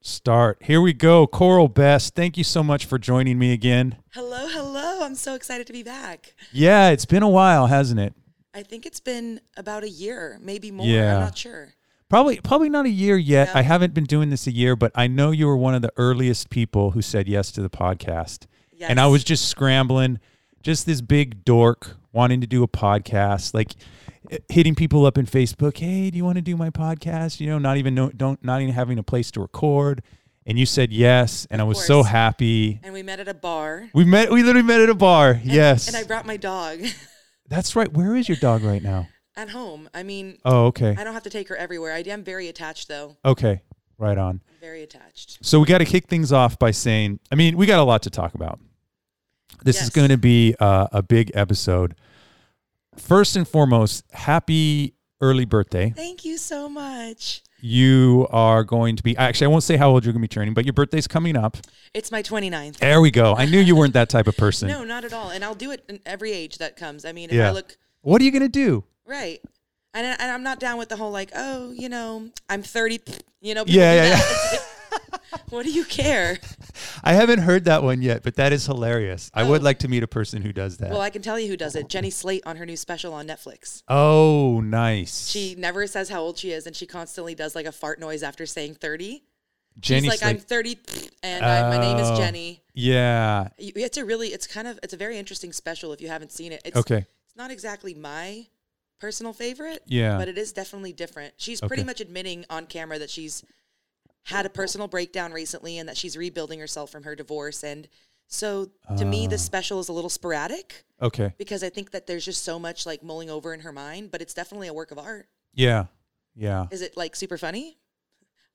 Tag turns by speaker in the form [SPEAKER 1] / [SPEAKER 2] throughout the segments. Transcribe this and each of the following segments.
[SPEAKER 1] start. Here we go. Coral Best, thank you so much for joining me again.
[SPEAKER 2] Hello, hello. I'm so excited to be back.
[SPEAKER 1] Yeah, it's been a while, hasn't it?
[SPEAKER 2] I think it's been about a year, maybe more.
[SPEAKER 1] Yeah.
[SPEAKER 2] I'm not sure.
[SPEAKER 1] Probably probably not a year yet.
[SPEAKER 2] Yeah.
[SPEAKER 1] I haven't been doing this a year, but I know you were one of the earliest people who said yes to the podcast. And I
[SPEAKER 2] Yes.
[SPEAKER 1] was just scrambling, just this big dork wanting to do a podcast, like eh, hitting people up in Facebook, "Hey, do you want to do my podcast?" You know, not even know, don't not even having a place to record. And you said yes, and I was so
[SPEAKER 2] course.
[SPEAKER 1] happy.
[SPEAKER 2] And we met at a bar.
[SPEAKER 1] We met we literally met at a bar. yes.
[SPEAKER 2] And I brought my dog
[SPEAKER 1] That's right. Where is your dog right now?
[SPEAKER 2] at home. I mean,
[SPEAKER 1] Oh, okay.
[SPEAKER 2] I don't have to take her everywhere. I am very attached, though.
[SPEAKER 1] Okay. Right on.
[SPEAKER 2] I'm very attached.
[SPEAKER 1] So we got to kick things off by saying, I mean, we got a lot to talk about. This is
[SPEAKER 2] Yes.
[SPEAKER 1] going to be uh, a big episode. First and foremost, happy early birthday.
[SPEAKER 2] Thank you so much.
[SPEAKER 1] You are going to be, actually, I won't say how old you're going to be turning, but your birthday's coming up.
[SPEAKER 2] It's my 29th.
[SPEAKER 1] There we go. I knew you weren't that type of person.
[SPEAKER 2] No, not at all. And I'll do it in every age that comes. I mean, if
[SPEAKER 1] Yeah.
[SPEAKER 2] I look
[SPEAKER 1] What are you going to do?
[SPEAKER 2] right. And, I, and I'm not down with the whole like, oh, you know, I'm 30. You know, people
[SPEAKER 1] Yeah,
[SPEAKER 2] do
[SPEAKER 1] yeah,
[SPEAKER 2] that.
[SPEAKER 1] yeah.
[SPEAKER 2] what do you care?
[SPEAKER 1] I haven't heard that one yet, but that is hilarious. I would
[SPEAKER 2] Oh.
[SPEAKER 1] like to meet a person who does that.
[SPEAKER 2] Well, I can tell you who does it. Jenny Slate on her new special on Netflix.
[SPEAKER 1] oh, nice.
[SPEAKER 2] She never says how old she is, and she constantly does like a fart noise after saying 30.
[SPEAKER 1] Jenny's
[SPEAKER 2] She's like, I'm 30, and I, my name
[SPEAKER 1] Oh.
[SPEAKER 2] is Jenny.
[SPEAKER 1] yeah.
[SPEAKER 2] You- It's a really, it's kind of, it's a very interesting special if you haven't seen it. It's,
[SPEAKER 1] Okay.
[SPEAKER 2] It's not exactly my personal favorite,
[SPEAKER 1] Yeah.
[SPEAKER 2] but it is definitely different. She's pretty
[SPEAKER 1] Okay.
[SPEAKER 2] much admitting on camera that she's had a personal breakdown recently and that she's rebuilding herself from her divorce. And so to me,
[SPEAKER 1] Ah.
[SPEAKER 2] this special is a little sporadic
[SPEAKER 1] Okay.
[SPEAKER 2] because I think that there's just so much like mulling over in her mind, but it's definitely a work of art.
[SPEAKER 1] Yeah. Yeah.
[SPEAKER 2] Is it like super funny?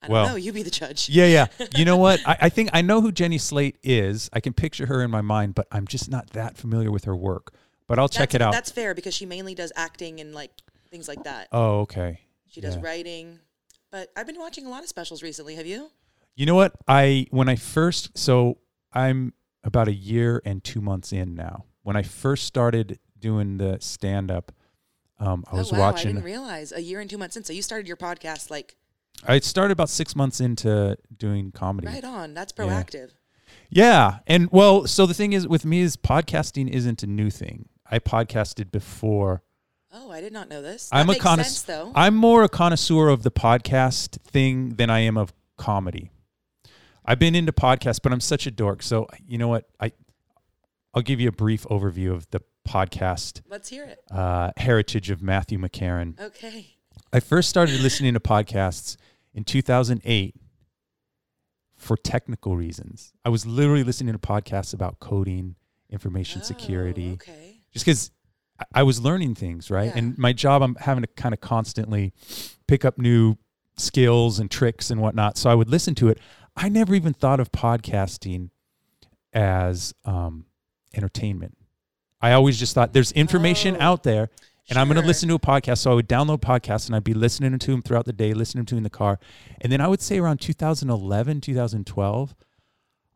[SPEAKER 2] I don't
[SPEAKER 1] Well-
[SPEAKER 2] know. You be the judge.
[SPEAKER 1] Yeah, yeah. You know what? I, I think I know who Jenny Slate is. I can picture her in my mind, but I'm just not that familiar with her work. But I'll check
[SPEAKER 2] That's-
[SPEAKER 1] it out.
[SPEAKER 2] That's fair because she mainly does acting and like things like that.
[SPEAKER 1] oh, okay.
[SPEAKER 2] she does
[SPEAKER 1] yeah.
[SPEAKER 2] writing. But I've been watching a lot of specials recently. Have you?
[SPEAKER 1] You know what? I when I first so I'm about a year and two months in now. When I first started doing the stand up, um, I was
[SPEAKER 2] oh, wow. I
[SPEAKER 1] watching.
[SPEAKER 2] didn't realize a year and two months in. So you started your podcast like
[SPEAKER 1] I started about six months into doing comedy.
[SPEAKER 2] right on. That's proactive.
[SPEAKER 1] Yeah. And well, so the thing is with me is podcasting isn't a new thing. I podcasted before.
[SPEAKER 2] Oh, I did not know this.
[SPEAKER 1] I'm
[SPEAKER 2] that
[SPEAKER 1] a
[SPEAKER 2] makes sense,
[SPEAKER 1] connoisseur.
[SPEAKER 2] though.
[SPEAKER 1] I'm more a connoisseur of the podcast thing than I am of comedy. I've been into podcasts, but I'm such a dork. So you know what? I I'll give you a brief overview of the podcast
[SPEAKER 2] Let's hear it.
[SPEAKER 1] uh, heritage of Matthew McCarran.
[SPEAKER 2] Okay.
[SPEAKER 1] I first started listening to podcasts in 2008 for technical reasons. I was literally listening to podcasts about coding, information
[SPEAKER 2] Oh,
[SPEAKER 1] security,
[SPEAKER 2] Okay.
[SPEAKER 1] just because I was learning things, right?
[SPEAKER 2] Yeah.
[SPEAKER 1] And my job, I'm having to kind of constantly pick up new skills and tricks and whatnot. So I would listen to it. I never even thought of podcasting as um, entertainment. I always just thought there's information
[SPEAKER 2] Oh.
[SPEAKER 1] out there and I'm going to
[SPEAKER 2] Sure.
[SPEAKER 1] listen to a podcast. So I would download podcasts and I'd be listening to them throughout the day, listening to them in the car. And then I would say around 2011, 2012,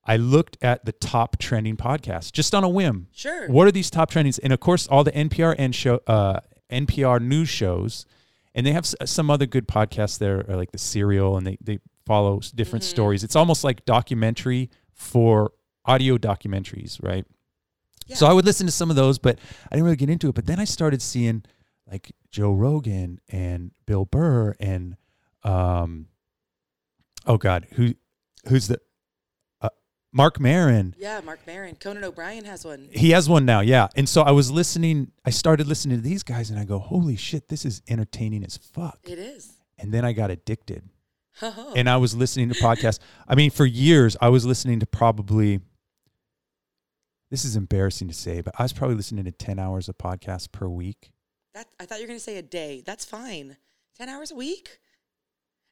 [SPEAKER 1] I looked at the top trending podcasts just on a whim.
[SPEAKER 2] Sure.
[SPEAKER 1] What are these top trendings? And of course, all the NPR and show, uh, NPR news shows, and they have s- some other good podcasts there, are like the Serial, and they they follow s-
[SPEAKER 2] Mm-hmm.
[SPEAKER 1] different stories. It's almost like documentary for audio documentaries, right? So
[SPEAKER 2] Yeah.
[SPEAKER 1] I would listen to some of those, but I didn't really get into it. But then I started seeing like Joe Rogan and Bill Burr and um, oh god, who who's the uh, Mark Marin
[SPEAKER 2] Yeah, Mark Maron. Conan O'Brien has one.
[SPEAKER 1] he has one now, yeah. And so I was listening, I started listening to these guys and I go, holy shit, this is entertaining as fuck.
[SPEAKER 2] It is.
[SPEAKER 1] And then I got addicted
[SPEAKER 2] Oh,
[SPEAKER 1] and I was listening to podcasts. I mean, for years, I was listening to probably, this is embarrassing to say, but I was probably listening to 10 hours of podcasts per week.
[SPEAKER 2] that, I thought you were going to say a day. That's fine. 10 hours a week?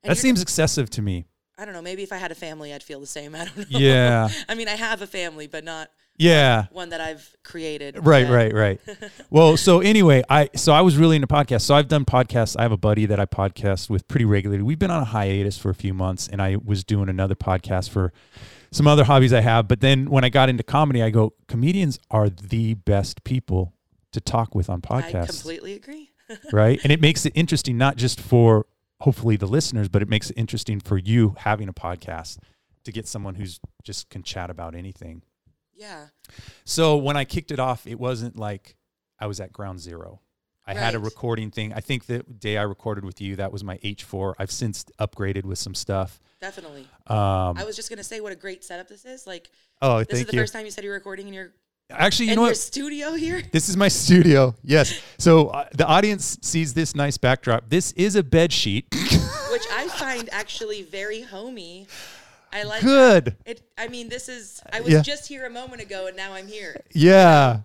[SPEAKER 2] And
[SPEAKER 1] That
[SPEAKER 2] you're-
[SPEAKER 1] seems excessive to me.
[SPEAKER 2] I don't know. Maybe if I had a family, I'd feel the same. I don't know.
[SPEAKER 1] Yeah.
[SPEAKER 2] I mean, I have a family, but not
[SPEAKER 1] Yeah.
[SPEAKER 2] one that I've created.
[SPEAKER 1] Right,
[SPEAKER 2] yet.
[SPEAKER 1] right, right. Well, so anyway, I so I was really into podcasts. So I've done podcasts. I have a buddy that I podcast with pretty regularly. We've been on a hiatus for a few months, and I was doing another podcast for some other hobbies I have. But then when I got into comedy, I go, comedians are the best people to talk with on
[SPEAKER 2] I
[SPEAKER 1] podcasts,
[SPEAKER 2] completely agree.
[SPEAKER 1] right? And it makes it interesting, not just for hopefully the listeners, but it makes it interesting for you having a podcast to get someone who's just can chat about anything.
[SPEAKER 2] Yeah.
[SPEAKER 1] So when I kicked it off, it wasn't like I was at ground zero. I had a
[SPEAKER 2] Right.
[SPEAKER 1] recording thing. I think the day I recorded with you, that was my H4. I've since upgraded with some stuff.
[SPEAKER 2] Definitely.
[SPEAKER 1] Um,
[SPEAKER 2] I was just gonna say what a great setup this is. Like
[SPEAKER 1] oh,
[SPEAKER 2] Uh, this is
[SPEAKER 1] thank
[SPEAKER 2] the
[SPEAKER 1] you.
[SPEAKER 2] first time you said you're recording in your
[SPEAKER 1] Actually, you
[SPEAKER 2] in
[SPEAKER 1] know
[SPEAKER 2] your
[SPEAKER 1] what?
[SPEAKER 2] studio here.
[SPEAKER 1] This is my studio. Yes. So uh, the audience sees this nice backdrop. This is a bed sheet.
[SPEAKER 2] Which I find actually very homey. I like
[SPEAKER 1] Good.
[SPEAKER 2] it I mean this is I was
[SPEAKER 1] Yeah.
[SPEAKER 2] just here a moment ago and now I'm here.
[SPEAKER 1] Yeah.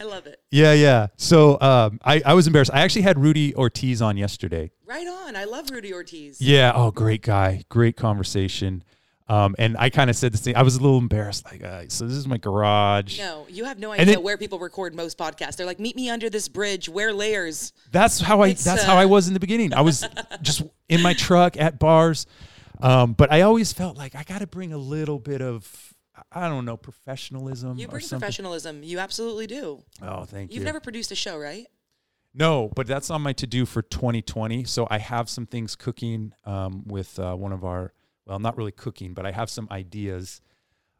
[SPEAKER 2] I love it.
[SPEAKER 1] Yeah. Yeah. So um, I, I was embarrassed. I actually had Rudy Ortiz on yesterday.
[SPEAKER 2] Right on. I love Rudy Ortiz.
[SPEAKER 1] Yeah. Oh, great guy. Great conversation. Um, and I kind of said this thing. I was a little embarrassed. Like, uh, so this is my garage.
[SPEAKER 2] No, you have no
[SPEAKER 1] And
[SPEAKER 2] idea
[SPEAKER 1] it-
[SPEAKER 2] where people record most podcasts. They're like, meet me under this bridge, wear layers.
[SPEAKER 1] That's how I.
[SPEAKER 2] It's,
[SPEAKER 1] that's
[SPEAKER 2] uh,
[SPEAKER 1] how I was in the beginning. I was just in my truck at bars, um, but I always felt like I got to bring a little bit of I don't know professionalism.
[SPEAKER 2] You
[SPEAKER 1] or
[SPEAKER 2] bring
[SPEAKER 1] something.
[SPEAKER 2] professionalism. You absolutely do.
[SPEAKER 1] Oh, thank
[SPEAKER 2] You've
[SPEAKER 1] you.
[SPEAKER 2] never produced a show, right?
[SPEAKER 1] no, but that's on my to do for 2020. So I have some things cooking um, with uh, one of our. Well, not really cooking, but I have some ideas.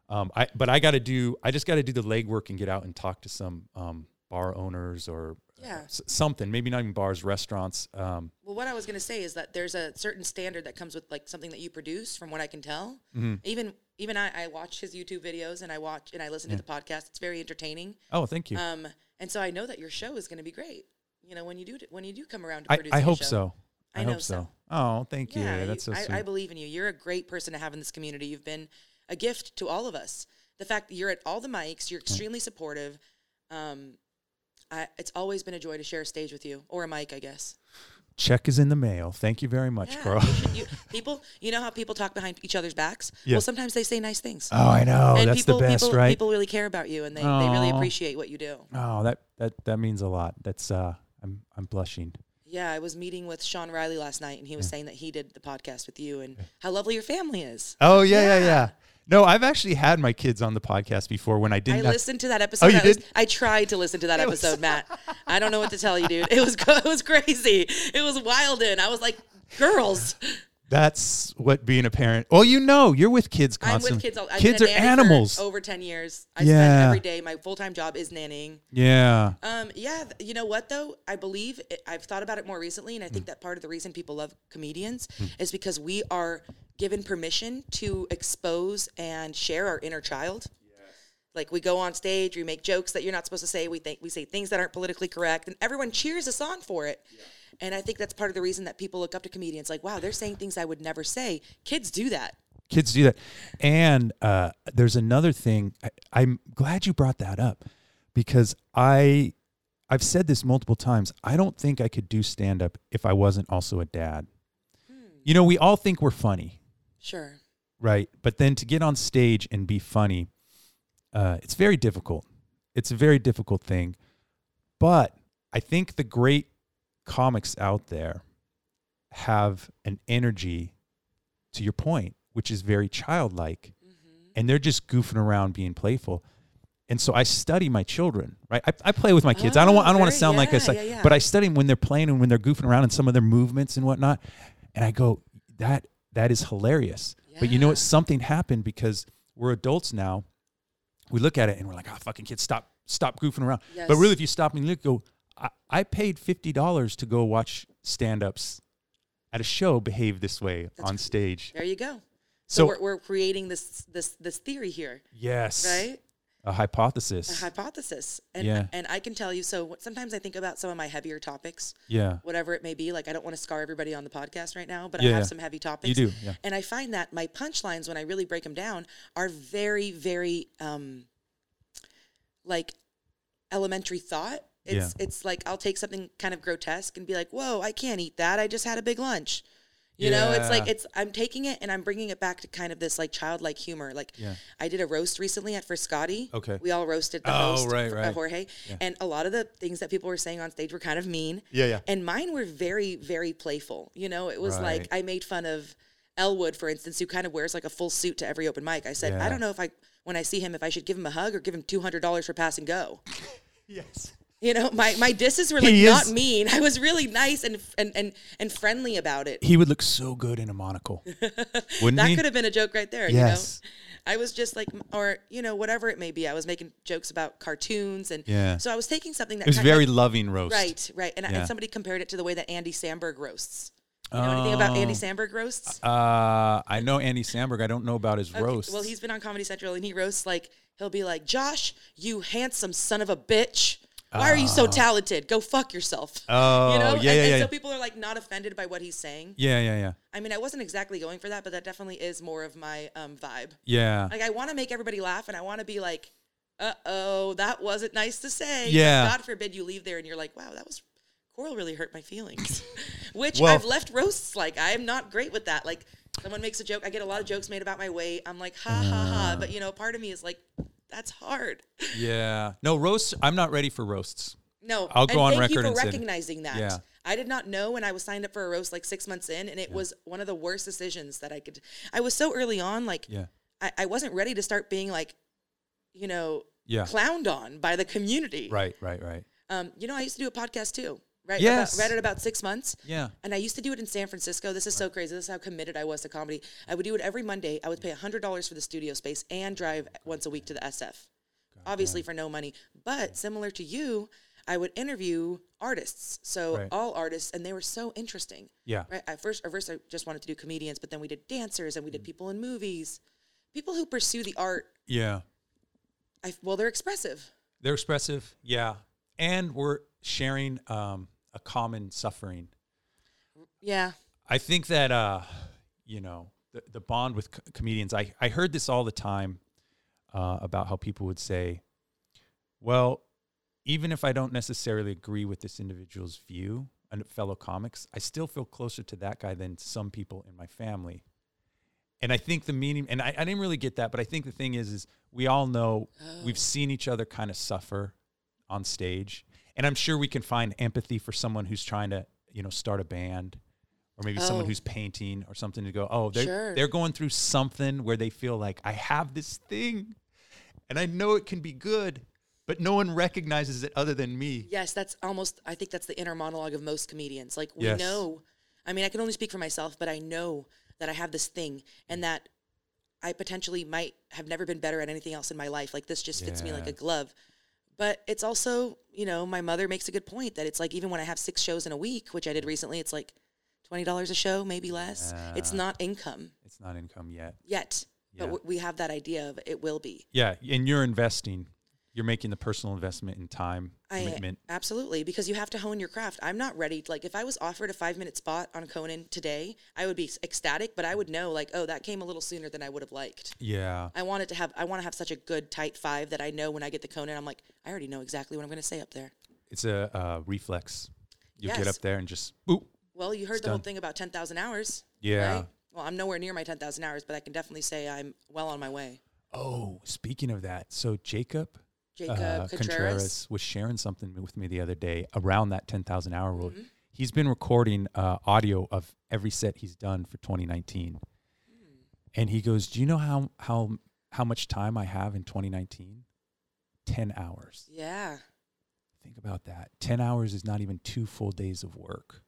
[SPEAKER 1] Um, I but I got to do. I just got to do the legwork and get out and talk to some um, bar owners or uh,
[SPEAKER 2] Yeah.
[SPEAKER 1] s- something. Maybe not even bars, restaurants. Um,
[SPEAKER 2] Well, what I was going to say is that there's a certain standard that comes with like something that you produce, from what I can tell.
[SPEAKER 1] Mm-hmm.
[SPEAKER 2] Even even I, I watch his YouTube videos and I watch and I listen to the podcast. It's very entertaining.
[SPEAKER 1] oh, thank you.
[SPEAKER 2] Um, and so I know that your show is going to be great. You know, when you do when you do come around to
[SPEAKER 1] I,
[SPEAKER 2] produce,
[SPEAKER 1] I hope so. I,
[SPEAKER 2] I know
[SPEAKER 1] hope so.
[SPEAKER 2] so.
[SPEAKER 1] Oh, thank you.
[SPEAKER 2] Yeah, you-
[SPEAKER 1] That's so sweet.
[SPEAKER 2] I, I believe in you. You're a great person to have in this community. You've been a gift to all of us. The fact that you're at all the mics, you're extremely supportive. Um, I, it's always been a joy to share a stage with you or a mic, I guess.
[SPEAKER 1] Check is in the mail. Thank you very much,
[SPEAKER 2] Yeah,
[SPEAKER 1] Carl.
[SPEAKER 2] you should- you- people, you know how people talk behind each other's backs.
[SPEAKER 1] Yeah.
[SPEAKER 2] Well, sometimes they say nice things,
[SPEAKER 1] oh, I know.
[SPEAKER 2] and
[SPEAKER 1] That's
[SPEAKER 2] people,
[SPEAKER 1] the best,
[SPEAKER 2] people,
[SPEAKER 1] right?
[SPEAKER 2] people really care about you, and they, they really
[SPEAKER 1] Aw.
[SPEAKER 2] appreciate what you do.
[SPEAKER 1] oh, that that that means a lot. That's uh, I'm I'm blushing.
[SPEAKER 2] Yeah, I was meeting with Sean Riley last night, and he was saying that he did the podcast with you, and how lovely your family is.
[SPEAKER 1] Oh yeah, yeah, yeah,
[SPEAKER 2] Yeah.
[SPEAKER 1] No, I've actually had my kids on the podcast before when I
[SPEAKER 2] I
[SPEAKER 1] didn't. have-
[SPEAKER 2] listened to that episode.
[SPEAKER 1] Oh, you
[SPEAKER 2] I, was-
[SPEAKER 1] did?
[SPEAKER 2] I tried to listen to that
[SPEAKER 1] was-
[SPEAKER 2] episode, Matt. I don't know what to tell you, dude. It was it was crazy. It was wild, and I was like, girls.
[SPEAKER 1] that's what being a parent. Well, you know, you're with kids
[SPEAKER 2] I'm
[SPEAKER 1] constantly.
[SPEAKER 2] with kids. All, I've
[SPEAKER 1] kids
[SPEAKER 2] been
[SPEAKER 1] are
[SPEAKER 2] a nanny for oh
[SPEAKER 1] animals.
[SPEAKER 2] Over ten years, I
[SPEAKER 1] Yeah.
[SPEAKER 2] spend every day. My full time job is nannying.
[SPEAKER 1] yeah.
[SPEAKER 2] Um, yeah, th- you know what though? I believe it, I've thought about it more recently, and I think that part of the reason people love comedians is because we are given permission to expose and share our inner child. Like we go on stage, we make jokes that you're not supposed to say. We think we say things that aren't politically correct, and everyone cheers us on for it. And I think that's part of the reason that people look up to comedians. Like, wow, they're saying things I would never say. Kids do that.
[SPEAKER 1] kids do that and uh, there's another thing I, i'm glad you brought that up because i i've said this multiple times i don't think i could do stand up if i wasn't also a dad
[SPEAKER 2] Hmm.
[SPEAKER 1] you know we all think we're funny
[SPEAKER 2] Sure.
[SPEAKER 1] right but then to get on stage and be funny uh, it's very difficult it's a very difficult thing but i think the great comics out there have an energy to your point which is very childlike
[SPEAKER 2] Mm-hmm.
[SPEAKER 1] and they're just goofing around being playful and so i study my children right i, I play with my kids i don't
[SPEAKER 2] Oh,
[SPEAKER 1] want i don't want to
[SPEAKER 2] very-
[SPEAKER 1] sound like
[SPEAKER 2] yeah,
[SPEAKER 1] this like,
[SPEAKER 2] yeah, yeah.
[SPEAKER 1] but i study them when they're playing and when they're goofing around and some of their movements and whatnot and i go that that is hilarious but you know what
[SPEAKER 2] Yeah.
[SPEAKER 1] something happened because we're adults now we look at it and we're like, oh, fucking kids, stop, stop goofing around. But
[SPEAKER 2] Yes.
[SPEAKER 1] really, if you stop and look, go, I, I paid fifty dollars to go watch stand-ups at a show behave this way on stage.
[SPEAKER 2] There you go. So,
[SPEAKER 1] So-
[SPEAKER 2] we're, we're creating this this this theory here,
[SPEAKER 1] Yes,
[SPEAKER 2] right?
[SPEAKER 1] A hypothesis.
[SPEAKER 2] a hypothesis and
[SPEAKER 1] Yeah.
[SPEAKER 2] and i can tell you so what- sometimes i think about some of my heavier topics
[SPEAKER 1] yeah,
[SPEAKER 2] whatever it may be like i don't want to scar everybody on the podcast right now but
[SPEAKER 1] Yeah,
[SPEAKER 2] i
[SPEAKER 1] yeah.
[SPEAKER 2] have some heavy topics
[SPEAKER 1] do, yeah.
[SPEAKER 2] and i find that my punchlines when i really break them down are very very um like elementary thought it's it's like i'll take something kind of grotesque and be like whoa i can't eat that i just had a big lunch you know it's like
[SPEAKER 1] Yeah.
[SPEAKER 2] it's i'm taking it and i'm bringing it back to kind of this like childlike humor like
[SPEAKER 1] Yeah.
[SPEAKER 2] i did a roast recently at Frascati.
[SPEAKER 1] Okay.
[SPEAKER 2] we all roasted the
[SPEAKER 1] Oh,
[SPEAKER 2] host,
[SPEAKER 1] right,
[SPEAKER 2] Fr- uh,
[SPEAKER 1] right.
[SPEAKER 2] Jorge. And a lot of the things that people were saying on stage were kind of mean.
[SPEAKER 1] Yeah, yeah.
[SPEAKER 2] And mine were very, very playful. You know, it was
[SPEAKER 1] Right.
[SPEAKER 2] like I made fun of Elwood, for instance, who kind of wears like a full suit to every open mic. I said,
[SPEAKER 1] Yeah.
[SPEAKER 2] I don't know if I, when I see him, if I should give him a hug or give him $200 for pass and go.
[SPEAKER 1] yes.
[SPEAKER 2] You know, my, my disses were like
[SPEAKER 1] He
[SPEAKER 2] not
[SPEAKER 1] is-
[SPEAKER 2] mean. I was really nice and and and, and friendly about it.
[SPEAKER 1] He would look so good in a monocle, wouldn't
[SPEAKER 2] That
[SPEAKER 1] he?
[SPEAKER 2] could have been a joke right there.
[SPEAKER 1] Yes.
[SPEAKER 2] You know, I was just like, or you know, whatever it may be. I was making jokes about cartoons, and
[SPEAKER 1] Yeah.
[SPEAKER 2] so I was taking something that
[SPEAKER 1] It was
[SPEAKER 2] kind of-
[SPEAKER 1] very loving roast.
[SPEAKER 2] right, right, and,
[SPEAKER 1] Yeah.
[SPEAKER 2] and somebody compared it to the way that Andy Samberg roasts. You know anything about Andy Samberg roasts?
[SPEAKER 1] Uh, Oh. I know Andy Samberg. I don't know about his roast.
[SPEAKER 2] Well, he's been on Comedy Central, and he roasts like he'll be like, "Josh, you handsome son of a bitch." Why are you so talented? Go fuck yourself.
[SPEAKER 1] Ah. Oh,
[SPEAKER 2] you know?
[SPEAKER 1] yeah,
[SPEAKER 2] and,
[SPEAKER 1] yeah,
[SPEAKER 2] and
[SPEAKER 1] yeah.
[SPEAKER 2] so people are like not offended by what he's saying.
[SPEAKER 1] yeah, yeah, yeah,
[SPEAKER 2] I mean, I wasn't exactly going for that, but that definitely is more of my um, vibe.
[SPEAKER 1] yeah.
[SPEAKER 2] Like I want to make everybody laugh, and I want to be like, "Uh oh, that wasn't nice to say." But
[SPEAKER 1] Yeah.
[SPEAKER 2] God forbid you leave there and you're like, "Wow, that was." Coral really hurt my feelings, which
[SPEAKER 1] Well-
[SPEAKER 2] I've left roasts like I am not great with that. Like someone makes a joke, I get a lot of jokes made about my weight. I'm like ha ha
[SPEAKER 1] Uh.
[SPEAKER 2] ha, but you know, part of me is like, that's hard.
[SPEAKER 1] Yeah. No roasts. I'm not ready for roasts.
[SPEAKER 2] No,
[SPEAKER 1] I'll go
[SPEAKER 2] and
[SPEAKER 1] on
[SPEAKER 2] thank
[SPEAKER 1] record
[SPEAKER 2] you
[SPEAKER 1] and
[SPEAKER 2] for
[SPEAKER 1] say-
[SPEAKER 2] recognizing that.
[SPEAKER 1] Yeah.
[SPEAKER 2] I did not know when I was signed up for a roast like six months in, and it was one of the worst decisions that I could. I was so early on, like
[SPEAKER 1] Yeah.
[SPEAKER 2] I, I wasn't ready to start being like, you know,
[SPEAKER 1] Yeah.
[SPEAKER 2] clowned on by the community.
[SPEAKER 1] Right. Right. Right.
[SPEAKER 2] Um, you know, I used to do a podcast too, right?
[SPEAKER 1] Yes.
[SPEAKER 2] About, right at about six months.
[SPEAKER 1] Yeah.
[SPEAKER 2] And I used to do it in San Francisco. This is so crazy. This is how committed I was to comedy. I would do it every Monday. I would pay $100 for the studio space and drive once a week to the SF, obviously for no money. But similar to you, I would interview artists. So
[SPEAKER 1] Right.
[SPEAKER 2] all artists, and they were so interesting.
[SPEAKER 1] Yeah.
[SPEAKER 2] Right. At first, at first, I just wanted to do comedians, but then we did dancers and we
[SPEAKER 1] Mm.
[SPEAKER 2] did people in movies. People who pursue the art,
[SPEAKER 1] Yeah.
[SPEAKER 2] I, well, they're expressive.
[SPEAKER 1] They're expressive. Yeah. And we're sharing um, a common suffering.
[SPEAKER 2] Yeah.
[SPEAKER 1] I think that uh, you know the, the bond with co- comedians. I I heard this all the time uh, about how people would say, "Well, even if I don't necessarily agree with this individual's view and fellow comics, I still feel closer to that guy than some people in my family." And I think the meaning, and I, I didn't really get that, but I think the thing is, is we all know
[SPEAKER 2] Oh.
[SPEAKER 1] we've seen each other kind of suffer on stage, and I'm sure we can find empathy for someone who's trying to, you know, start a band, or maybe someone
[SPEAKER 2] Oh.
[SPEAKER 1] who's painting or something to go, oh, they're
[SPEAKER 2] Sure.
[SPEAKER 1] they're going through something where they feel like I have this thing, and I know it can be good, but no one recognizes it other than me.
[SPEAKER 2] Yes, that's almost. I think that's the inner monologue of most comedians. Like we
[SPEAKER 1] Yes.
[SPEAKER 2] know. I mean, I can only speak for myself, but I know that I have this thing, and that I potentially might have never been better at anything else in my life. Like this just fits me like a
[SPEAKER 1] Yes.
[SPEAKER 2] glove. But it's also, you know, my mother makes a good point that it's like even when I have six shows in a week, which I did recently, it's like twenty dollars a show, maybe less. It's
[SPEAKER 1] Yeah.
[SPEAKER 2] not income
[SPEAKER 1] It's not income yet.
[SPEAKER 2] yet,
[SPEAKER 1] Yeah.
[SPEAKER 2] but w- we have that idea of it will be.
[SPEAKER 1] Yeah, and you're investing. You're making the personal investment in time, commitment.
[SPEAKER 2] I, absolutely, because you have to hone your craft. I'm not ready. Like, if I was offered a five minute spot on Conan today, I would be ecstatic, but I would know, like, oh, that came a little sooner than I would have liked.
[SPEAKER 1] yeah.
[SPEAKER 2] I wanted to have, I want to have such a good tight five that I know when I get the Conan, I'm like, I already know exactly what I'm going to say up there.
[SPEAKER 1] It's a uh, reflex. You get
[SPEAKER 2] Yes.
[SPEAKER 1] up there and just boop.
[SPEAKER 2] Well, you heard the whole
[SPEAKER 1] done.
[SPEAKER 2] thing about 10,000 hours.
[SPEAKER 1] Yeah.
[SPEAKER 2] Right? Well, I'm nowhere near my 10,000 hours, but I can definitely say I'm well on my way.
[SPEAKER 1] Oh, speaking of that, so Jacob,
[SPEAKER 2] Jacob
[SPEAKER 1] uh,
[SPEAKER 2] Contreras.
[SPEAKER 1] was sharing something with me the other day around that ten thousand hour rule.
[SPEAKER 2] Mm-hmm.
[SPEAKER 1] He's been recording uh, audio of every set he's done for 2019,
[SPEAKER 2] Hmm.
[SPEAKER 1] and he goes, "Do you know how how how much time I have in 2019? Ten hours.
[SPEAKER 2] Yeah.
[SPEAKER 1] Think about that. Ten hours is not even two full days of work."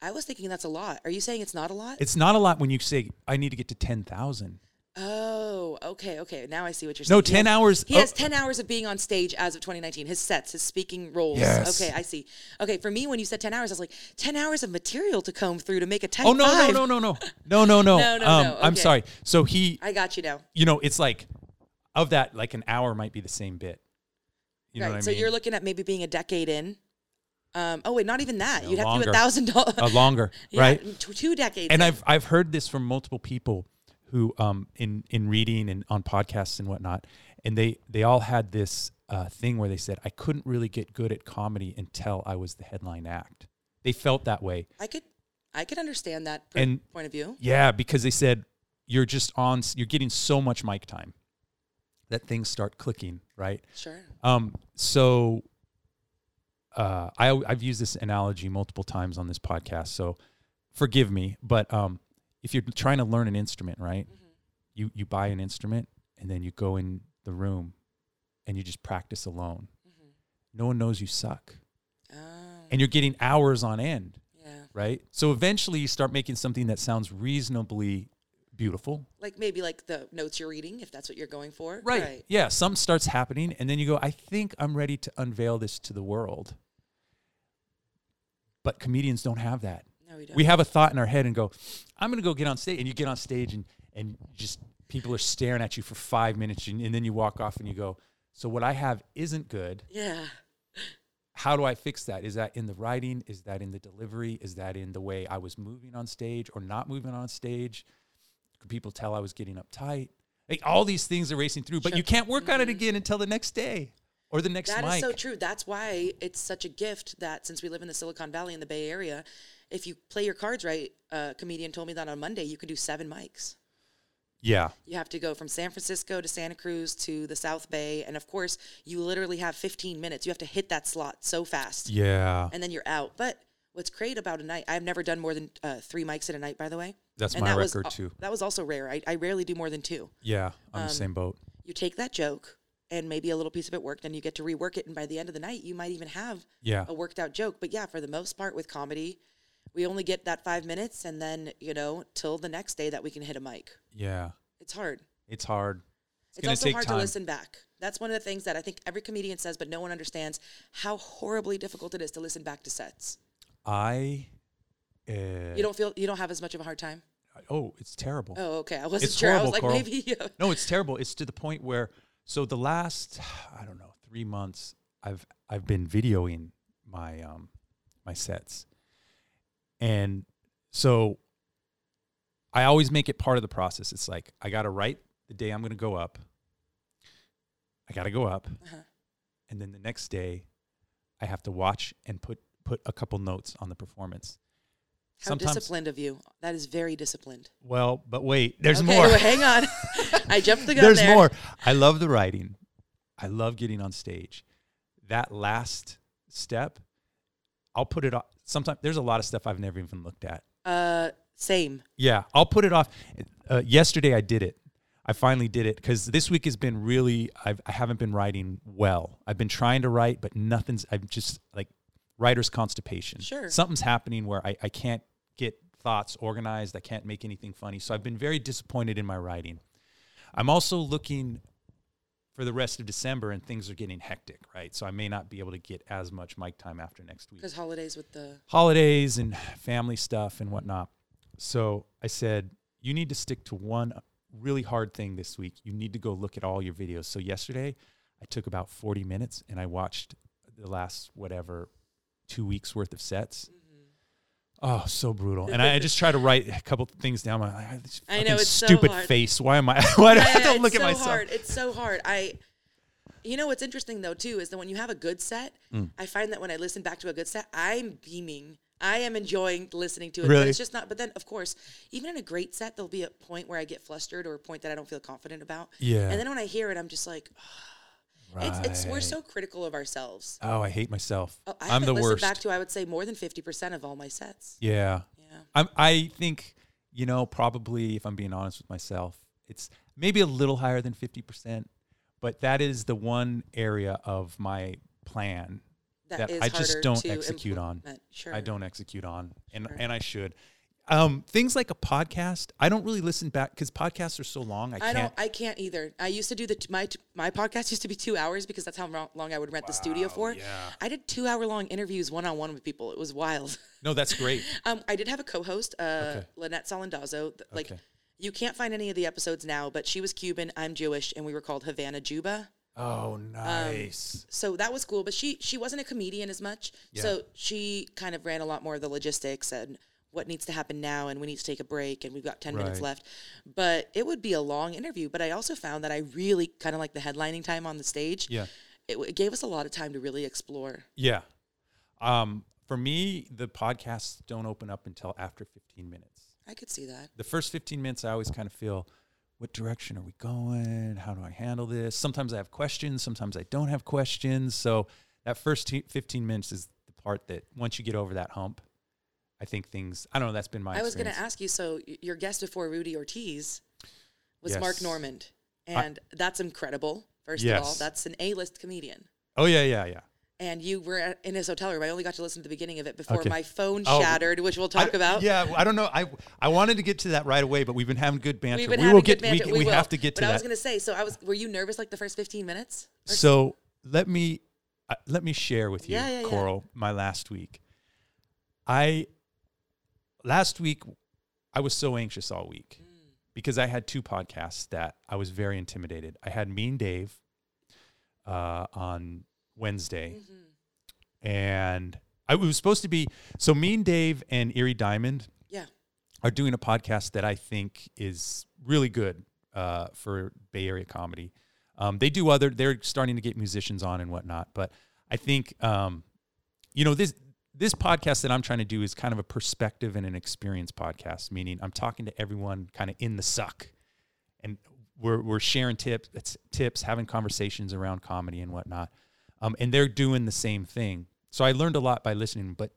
[SPEAKER 2] I was thinking that's a lot. Are you saying it's not a lot?
[SPEAKER 1] It's not a lot when you say I need to get to ten thousand.
[SPEAKER 2] Oh, okay, okay. Now I see what you're saying.
[SPEAKER 1] No,
[SPEAKER 2] He
[SPEAKER 1] 10
[SPEAKER 2] has-
[SPEAKER 1] hours-
[SPEAKER 2] He
[SPEAKER 1] oh.
[SPEAKER 2] has 10 hours of being on stage as of 2019. His sets, his speaking roles.
[SPEAKER 1] Yes.
[SPEAKER 2] Okay, I see. Okay, for me, when you said 10 hours, I was like, 10 hours of material to comb through to make a 10
[SPEAKER 1] Oh no no
[SPEAKER 2] five."
[SPEAKER 1] no no no no no no.
[SPEAKER 2] No, no,
[SPEAKER 1] um,
[SPEAKER 2] no,
[SPEAKER 1] I'm
[SPEAKER 2] okay.
[SPEAKER 1] sorry. So he,
[SPEAKER 2] I got you now.
[SPEAKER 1] you know, it's like of that, like an hour might be the same bit. You know
[SPEAKER 2] right.
[SPEAKER 1] what I
[SPEAKER 2] so
[SPEAKER 1] mean?
[SPEAKER 2] you're looking at maybe being a decade in. Um, oh, wait, not even that.
[SPEAKER 1] No,
[SPEAKER 2] You'd have to do
[SPEAKER 1] longer.
[SPEAKER 2] a thousand dollars.
[SPEAKER 1] uh, longer, right?
[SPEAKER 2] Two decades.
[SPEAKER 1] And I've I've heard this from multiple people who um in in reading and on podcasts and whatnot, and they they all had this uh, thing where they said I couldn't really get good at comedy until I was the headline act. They felt that way.
[SPEAKER 2] I could, I could understand that pr-
[SPEAKER 1] And-
[SPEAKER 2] point of view.
[SPEAKER 1] Yeah, because they said you're just on. You're getting so much mic time that things start clicking, right?
[SPEAKER 2] Sure.
[SPEAKER 1] Um, so uh, I, I've used this analogy multiple times on this podcast, so forgive me. But um, if you're trying to learn an instrument, right? You you buy an instrument and then you go in the room and you just practice alone. no one knows you suck.
[SPEAKER 2] Oh,
[SPEAKER 1] And you're getting hours on end,
[SPEAKER 2] yeah.
[SPEAKER 1] right? So eventually you start making something that sounds reasonably beautiful.
[SPEAKER 2] Like maybe like the notes you're reading, if that's what you're going for.
[SPEAKER 1] Yeah. Some starts happening and then you go, I think I'm ready to unveil this to the world. But comedians don't have that.
[SPEAKER 2] No, we don't.
[SPEAKER 1] We have a thought in our head and go, I'm going to go get on stage. And you get on stage and, and just people are staring at you for five minutes. And, and then you walk off and you go, So what I have isn't good.
[SPEAKER 2] yeah.
[SPEAKER 1] How do I fix that? Is that in the writing? Is that in the delivery? Is that in the way I was moving on stage or not moving on stage? Could people tell I was getting uptight? Like all these things are racing through, but you can't work on it again until the next day or the next
[SPEAKER 2] Mm-hmm. That is
[SPEAKER 1] mic.
[SPEAKER 2] so true. That's why it's such a gift that since we live in the Silicon Valley in the Bay Area, if you play your cards right, a comedian told me that on Monday you can do seven mics.
[SPEAKER 1] Yeah.
[SPEAKER 2] You have to go from San Francisco to Santa Cruz to the South Bay, and of course, you literally have 15 minutes. You have to hit that slot so fast,
[SPEAKER 1] Yeah.
[SPEAKER 2] and then you're out. But what's great about a night? I've never done more than uh, three mics at a night, by the way.
[SPEAKER 1] That's
[SPEAKER 2] And
[SPEAKER 1] my
[SPEAKER 2] was
[SPEAKER 1] record,
[SPEAKER 2] al-
[SPEAKER 1] too.
[SPEAKER 2] That was also rare. I, I rarely do more than two.
[SPEAKER 1] Yeah. I'm
[SPEAKER 2] um,
[SPEAKER 1] the same boat.
[SPEAKER 2] You take that joke and maybe a little piece of it worked, and you get to rework it. And by the end of the night, you might even have
[SPEAKER 1] Yeah.
[SPEAKER 2] a worked out joke. But yeah, for the most part with comedy, we only get that five minutes and then, you know, till the next day that we can hit a mic.
[SPEAKER 1] Yeah.
[SPEAKER 2] It's hard.
[SPEAKER 1] It's hard. It's,
[SPEAKER 2] It's,
[SPEAKER 1] going to
[SPEAKER 2] also
[SPEAKER 1] take
[SPEAKER 2] hard
[SPEAKER 1] time.
[SPEAKER 2] to listen back. That's one of the things that I think every comedian says, but no one understands how horribly difficult it is to listen back to sets.
[SPEAKER 1] I. Uh,
[SPEAKER 2] You don't feel you don't have as much of a hard time.
[SPEAKER 1] oh, it's terrible.
[SPEAKER 2] Oh, okay. I wasn't
[SPEAKER 1] It's
[SPEAKER 2] sure. I
[SPEAKER 1] horrible,
[SPEAKER 2] was like,
[SPEAKER 1] Carl.
[SPEAKER 2] maybe. yeah.
[SPEAKER 1] No, it's terrible. It's to the point where so the last I don't know three months I've I've been videoing my um my sets, and so I always make it part of the process. It's like I got to write the day I'm going to go up. I got to go up,
[SPEAKER 2] Uh-huh.
[SPEAKER 1] and then the next day I have to watch and put put a couple notes on the performance.
[SPEAKER 2] How disciplined of you. That is very disciplined.
[SPEAKER 1] Well, but wait, there's
[SPEAKER 2] okay,
[SPEAKER 1] more.
[SPEAKER 2] well, hang on. I jumped the gun
[SPEAKER 1] There's
[SPEAKER 2] there.
[SPEAKER 1] more. I love the writing. I love getting on stage. That last step, I'll put it off. Sometimes there's a lot of stuff I've never even looked at.
[SPEAKER 2] Uh, same.
[SPEAKER 1] Yeah, I'll put it off. Uh, yesterday I did it. I finally did it because this week has been really. I've, I haven't been writing well. I've been trying to write, but nothing's. I'm just like writer's constipation.
[SPEAKER 2] Sure.
[SPEAKER 1] something's happening where I, I can't get thoughts organized. I can't make anything funny. So I've been very disappointed in my writing. I'm also looking for the rest of December, and things are getting hectic, right? So I may not be able to get as much mic time after next week
[SPEAKER 2] Because holidays with the
[SPEAKER 1] holidays and family stuff and whatnot. So I said, you need to stick to one really hard thing this week. You need to go look at all your videos. So yesterday, I took about 40 minutes and I watched the last whatever two weeks worth of sets.
[SPEAKER 2] Mm-hmm.
[SPEAKER 1] Oh, so brutal! And I, I just try to write a couple things down. My I, this
[SPEAKER 2] I
[SPEAKER 1] fucking
[SPEAKER 2] know, it's so
[SPEAKER 1] stupid
[SPEAKER 2] hard.
[SPEAKER 1] face. Why am I? Why do I
[SPEAKER 2] Yeah,
[SPEAKER 1] don't look
[SPEAKER 2] it's
[SPEAKER 1] at
[SPEAKER 2] so
[SPEAKER 1] myself?
[SPEAKER 2] Hard. It's so hard. I, you know, what's interesting though too is that when you have a good set,
[SPEAKER 1] Mm.
[SPEAKER 2] I find that when I listen back to a good set, I'm beaming. I am enjoying listening to it. but
[SPEAKER 1] Really?
[SPEAKER 2] it's just not. But then, of course, even in a great set, there'll be a point where I get flustered or a point that I don't feel confident about.
[SPEAKER 1] Yeah.
[SPEAKER 2] And then when I hear it, I'm just like, "Oh, it's, it's we're
[SPEAKER 1] Right.
[SPEAKER 2] so critical of ourselves.
[SPEAKER 1] Oh, I hate myself.
[SPEAKER 2] Oh, I
[SPEAKER 1] I'm
[SPEAKER 2] haven't
[SPEAKER 1] the
[SPEAKER 2] listened
[SPEAKER 1] worst.
[SPEAKER 2] Back to I would say more than fifty percent of all my sets.
[SPEAKER 1] Yeah.
[SPEAKER 2] Yeah.
[SPEAKER 1] I'm, I think, you know, probably if I'm being honest with myself, it's maybe a little higher than 50%, but that is the one area of my plan that, I just
[SPEAKER 2] harder
[SPEAKER 1] don't
[SPEAKER 2] to
[SPEAKER 1] execute on.
[SPEAKER 2] implement. Sure.
[SPEAKER 1] I don't execute on, and, and I should. Um, things like a podcast, I don't really listen back because podcasts are so long. I
[SPEAKER 2] I
[SPEAKER 1] can't.
[SPEAKER 2] don't. I can't either. I used to do the t- my t- my podcast used to be two hours because that's how ro- long I would rent the studio for.
[SPEAKER 1] yeah.
[SPEAKER 2] I did two hour long interviews one on one with people. It was wild.
[SPEAKER 1] no, that's great.
[SPEAKER 2] Um, I did have a co-host, uh,
[SPEAKER 1] Okay.
[SPEAKER 2] Lynette Salandazzo. th- Like,
[SPEAKER 1] Okay.
[SPEAKER 2] you can't find any of the episodes now, but she was Cuban. I'm Jewish, and we were called Havana Juba.
[SPEAKER 1] Oh, nice.
[SPEAKER 2] So that was cool. But she she wasn't a comedian as much. So she kind of ran a lot more of the logistics and what needs to happen now, and we need to take a break, and we've got ten minutes
[SPEAKER 1] Right.
[SPEAKER 2] left. But it would be a long interview. But I also found that I really kind of like the headlining time on the stage.
[SPEAKER 1] yeah.
[SPEAKER 2] It, w- it gave us a lot of time to really explore.
[SPEAKER 1] Yeah. Um, for me, the podcasts don't open up until after 15 minutes.
[SPEAKER 2] I could see that.
[SPEAKER 1] the first 15 minutes i always kind of feel what direction are we going how do i handle this sometimes i have questions sometimes i don't have questions so that first t- 15 minutes is the part that once you get over that hump i think things i don't know that's been my
[SPEAKER 2] I was going
[SPEAKER 1] experience.
[SPEAKER 2] to ask you. So y- your guest before Rudy Ortiz was Mark
[SPEAKER 1] Yes.
[SPEAKER 2] Normand, and that's incredible. First of all,
[SPEAKER 1] Yes.
[SPEAKER 2] that's an A list comedian.
[SPEAKER 1] oh yeah yeah yeah
[SPEAKER 2] and you were at- in his hotel room. I only got to listen to the beginning of it before
[SPEAKER 1] Okay.
[SPEAKER 2] my phone
[SPEAKER 1] Oh.
[SPEAKER 2] shattered, which we'll talk
[SPEAKER 1] I-
[SPEAKER 2] about.
[SPEAKER 1] Yeah, I don't know. I I wanted to get to that right away, but we've been having good banter.
[SPEAKER 2] We've been
[SPEAKER 1] we
[SPEAKER 2] having
[SPEAKER 1] will
[SPEAKER 2] good
[SPEAKER 1] get.
[SPEAKER 2] banter.
[SPEAKER 1] We, we
[SPEAKER 2] will.
[SPEAKER 1] have to get to
[SPEAKER 2] but I
[SPEAKER 1] that.
[SPEAKER 2] was going to say, so I was. Were you nervous like the first fifteen minutes? Or s-
[SPEAKER 1] so let me uh, let me share with you,
[SPEAKER 2] Yeah, yeah, yeah.
[SPEAKER 1] Coral, my last week. I last week I was so anxious all week
[SPEAKER 2] Mm.
[SPEAKER 1] because I had two podcasts that I was very intimidated. I had Mean Dave uh, on Wednesday,
[SPEAKER 2] Mm-hmm.
[SPEAKER 1] and I it was supposed to be so Mean Dave and Erie Diamond
[SPEAKER 2] yeah.
[SPEAKER 1] are doing a podcast that I think is really good uh, for Bay Area comedy. Um, they do other; they're starting to get musicians on and whatnot. But I think um, you know this this podcast that I'm trying to do is kind of a perspective and an experience podcast, meaning I'm talking to everyone kind of in the suck, and we're we're sharing tips, it's tips, having conversations around comedy and whatnot. Um, and they're doing the same thing. So I learned a lot by listening, but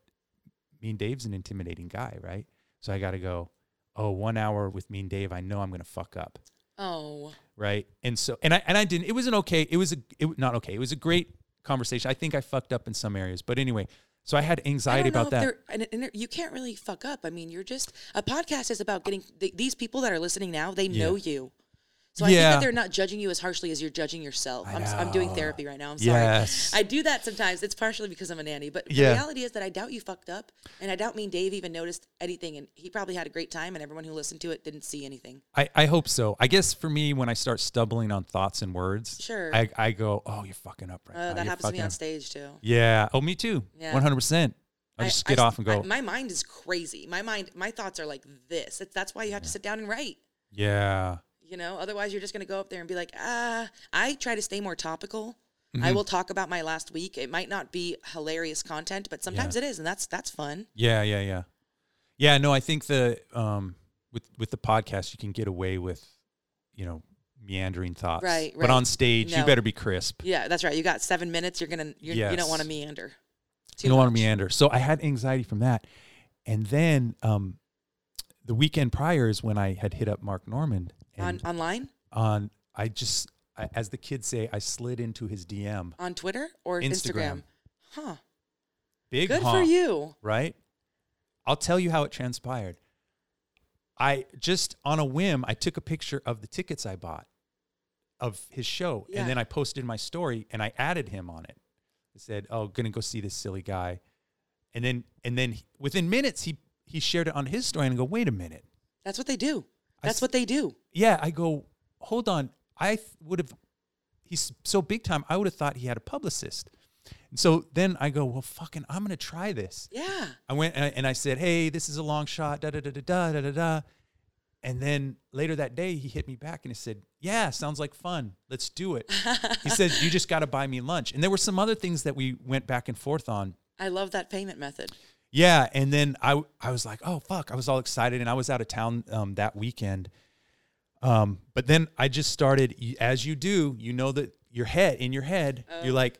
[SPEAKER 1] Mean Dave's an intimidating guy, right? So I got to go, oh, one hour with Mean Dave, I know I'm going to fuck up,
[SPEAKER 2] Oh,
[SPEAKER 1] right? And so, and I and I didn't. It was an okay. It was a it was not okay. It was a great conversation. I think I fucked up in some areas, but anyway. So I had anxiety
[SPEAKER 2] I don't know
[SPEAKER 1] about
[SPEAKER 2] if
[SPEAKER 1] that.
[SPEAKER 2] they're- And, and you can't really fuck up. I mean, you're just a podcast is about getting th- these people that are listening now. They know you, so I think
[SPEAKER 1] Yeah.
[SPEAKER 2] that they're not judging you as harshly as you're judging yourself. I'm, s- I'm doing therapy right now. I'm sorry.
[SPEAKER 1] Yes.
[SPEAKER 2] I do that sometimes. It's partially because I'm a nanny, but the
[SPEAKER 1] Yeah.
[SPEAKER 2] reality is that I doubt you fucked up, and I doubt mean Dave even noticed anything, and he probably had a great time, and everyone who listened to it didn't see anything.
[SPEAKER 1] I, I hope so. I guess for me, when I start stumbling on thoughts and words,
[SPEAKER 2] Sure.
[SPEAKER 1] I, I go, oh, you're fucking up right
[SPEAKER 2] Uh,
[SPEAKER 1] now.
[SPEAKER 2] that
[SPEAKER 1] You're
[SPEAKER 2] happens to me
[SPEAKER 1] fucking
[SPEAKER 2] on
[SPEAKER 1] up."
[SPEAKER 2] stage too.
[SPEAKER 1] Yeah. Oh, me too.
[SPEAKER 2] Yeah.
[SPEAKER 1] One hundred percent. I just get
[SPEAKER 2] s-
[SPEAKER 1] off and go.
[SPEAKER 2] I- my mind is crazy. My mind, my thoughts are like this. It's, that's why you have to sit down and write.
[SPEAKER 1] yeah.
[SPEAKER 2] You know, otherwise you're just going to go up there and be like, ah. I try to stay more topical.
[SPEAKER 1] Mm-hmm.
[SPEAKER 2] I will talk about my last week. It might not be hilarious content, but sometimes it is, and that's that's fun.
[SPEAKER 1] Yeah, yeah, yeah. Yeah, no, I think the um with with the podcast you can get away with, you know, meandering thoughts.
[SPEAKER 2] Right,
[SPEAKER 1] But
[SPEAKER 2] right.
[SPEAKER 1] on stage,
[SPEAKER 2] No.
[SPEAKER 1] you better be crisp.
[SPEAKER 2] Yeah, that's right. You got seven minutes. You're gonna you're, you
[SPEAKER 1] Yes.
[SPEAKER 2] don't want to meander.
[SPEAKER 1] you don't want to meander. So I had anxiety from that. And then um the weekend prior is when I had hit up Mark Norman
[SPEAKER 2] on
[SPEAKER 1] and
[SPEAKER 2] online
[SPEAKER 1] on, I just I, as the kids say, I slid into his DM.
[SPEAKER 2] on Twitter or
[SPEAKER 1] Instagram.
[SPEAKER 2] Instagram. Huh.
[SPEAKER 1] Big
[SPEAKER 2] Good for
[SPEAKER 1] honk.
[SPEAKER 2] you.
[SPEAKER 1] right? I'll tell you how it transpired. I just on a whim, I took a picture of the tickets I bought of his show,
[SPEAKER 2] Yeah.
[SPEAKER 1] and then I posted my story and I added him on it. I said, "Oh, gonna go see this silly guy," and then and then within minutes he he shared it on his story and I go, "Wait a minute,
[SPEAKER 2] That's what they do.
[SPEAKER 1] I
[SPEAKER 2] That's
[SPEAKER 1] s-
[SPEAKER 2] what they do.
[SPEAKER 1] yeah." I go, "Hold on, I th- would have he's so big time. I would have thought he had a publicist." And so then I go, "Well, fucking, I'm gonna try this."
[SPEAKER 2] Yeah.
[SPEAKER 1] I went uh, and I, and I said, "Hey, this is a long shot." Da da da da da da da. da. And then later that day, he hit me back and he said, "Yeah, sounds like fun. Let's do it." he said, "You just got to buy me lunch." And there were some other things that we went back and forth on.
[SPEAKER 2] I love that payment method.
[SPEAKER 1] Yeah, and then I I was like, "Oh fuck!" I was all excited, and I was out of town um, that weekend. Um, but then I just started, y- as you do, you know that your head in your head,
[SPEAKER 2] Uh.
[SPEAKER 1] you're like,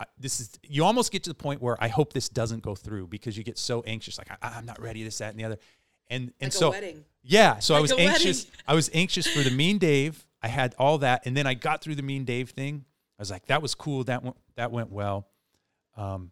[SPEAKER 1] I, this is you almost get to the point where I hope this doesn't go through because you get so anxious, like I, I'm not ready, this, that, and the other, and and
[SPEAKER 2] Like
[SPEAKER 1] so
[SPEAKER 2] a wedding.
[SPEAKER 1] yeah, so I
[SPEAKER 2] Like
[SPEAKER 1] was
[SPEAKER 2] a
[SPEAKER 1] anxious.
[SPEAKER 2] wedding.
[SPEAKER 1] I was anxious for the Mean Dave. I had all that, and then I got through the Mean Dave thing. I was like, that was cool. That went that went well. Um,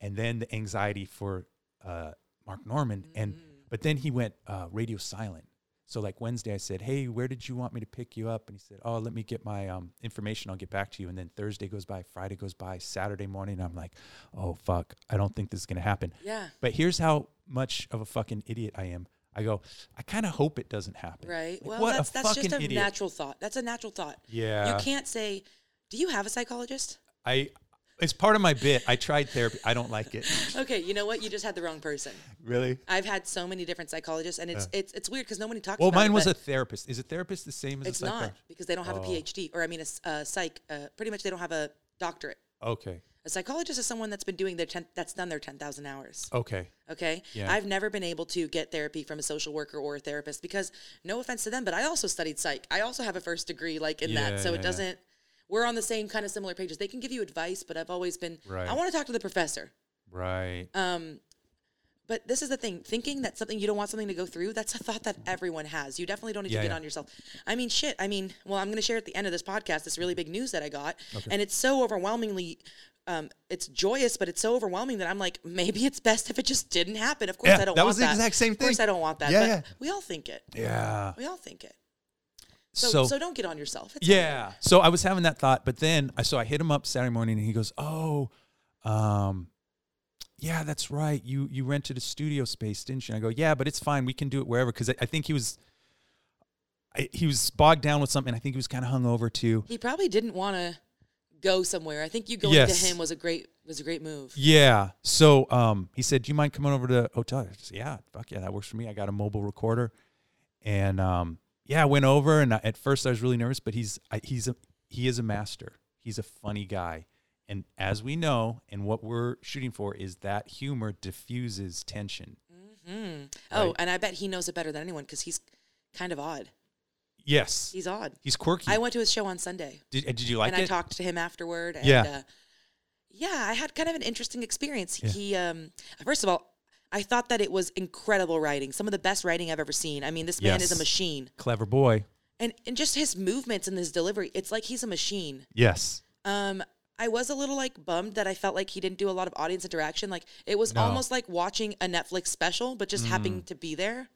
[SPEAKER 1] and then the anxiety for uh, Mark Norman,
[SPEAKER 2] Mm.
[SPEAKER 1] and but then he went uh, radio silent. So like Wednesday, I said, "Hey, where did you want me to pick you up?" And he said, "Oh, let me get my um, information. I'll get back to you." And then Thursday goes by, Friday goes by, Saturday morning, I'm like, "Oh fuck, I don't think this is gonna happen."
[SPEAKER 2] Yeah.
[SPEAKER 1] But here's how much of a fucking idiot I am. I go, I kind of hope it doesn't happen.
[SPEAKER 2] Right.
[SPEAKER 1] Like,
[SPEAKER 2] well,
[SPEAKER 1] what
[SPEAKER 2] that's
[SPEAKER 1] a
[SPEAKER 2] that's
[SPEAKER 1] fucking
[SPEAKER 2] just a
[SPEAKER 1] idiot.
[SPEAKER 2] natural thought. That's a natural thought.
[SPEAKER 1] Yeah.
[SPEAKER 2] You can't say, "Do you have a psychologist?"
[SPEAKER 1] I. It's part of my bit. I tried therapy. I don't like it.
[SPEAKER 2] Okay, you know what? You just had the wrong person.
[SPEAKER 1] really?
[SPEAKER 2] I've had so many different psychologists, and it's it's it's weird because nobody talks.
[SPEAKER 1] Well,
[SPEAKER 2] about
[SPEAKER 1] mine
[SPEAKER 2] it,
[SPEAKER 1] was
[SPEAKER 2] but
[SPEAKER 1] a therapist. Is a therapist Oh. the same as
[SPEAKER 2] It's
[SPEAKER 1] a
[SPEAKER 2] not
[SPEAKER 1] psychologist?
[SPEAKER 2] because they don't have a PhD, or I mean, a, s- a psych. Uh, pretty much, they don't have a doctorate.
[SPEAKER 1] Okay.
[SPEAKER 2] A psychologist is someone that's been doing their ten, that's done their ten thousand hours.
[SPEAKER 1] Okay.
[SPEAKER 2] Okay.
[SPEAKER 1] Yeah.
[SPEAKER 2] I've never been able to get therapy from a social worker or a therapist because no offense to them, but I also studied psych. I also have a first degree like in
[SPEAKER 1] Yeah,
[SPEAKER 2] that. So
[SPEAKER 1] yeah,
[SPEAKER 2] it
[SPEAKER 1] yeah.
[SPEAKER 2] doesn't we're on the same kind of similar pages. They can give you advice, but I've always been
[SPEAKER 1] Right.
[SPEAKER 2] I want to talk to the professor.
[SPEAKER 1] Right.
[SPEAKER 2] Um but this is the thing, thinking that something you don't want something to go through, that's a thought that everyone has. You definitely don't need
[SPEAKER 1] Yeah,
[SPEAKER 2] to get
[SPEAKER 1] yeah.
[SPEAKER 2] on yourself. I mean, shit. I mean, well, I'm going to share at the end of this podcast this really big news that I got, and it's so overwhelmingly um, it's joyous, but it's so overwhelming that I'm like, maybe it's best if it just didn't happen. Of course,
[SPEAKER 1] Yeah,
[SPEAKER 2] I don't.
[SPEAKER 1] that
[SPEAKER 2] want
[SPEAKER 1] was the exact same
[SPEAKER 2] Of course,
[SPEAKER 1] thing.
[SPEAKER 2] I don't want that.
[SPEAKER 1] Yeah,
[SPEAKER 2] but
[SPEAKER 1] yeah.
[SPEAKER 2] we all think it.
[SPEAKER 1] Yeah.
[SPEAKER 2] We all think it. So,
[SPEAKER 1] So,
[SPEAKER 2] so don't get on yourself. It's
[SPEAKER 1] yeah. So I was having that thought, but then I so I hit him up Saturday morning and he goes, "Oh, um, yeah, that's right. You you rented a studio space, didn't you?" And I go, "Yeah, but it's fine. We can do it wherever." Because I, I think he was. I, he was bogged down with something. I think he was kind of hungover too.
[SPEAKER 2] He probably didn't want to go somewhere. I think you going
[SPEAKER 1] Yes.
[SPEAKER 2] to him was a great was a great move.
[SPEAKER 1] Yeah. So um, he said, "Do you mind coming over to the hotel?" I said, "Yeah, fuck yeah, that works for me. I got a mobile recorder." And um, yeah, I went over, and I, at first I was really nervous, but he's I, he's a he is a master. He's a funny guy, and as we know, and what we're shooting for is that humor diffuses tension.
[SPEAKER 2] Oh,
[SPEAKER 1] Right.
[SPEAKER 2] and I bet he knows it better than anyone because he's kind of odd.
[SPEAKER 1] Yes,
[SPEAKER 2] He's odd.
[SPEAKER 1] he's quirky.
[SPEAKER 2] I went to his show on Sunday
[SPEAKER 1] did, uh, did you like
[SPEAKER 2] and
[SPEAKER 1] it?
[SPEAKER 2] I talked to him afterward. And,
[SPEAKER 1] Yeah.
[SPEAKER 2] Uh, yeah, I had kind of an interesting experience. He, um, first of all, I thought that it was incredible writing, some of the best writing I've ever seen. I mean, this man is a
[SPEAKER 1] Yes.
[SPEAKER 2] machine,
[SPEAKER 1] Clever boy.
[SPEAKER 2] and and just his movements and his delivery, it's like he's a machine.
[SPEAKER 1] Yes.
[SPEAKER 2] Um, I was a little like bummed that I felt like he didn't do a lot of audience interaction. Like it was
[SPEAKER 1] No. Mm.
[SPEAKER 2] almost like watching a Netflix special, but just happening to be there.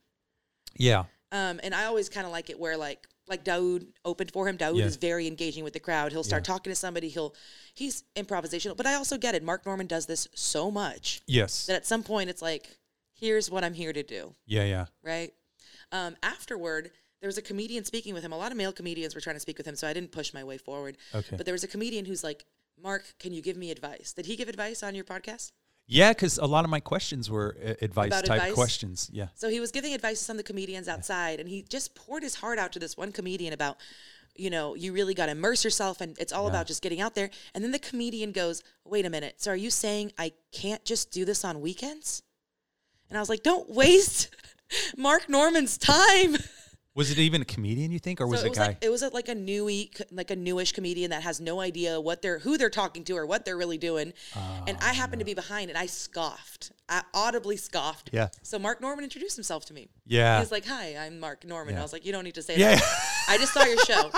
[SPEAKER 1] Yeah.
[SPEAKER 2] Um, and I always kind of like it where like like Daoud opened for him. Daoud
[SPEAKER 1] Yeah.
[SPEAKER 2] is very engaging with the crowd. He'll start talking to somebody. He'll he's improvisational, but I also get it. Mark Norman does this so much
[SPEAKER 1] Yes.
[SPEAKER 2] that at some point it's like, here's what I'm here to do,
[SPEAKER 1] Yeah. Yeah.
[SPEAKER 2] right? Um, afterward, there was a comedian speaking with him. A lot of male comedians were trying to speak with him, so I didn't push my way forward.
[SPEAKER 1] Okay.
[SPEAKER 2] But there was a comedian who's like, Mark, can you give me advice? Did he give advice on your podcast?
[SPEAKER 1] Yeah, because a lot of my questions were uh, advice
[SPEAKER 2] About
[SPEAKER 1] type
[SPEAKER 2] advice?
[SPEAKER 1] questions. Yeah.
[SPEAKER 2] So he was giving advice to some of the comedians outside, and he just poured his heart out to this one comedian about, you know, you really got to immerse yourself, and it's all about just getting out there. And then the comedian goes, "Wait a minute. So are you saying I can't just do this on weekends?" And I was like, "Don't waste Mark Norman's time."
[SPEAKER 1] Was it even a comedian? You think, or was it
[SPEAKER 2] so
[SPEAKER 1] a
[SPEAKER 2] it was
[SPEAKER 1] guy?
[SPEAKER 2] like it was like a newy, like a newish comedian that has no idea what they're who they're talking to or what they're really doing. and
[SPEAKER 1] Ah,
[SPEAKER 2] I happened to be behind, and I scoffed. I audibly scoffed.
[SPEAKER 1] Yeah.
[SPEAKER 2] So Mark Norman introduced himself to me.
[SPEAKER 1] yeah.
[SPEAKER 2] He was like, "Hi, I'm Mark Norman." I was like, "You don't need to say
[SPEAKER 1] Yeah.
[SPEAKER 2] that. I just saw your show."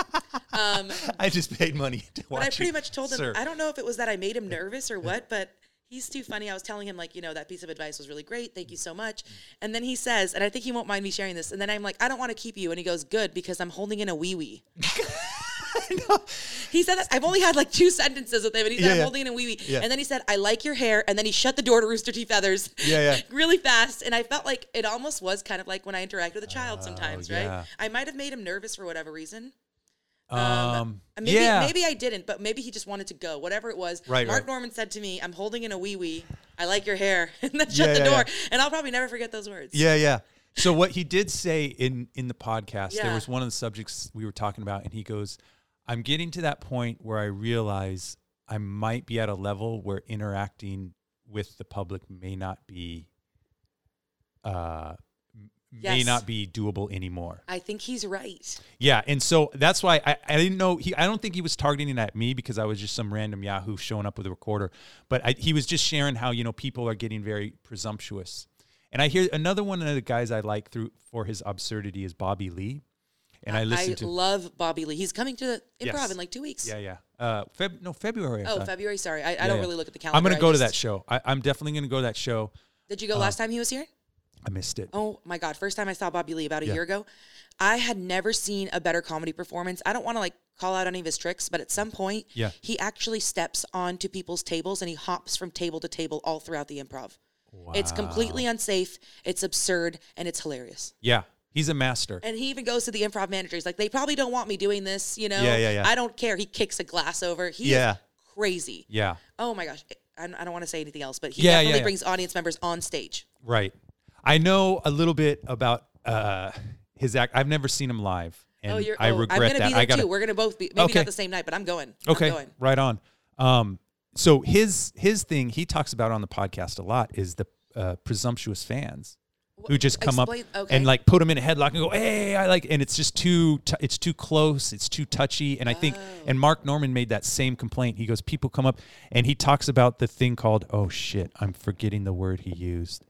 [SPEAKER 2] Um,
[SPEAKER 1] I just paid money to watch
[SPEAKER 2] but I pretty
[SPEAKER 1] you,
[SPEAKER 2] much told him.
[SPEAKER 1] sir.
[SPEAKER 2] I don't know if it was that I made him nervous or what, but he's too funny. I was telling him like, you know, that piece of advice was really great. Thank you so much. And then he says, and I think he won't mind me sharing this. And then I'm like, "I don't want to keep you." And he goes, "Good, because I'm holding in a wee wee." He said that I've only had like two sentences with him, and he said
[SPEAKER 1] Yeah,
[SPEAKER 2] I'm
[SPEAKER 1] yeah.
[SPEAKER 2] holding in a wee wee,
[SPEAKER 1] Yeah.
[SPEAKER 2] and then he said I like your hair, and then he shut the door to Rooster Teeth feathers,
[SPEAKER 1] Yeah, yeah.
[SPEAKER 2] really fast, and I felt like it almost was kind of like when I interact with a child sometimes,
[SPEAKER 1] Oh, yeah.
[SPEAKER 2] right? I might have made him nervous for whatever reason.
[SPEAKER 1] um,
[SPEAKER 2] And uh, Maybe,
[SPEAKER 1] yeah.
[SPEAKER 2] maybe I didn't, but maybe he just wanted to go. Whatever it was,
[SPEAKER 1] Right,
[SPEAKER 2] Mark
[SPEAKER 1] right.
[SPEAKER 2] Norman said to me, "I'm holding in a wee wee. I like your hair," and then shut
[SPEAKER 1] Yeah,
[SPEAKER 2] the
[SPEAKER 1] yeah,
[SPEAKER 2] door.
[SPEAKER 1] yeah.
[SPEAKER 2] And I'll probably never forget those words.
[SPEAKER 1] yeah, yeah. So what he did say in in the podcast, there
[SPEAKER 2] Yeah.
[SPEAKER 1] was one of the subjects we were talking about, and he goes, "I'm getting to that point where I realize I might be at a level where interacting with the public may not be, uh, m- may
[SPEAKER 2] Yes.
[SPEAKER 1] not be doable anymore."
[SPEAKER 2] I think he's right.
[SPEAKER 1] Yeah, and so that's why I, I didn't know he I don't think he was targeting at me because I was just some random Yahoo showing up with a recorder, but I, he was just sharing how you know people are getting very presumptuous, and I hear another one of the guys I like through for his absurdity is Bobby Lee, and
[SPEAKER 2] Uh,
[SPEAKER 1] I listened to
[SPEAKER 2] love Bobby Lee. He's coming to the improv
[SPEAKER 1] Yes.
[SPEAKER 2] in like two weeks.
[SPEAKER 1] yeah yeah uh Feb no February I
[SPEAKER 2] Oh,
[SPEAKER 1] thought.
[SPEAKER 2] February. Sorry, I, I
[SPEAKER 1] Yeah,
[SPEAKER 2] don't
[SPEAKER 1] yeah.
[SPEAKER 2] really look at the calendar.
[SPEAKER 1] I'm gonna
[SPEAKER 2] I
[SPEAKER 1] go to
[SPEAKER 2] just-
[SPEAKER 1] that Uh-huh. show I, I'm definitely gonna go to that show
[SPEAKER 2] Did you go last time he was here?
[SPEAKER 1] I missed it
[SPEAKER 2] Oh my God. First time I saw Bobby Lee about a
[SPEAKER 1] Yeah.
[SPEAKER 2] year ago, I had never seen a better comedy performance. I don't want to like call out any of his tricks, but at some point,
[SPEAKER 1] Yeah.
[SPEAKER 2] he actually steps onto people's tables and he hops from table to table all throughout the improv. It's completely unsafe, it's absurd, and it's hilarious.
[SPEAKER 1] yeah he's a master
[SPEAKER 2] And he even goes to the improv manager. He's like, they probably don't want me doing this, you know?
[SPEAKER 1] Yeah, yeah, yeah.
[SPEAKER 2] I don't care. He kicks a glass over. He's
[SPEAKER 1] Yeah.
[SPEAKER 2] crazy.
[SPEAKER 1] yeah
[SPEAKER 2] Oh my gosh. I I don't want to say anything else, but he
[SPEAKER 1] Yeah, yeah,
[SPEAKER 2] definitely
[SPEAKER 1] yeah.
[SPEAKER 2] brings audience members on stage.
[SPEAKER 1] Right. I know a little bit about uh, his act. I've never seen him live, and
[SPEAKER 2] Oh, you're.
[SPEAKER 1] I
[SPEAKER 2] oh,
[SPEAKER 1] regret
[SPEAKER 2] I'm gonna
[SPEAKER 1] that.
[SPEAKER 2] Be
[SPEAKER 1] I
[SPEAKER 2] there
[SPEAKER 1] got
[SPEAKER 2] too. We're gonna both be. Maybe
[SPEAKER 1] Okay.
[SPEAKER 2] not the same night, but I'm going.
[SPEAKER 1] okay,
[SPEAKER 2] I'm going.
[SPEAKER 1] right on. Um, so his his thing he talks about on the podcast a lot is the uh, presumptuous fans who just come
[SPEAKER 2] explain-
[SPEAKER 1] up
[SPEAKER 2] okay.
[SPEAKER 1] and like put him in a headlock and go, "Hey, I like," and it's just too t- it's too close, it's too touchy, and I think
[SPEAKER 2] Oh.
[SPEAKER 1] and Mark Norman made that same complaint. He goes, "People come up," and he talks about the thing called oh shit, I'm forgetting the word he used.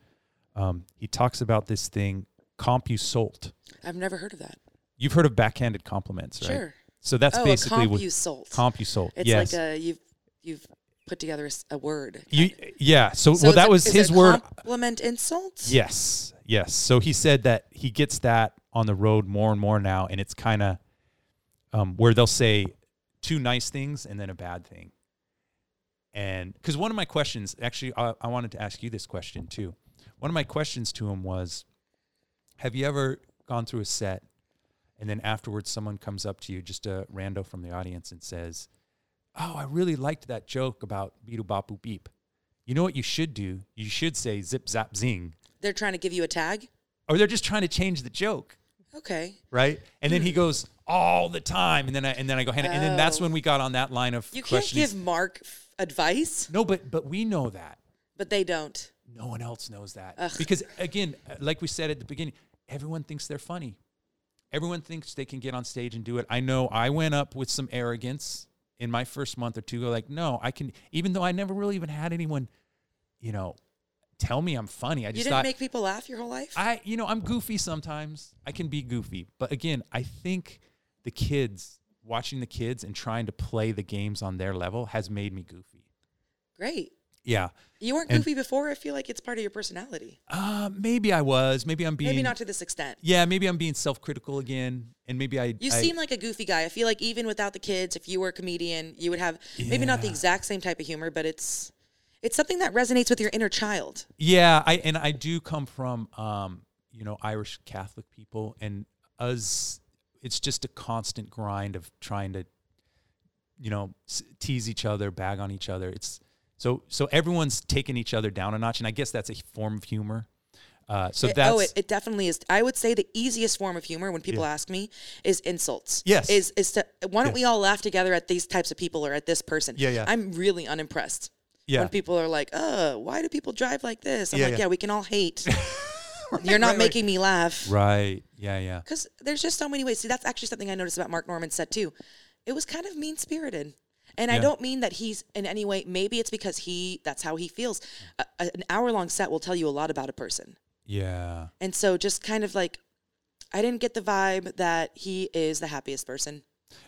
[SPEAKER 1] Um, he talks about this thing compusult.
[SPEAKER 2] I've never heard of that.
[SPEAKER 1] You've heard of backhanded compliments, right?
[SPEAKER 2] Sure.
[SPEAKER 1] So that's
[SPEAKER 2] oh, a
[SPEAKER 1] basically what
[SPEAKER 2] compusult.
[SPEAKER 1] compusult.
[SPEAKER 2] it's
[SPEAKER 1] yes.
[SPEAKER 2] like a you've you've put together a s- a, word.
[SPEAKER 1] You, yeah. So,
[SPEAKER 2] So
[SPEAKER 1] well,
[SPEAKER 2] is
[SPEAKER 1] that
[SPEAKER 2] it-
[SPEAKER 1] was
[SPEAKER 2] is it
[SPEAKER 1] his
[SPEAKER 2] a
[SPEAKER 1] word.
[SPEAKER 2] Compliment insult.
[SPEAKER 1] Yes. Yes. So he said that he gets that on the road more and more now, and it's kind of um, where they'll say two nice things and then a bad thing. And because one of my questions, actually, I, I wanted to ask you this question too. One of my questions to him was Have you ever gone through a set and then afterwards someone comes up to you, just a rando from the audience, and says, Oh, I really liked that joke about beetle bapu beep. You know what you should do? You should say zip zap zing
[SPEAKER 2] They're trying to give you a tag.
[SPEAKER 1] or they're just trying to change the joke,
[SPEAKER 2] Okay.
[SPEAKER 1] right? And then he goes all the time, and then I and then I go Hannah, and then that's
[SPEAKER 2] Hmm. Oh.
[SPEAKER 1] when we got on that line of
[SPEAKER 2] You can't
[SPEAKER 1] questions.
[SPEAKER 2] give Mark f- advice,
[SPEAKER 1] no, but but we know that
[SPEAKER 2] but they don't.
[SPEAKER 1] no one else knows that
[SPEAKER 2] Ugh.
[SPEAKER 1] because again, uh, like we said at the beginning, everyone thinks they're funny. Everyone thinks they can get on stage and do it. I know I went up with some arrogance in my first month or two. Like, no, I can. Even though I never really even had anyone, you know, tell me I'm funny. I
[SPEAKER 2] You
[SPEAKER 1] just
[SPEAKER 2] didn't
[SPEAKER 1] thought
[SPEAKER 2] make people laugh your whole life.
[SPEAKER 1] I, you know, I'm goofy sometimes. I can be goofy, but again, I think the kids watching the kids and trying to play the games on their level has made me goofy.
[SPEAKER 2] Great.
[SPEAKER 1] Yeah,
[SPEAKER 2] You weren't
[SPEAKER 1] And-
[SPEAKER 2] goofy before. I feel like it's part of your personality.
[SPEAKER 1] uh, maybe I was. Maybe I'm being.
[SPEAKER 2] Maybe not to this extent.
[SPEAKER 1] Yeah, maybe I'm being self-critical again, and maybe I.
[SPEAKER 2] You
[SPEAKER 1] I-
[SPEAKER 2] seem like a goofy guy. I feel like even without the kids, if you were a comedian, you would have maybe not the
[SPEAKER 1] Yeah.
[SPEAKER 2] exact same type of humor, but it's it's something that resonates with your inner child.
[SPEAKER 1] Yeah, I and I do come from um, you know, Irish Catholic people and us it's just a constant grind of trying to you know, s- tease each other, bag on each other. It's so so everyone's taking each other down a notch and I guess that's a form of humor. Uh, so
[SPEAKER 2] It-
[SPEAKER 1] that's
[SPEAKER 2] oh, it, it definitely is. I would say the easiest form of humor when people ask me is insults.
[SPEAKER 1] Yes.
[SPEAKER 2] Is is to why don't
[SPEAKER 1] Yes.
[SPEAKER 2] we all laugh together at these types of people or at this person?
[SPEAKER 1] Yeah, yeah.
[SPEAKER 2] I'm really unimpressed.
[SPEAKER 1] yeah.
[SPEAKER 2] When people are like, "Uh, why do people drive like this?" I'm
[SPEAKER 1] Yeah,
[SPEAKER 2] like,
[SPEAKER 1] yeah.
[SPEAKER 2] "Yeah, we can all hate. You're not
[SPEAKER 1] right, right.
[SPEAKER 2] making me laugh."
[SPEAKER 1] right. Yeah, yeah.
[SPEAKER 2] because there's just so many ways. See, that's actually something I noticed about Mark Norman's set too. It was kind of mean spirited, and I
[SPEAKER 1] Yeah.
[SPEAKER 2] don't mean that he's in any way. Maybe it's because he that's how he feels. A, a- an hour long set will tell you a lot about a person,
[SPEAKER 1] Yeah.
[SPEAKER 2] and so just kind of like, I didn't get the vibe that he is the happiest person.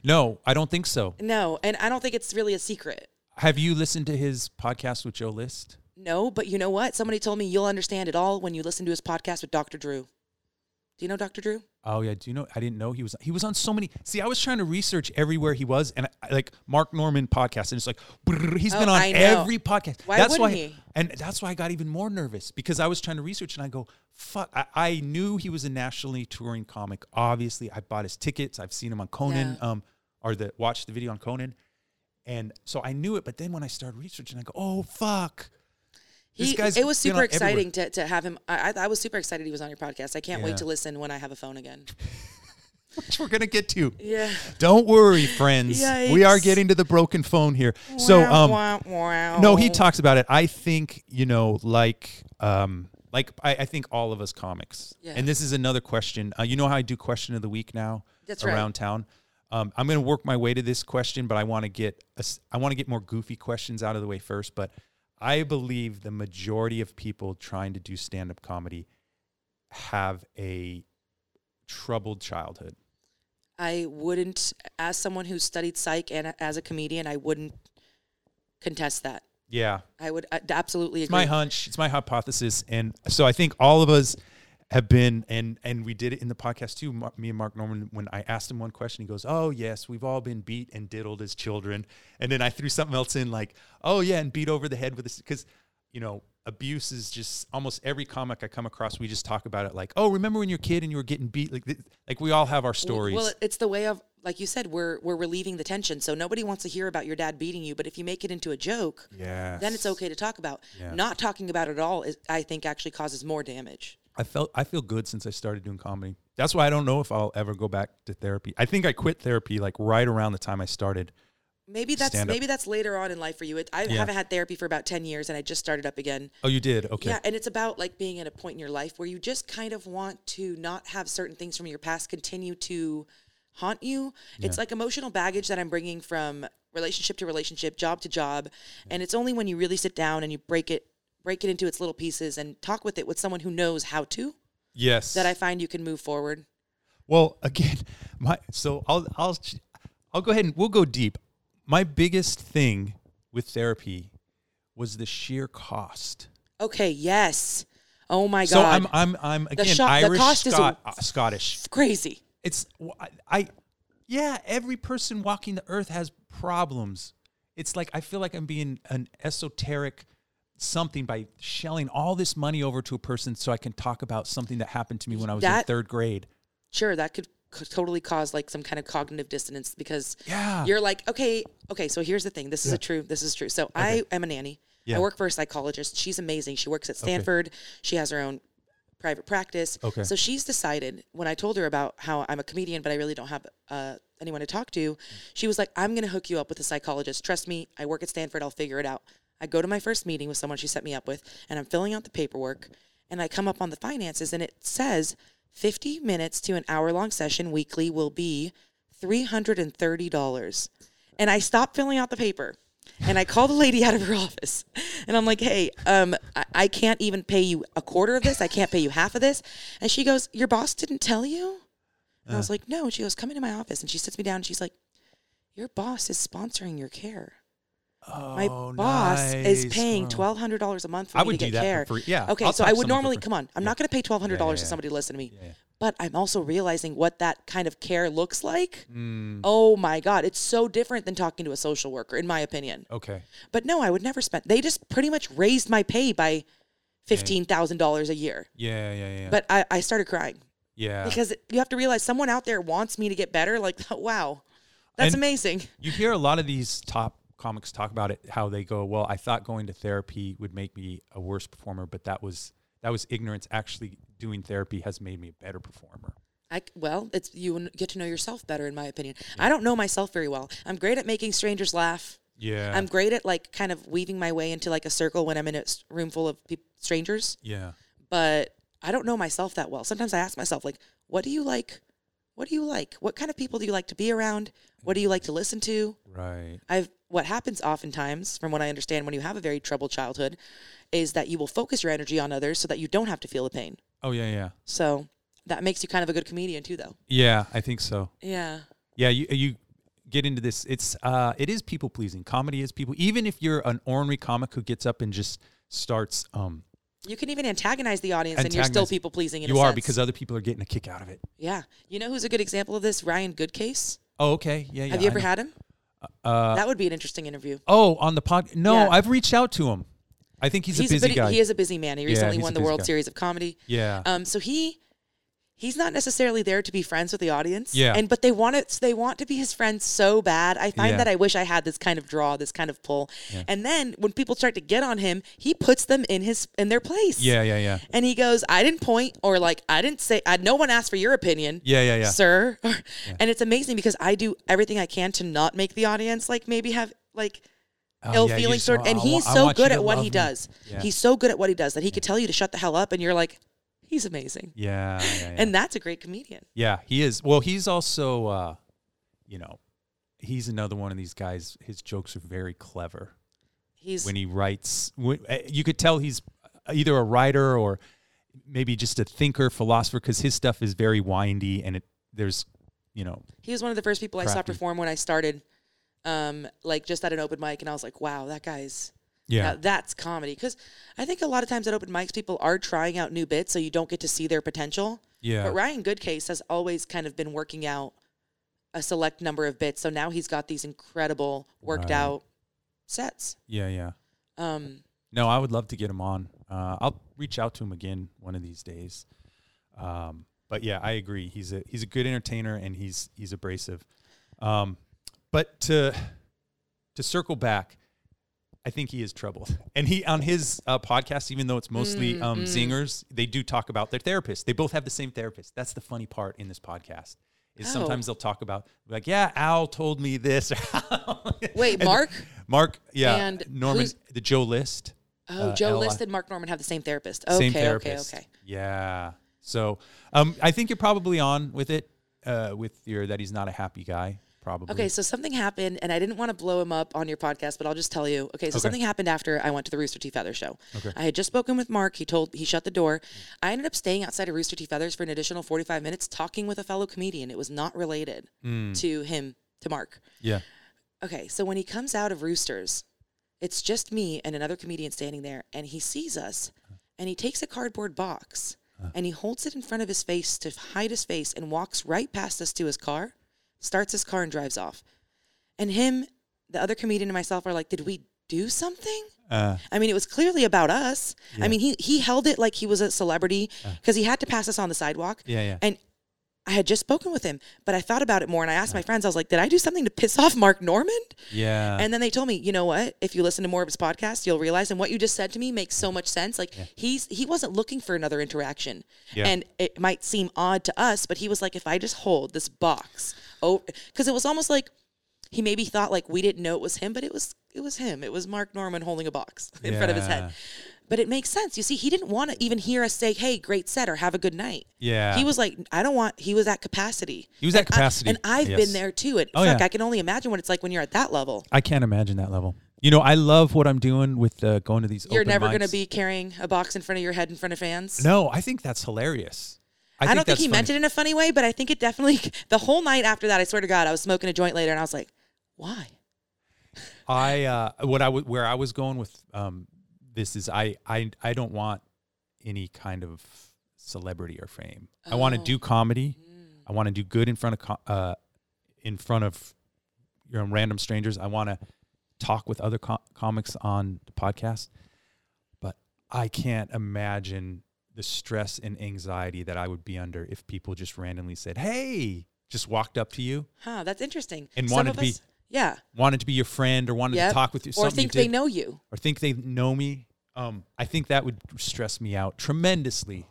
[SPEAKER 1] No, I don't think so.
[SPEAKER 2] No, and I don't think it's really a secret.
[SPEAKER 1] Have you listened to his podcast with Joe List?
[SPEAKER 2] No, but you know what? Somebody told me you'll understand it all when you listen to his podcast with Dr. Drew. Do you know Dr. Drew?
[SPEAKER 1] Oh yeah, do you know? I didn't know he was he was on so many. See, I was trying to research everywhere he was, and I, like Mark Norman podcast, and it's like brrr, he's been
[SPEAKER 2] Oh,
[SPEAKER 1] on
[SPEAKER 2] I know.
[SPEAKER 1] every podcast.
[SPEAKER 2] Why
[SPEAKER 1] that's why,
[SPEAKER 2] wouldn't he?
[SPEAKER 1] and that's why I got even more nervous because I was trying to research, and I go, "Fuck!" I, I knew he was a nationally touring comic. Obviously, I bought his tickets. I've seen him on Conan, um, or the watched the video on Conan, and so I knew it. But then when I started researching, I go, "Oh fuck!" This
[SPEAKER 2] He,
[SPEAKER 1] guy's
[SPEAKER 2] it was
[SPEAKER 1] been on
[SPEAKER 2] super
[SPEAKER 1] everywhere.
[SPEAKER 2] exciting to, to have him. I, I I was super excited he was on your podcast. I can't
[SPEAKER 1] Yeah.
[SPEAKER 2] wait to listen when I have a phone again.
[SPEAKER 1] Which we're gonna get to.
[SPEAKER 2] Yeah.
[SPEAKER 1] Don't worry, friends. We are
[SPEAKER 2] Yikes.
[SPEAKER 1] getting to the broken phone here. So, um, No, he talks about it. I think you know, like, um, like I, I think all of us comics.
[SPEAKER 2] Yeah.
[SPEAKER 1] And this is another question. Uh, you know how I do question of the week now
[SPEAKER 2] That's right.
[SPEAKER 1] around town. Um, I'm going to work my way to this question, but I want to get a s- I want to get more goofy questions out of the way first. But I believe the majority of people trying to do stand up comedy have a troubled childhood.
[SPEAKER 2] I wouldn't, as someone who studied psych and a- as a comedian, I wouldn't contest that.
[SPEAKER 1] Yeah,
[SPEAKER 2] I would uh, absolutely
[SPEAKER 1] It's
[SPEAKER 2] agree.
[SPEAKER 1] my hunch. It's my hypothesis, and so I think all of us have been, and and we did it in the podcast too. Mar- me and Mark Norman, when I asked him one question, he goes, "Oh yes, we've all been beat and diddled as children," and then I threw something else in like, "Oh yeah," and beat over the head with this because you know abuse is just almost every comic I come across. We just talk about it like, "Oh, remember when you're a kid and you were getting beat?" Like th- like we all have our stories.
[SPEAKER 2] Well, it's the way of, like you said, we're we're relieving the tension. So nobody wants to hear about your dad beating you. But if you make it into a joke,
[SPEAKER 1] yeah.
[SPEAKER 2] then it's okay to talk about.
[SPEAKER 1] Yeah.
[SPEAKER 2] Not talking about it at all, is, I think, actually causes more damage.
[SPEAKER 1] I felt I feel good since I started doing comedy. That's why I don't know if I'll ever go back to therapy. I think I quit therapy like right around the time I started.
[SPEAKER 2] Maybe that's
[SPEAKER 1] Stand up.
[SPEAKER 2] maybe that's later on in life for you. It, I haven't had therapy for about ten years, and I just started up again.
[SPEAKER 1] Oh, you did? Okay.
[SPEAKER 2] Yeah, and it's about like being at a point in your life where you just kind of want to not have certain things from your past continue to haunt you. It's like emotional baggage that I'm bringing from relationship to relationship, job to job, and it's only when you really sit down and you break it break it into its little pieces and talk with it with someone who knows how to
[SPEAKER 1] Yes.
[SPEAKER 2] that I find you can move forward.
[SPEAKER 1] Well, again, my so I'll I'll I'll go ahead and we'll go deep. My biggest thing with therapy was the sheer cost.
[SPEAKER 2] Okay. Yes. Oh my
[SPEAKER 1] So
[SPEAKER 2] God.
[SPEAKER 1] I'm I'm I'm again
[SPEAKER 2] shop- the
[SPEAKER 1] Irish
[SPEAKER 2] cost is a-
[SPEAKER 1] Scot- uh, Scottish.
[SPEAKER 2] It's crazy.
[SPEAKER 1] It's I, I yeah, every person walking the earth has problems. It's like I feel like I'm being an esoteric something by shelling all this money over to a person so I can talk about something that happened to me when I was in
[SPEAKER 2] That-
[SPEAKER 1] 3rd grade.
[SPEAKER 2] Sure, that could c- totally cause like some kind of cognitive dissonance because
[SPEAKER 1] Yeah.
[SPEAKER 2] you're like, okay, okay. So here's the thing. This is a true. This is true. So I am a nanny.
[SPEAKER 1] Yeah.
[SPEAKER 2] I work for a psychologist. She's amazing. She works at Stanford. She has her own private practice.
[SPEAKER 1] Okay.
[SPEAKER 2] So she's decided when I told her about how I'm a comedian, but I really don't have uh, anyone to talk to, she was like, I'm going to hook you up with a psychologist. Trust me. I work at Stanford. I'll figure it out. I go to my first meeting with someone she set me up with, and I'm filling out the paperwork, and I come up on the finances, and it says 50 minutes to an hour long session weekly will be $330. And I stopped filling out the paper. And I call the lady out of her office and I'm like, hey, um, I, I can't even pay you a quarter of this. I can't pay you half of this. And she goes, your boss didn't tell you? And I
[SPEAKER 1] Uh.
[SPEAKER 2] was like, no. And she goes, come into my office. And she sits me down and she's like, your boss is sponsoring your care. My
[SPEAKER 1] Oh,
[SPEAKER 2] boss is
[SPEAKER 1] nice.
[SPEAKER 2] paying
[SPEAKER 1] Wow.
[SPEAKER 2] twelve hundred dollars a month for
[SPEAKER 1] I
[SPEAKER 2] me
[SPEAKER 1] would
[SPEAKER 2] to
[SPEAKER 1] do
[SPEAKER 2] get
[SPEAKER 1] that for
[SPEAKER 2] care.
[SPEAKER 1] free. Yeah,
[SPEAKER 2] Okay,
[SPEAKER 1] I'll
[SPEAKER 2] so
[SPEAKER 1] talk
[SPEAKER 2] I
[SPEAKER 1] to someone
[SPEAKER 2] would
[SPEAKER 1] for
[SPEAKER 2] normally
[SPEAKER 1] free.
[SPEAKER 2] come on. I'm not going to pay twelve hundred dollars
[SPEAKER 1] yeah,
[SPEAKER 2] to
[SPEAKER 1] yeah.
[SPEAKER 2] somebody to listen to me,
[SPEAKER 1] yeah.
[SPEAKER 2] but I'm also realizing what that kind of care looks like.
[SPEAKER 1] Mm.
[SPEAKER 2] Oh my god, it's so different than talking to a social worker, in my opinion.
[SPEAKER 1] Okay.
[SPEAKER 2] But no, I would never spend. They just pretty much raised my pay by fifteen thousand dollars a year.
[SPEAKER 1] Yeah, yeah, yeah.
[SPEAKER 2] But I, I started crying
[SPEAKER 1] yeah.
[SPEAKER 2] because you have to realize someone out there wants me to get better. Like, wow, that's
[SPEAKER 1] And-
[SPEAKER 2] amazing.
[SPEAKER 1] You hear a lot of these top comics talk about it, how they go, "Well, I thought going to therapy would make me a worse performer, but that was that was ignorance. Actually, doing therapy has made me a better performer."
[SPEAKER 2] I c well, it's you n- get to know yourself better, in my opinion. I don't know myself very well. I'm great at making strangers laugh.
[SPEAKER 1] Yeah,
[SPEAKER 2] I'm great at like kind of weaving my way into like a circle when I'm in a s- room full of peop strangers.
[SPEAKER 1] yeah,
[SPEAKER 2] But I don't know myself that well. Sometimes I ask myself like, what do you like? What do you like? What kind of people do you like to be around? What do you like to listen to?
[SPEAKER 1] right.
[SPEAKER 2] I've what happens oftentimes, from what I understand, when you have a very troubled childhood, is that you will focus your energy on others so that you don't have to feel the pain.
[SPEAKER 1] Oh yeah, yeah,
[SPEAKER 2] So that makes you kind of a good comedian too, though.
[SPEAKER 1] yeah. I think so.
[SPEAKER 2] Yeah.
[SPEAKER 1] Yeah, you you get into this. It's uh, it is people pleasing. Comedy is people. Even if you're an ornery comic who gets up and just starts, um,
[SPEAKER 2] You can even antagonize the audience, and you're still
[SPEAKER 1] Antagonize-
[SPEAKER 2] people pleasing.
[SPEAKER 1] you are because other people are getting a kick out of it.
[SPEAKER 2] yeah, you know who's a good example of this? Ryan Goodcase.
[SPEAKER 1] Oh, okay. Yeah, yeah.
[SPEAKER 2] Have you
[SPEAKER 1] I
[SPEAKER 2] ever
[SPEAKER 1] know.
[SPEAKER 2] had him?
[SPEAKER 1] Uh,
[SPEAKER 2] that would be an interesting interview.
[SPEAKER 1] oh, on the pod? No,
[SPEAKER 2] Yeah.
[SPEAKER 1] I've reached out to him. I think he's,
[SPEAKER 2] He's
[SPEAKER 1] a busy
[SPEAKER 2] bit-
[SPEAKER 1] guy.
[SPEAKER 2] He is a busy man. He recently
[SPEAKER 1] he's a
[SPEAKER 2] won the
[SPEAKER 1] busy
[SPEAKER 2] World
[SPEAKER 1] guy.
[SPEAKER 2] Series of Comedy.
[SPEAKER 1] yeah.
[SPEAKER 2] Um, so he he's not necessarily there to be friends with the audience.
[SPEAKER 1] Yeah.
[SPEAKER 2] And but they want it. They want to be his friends so bad. I find
[SPEAKER 1] Yeah.
[SPEAKER 2] that I wish I had this kind of draw, this kind of pull. And then when people start to get on him, he puts them in his in their place.
[SPEAKER 1] Yeah, yeah, yeah.
[SPEAKER 2] And he goes, I didn't point or like I didn't say. I, no one asked for your opinion.
[SPEAKER 1] Yeah, yeah, yeah.
[SPEAKER 2] sir. And it's amazing because I do everything I can to not make the audience like maybe have like
[SPEAKER 1] Oh,
[SPEAKER 2] ill
[SPEAKER 1] yeah, you
[SPEAKER 2] feelings
[SPEAKER 1] just
[SPEAKER 2] toward.
[SPEAKER 1] want-
[SPEAKER 2] And
[SPEAKER 1] I wa-
[SPEAKER 2] he's
[SPEAKER 1] I
[SPEAKER 2] so
[SPEAKER 1] want you
[SPEAKER 2] good
[SPEAKER 1] to
[SPEAKER 2] at what
[SPEAKER 1] love
[SPEAKER 2] he
[SPEAKER 1] me.
[SPEAKER 2] does.
[SPEAKER 1] Yeah.
[SPEAKER 2] He's so good at what he does that he could tell you to shut the hell up, and you're like, he's amazing.
[SPEAKER 1] Yeah, yeah, yeah.
[SPEAKER 2] And that's a great comedian.
[SPEAKER 1] yeah, he is. Well, he's also, uh, you know, he's another one of these guys. His jokes are very clever.
[SPEAKER 2] He's
[SPEAKER 1] When he writes, when, uh, you could tell he's either a writer or maybe just a thinker, philosopher, because his stuff is very windy and it there's, you know,
[SPEAKER 2] he was one of the first people I saw
[SPEAKER 1] Crafty.
[SPEAKER 2] perform when I started, um, like just at an open mic, and I was like, wow, that guy's.
[SPEAKER 1] yeah,
[SPEAKER 2] Now, that's comedy because I think a lot of times at open mics, people are trying out new bits, so you don't get to see their potential.
[SPEAKER 1] yeah,
[SPEAKER 2] But Ryan Goodcase has always kind of been working out a select number of bits. So now he's got these incredible worked
[SPEAKER 1] Right.
[SPEAKER 2] out sets.
[SPEAKER 1] yeah, yeah.
[SPEAKER 2] Um,
[SPEAKER 1] No, I would love to get him on. Uh, I'll reach out to him again one of these days. Um, but yeah, I agree. He's a he's a good entertainer and he's he's abrasive. Um, but to to circle back, I think he is troubled. And he on his uh, podcast, even though it's mostly
[SPEAKER 2] Mm,
[SPEAKER 1] um, zingers, they do talk about their therapist. They both have the same therapist. That's the funny part in this podcast.
[SPEAKER 2] Oh.
[SPEAKER 1] Is sometimes they'll talk about like, yeah, Al told me this.
[SPEAKER 2] wait,
[SPEAKER 1] And-
[SPEAKER 2] Mark?
[SPEAKER 1] Mark, yeah,
[SPEAKER 2] And
[SPEAKER 1] Norman,
[SPEAKER 2] who's-
[SPEAKER 1] the Joe List
[SPEAKER 2] Oh,
[SPEAKER 1] Uh,
[SPEAKER 2] Joe
[SPEAKER 1] Ella.
[SPEAKER 2] List and Mark Norman have the same therapist. Okay,
[SPEAKER 1] same therapist.
[SPEAKER 2] okay, okay.
[SPEAKER 1] Yeah. So um, I think you're probably on with it, uh, with your that he's not a happy guy, probably.
[SPEAKER 2] Okay, so something happened, and I didn't want to blow him up on your podcast, but I'll just tell you. Okay, so
[SPEAKER 1] Okay.
[SPEAKER 2] something happened after I went to the Rooster Teeth Feather show. Okay. I had just spoken with Mark. He told he shut the door. I ended up staying outside of Rooster Teeth Feathers for an additional forty five minutes, talking with a fellow comedian. It was not
[SPEAKER 1] Hmm.
[SPEAKER 2] related to him to Mark.
[SPEAKER 1] Yeah.
[SPEAKER 2] Okay, so when he comes out of Roosters, It's just me and another comedian standing there, and he sees us, and he takes a cardboard box and he holds it in front of his face to hide his face and walks right past us to his car, starts his car, and drives off. And him, the other comedian, and myself are like, Did we do something?
[SPEAKER 1] Uh,
[SPEAKER 2] I mean, it was clearly about us. I mean, he he held it like he was a celebrity because he had to pass us on the sidewalk.
[SPEAKER 1] Yeah, yeah.
[SPEAKER 2] And I had just spoken with him, but I thought about it more and I asked my friends. I was like, "Did I do something to piss off Mark Norman?"
[SPEAKER 1] yeah.
[SPEAKER 2] And then they told me, "You know what? If you listen to more of his podcast, you'll realize." And what you just said to me makes so much sense. Like he's he wasn't looking for another interaction,
[SPEAKER 1] Yeah.
[SPEAKER 2] and it might seem odd to us, but he was like, "If I just hold this box, oh," because it was almost like. He maybe thought like we didn't know it was him, but it was it was him. It was Mark Norman holding a box in front of his
[SPEAKER 1] Yeah.
[SPEAKER 2] head. But it makes sense. You see, he didn't want to even hear us say, "Hey, great set" or "Have a good night."
[SPEAKER 1] Yeah.
[SPEAKER 2] He was like, "I don't want." He was at capacity.
[SPEAKER 1] He was at
[SPEAKER 2] And I-
[SPEAKER 1] capacity,
[SPEAKER 2] and I've
[SPEAKER 1] yes.
[SPEAKER 2] been there too. And
[SPEAKER 1] Oh,
[SPEAKER 2] fuck,
[SPEAKER 1] yeah.
[SPEAKER 2] I can only imagine what it's like when you're at that level.
[SPEAKER 1] I can't imagine that level. You know, I love what I'm doing with uh, going to these.
[SPEAKER 2] You're
[SPEAKER 1] open
[SPEAKER 2] never going to
[SPEAKER 1] mics.
[SPEAKER 2] be carrying a box in front of your head in front of fans.
[SPEAKER 1] No, I think that's hilarious. I,
[SPEAKER 2] I, don't think
[SPEAKER 1] that's
[SPEAKER 2] he
[SPEAKER 1] funny.
[SPEAKER 2] meant it in a funny way, but I think it definitely. The whole night after that, I swear to God, I was smoking a joint later, and I was like, "Why?"
[SPEAKER 1] I uh, what I w- where I was going with um, this is I I I don't want any kind of celebrity or fame. I want to
[SPEAKER 2] Oh.
[SPEAKER 1] do comedy.
[SPEAKER 2] Mm.
[SPEAKER 1] I want to do good in front of co- uh, in front of you know, random strangers. I want to talk with other co- comics on the podcast, but I can't imagine the stress and anxiety that I would be under if people just randomly said, "Hey," just walked up to you,
[SPEAKER 2] Huh? That's interesting.
[SPEAKER 1] And
[SPEAKER 2] Some
[SPEAKER 1] wanted
[SPEAKER 2] of
[SPEAKER 1] to be-
[SPEAKER 2] us- yeah,
[SPEAKER 1] wanted to be your friend, or wanted
[SPEAKER 2] yeah.
[SPEAKER 1] to talk with you,
[SPEAKER 2] or
[SPEAKER 1] something you
[SPEAKER 2] think they
[SPEAKER 1] did.
[SPEAKER 2] know you.
[SPEAKER 1] or think they know me, um, I think that would stress me out tremendously.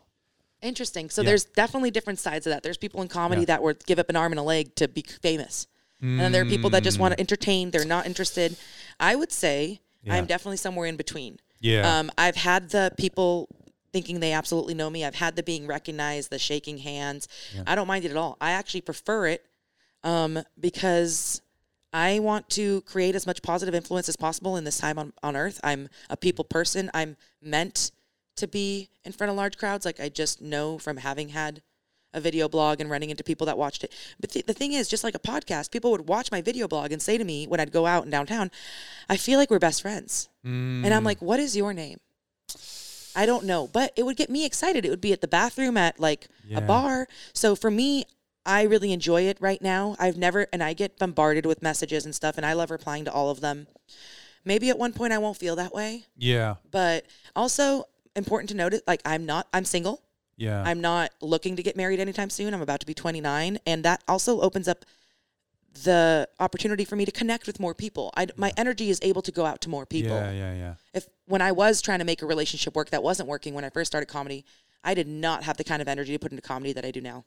[SPEAKER 2] Interesting. So
[SPEAKER 1] Yeah.
[SPEAKER 2] there's definitely different sides of that. There's people in comedy
[SPEAKER 1] Yeah.
[SPEAKER 2] that would give up an arm and a leg to be famous. And then there are people that just
[SPEAKER 1] Mm.
[SPEAKER 2] want to entertain. They're not interested. I would say
[SPEAKER 1] Yeah.
[SPEAKER 2] I'm definitely somewhere in between.
[SPEAKER 1] Yeah.
[SPEAKER 2] Um, I've had the people thinking they absolutely know me. I've had the being recognized, the shaking hands. I don't mind it at all. I actually prefer it um, because I want to create as much positive influence as possible in this time on, on earth. I'm a people person. I'm meant to be in front of large crowds. Like I just know from having had a video blog and running into people that watched it. But th- the thing is, just like a podcast, people would watch my video blog and say to me when I'd go out in downtown, I feel like we're best friends. And
[SPEAKER 1] Hmm.
[SPEAKER 2] I'm like, what is your name? I don't know, but it would get me excited. It would be at the bathroom at like
[SPEAKER 1] Yeah.
[SPEAKER 2] a bar. So for me, I really enjoy it right now. I've never, and I get bombarded with messages and stuff, and I love replying to all of them. Maybe at one point I won't feel that way,
[SPEAKER 1] Yeah.
[SPEAKER 2] but also important to notice like, I'm not, I'm single.
[SPEAKER 1] Yeah.
[SPEAKER 2] I'm not looking to get married anytime soon. I'm about to be 29, and that also opens up the opportunity for me to connect with more people. I, my energy is able to go out to more people.
[SPEAKER 1] Yeah. Yeah. Yeah.
[SPEAKER 2] If when I was trying to make a relationship work that wasn't working when I first started comedy, I did not have the kind of energy to put into comedy that I do now.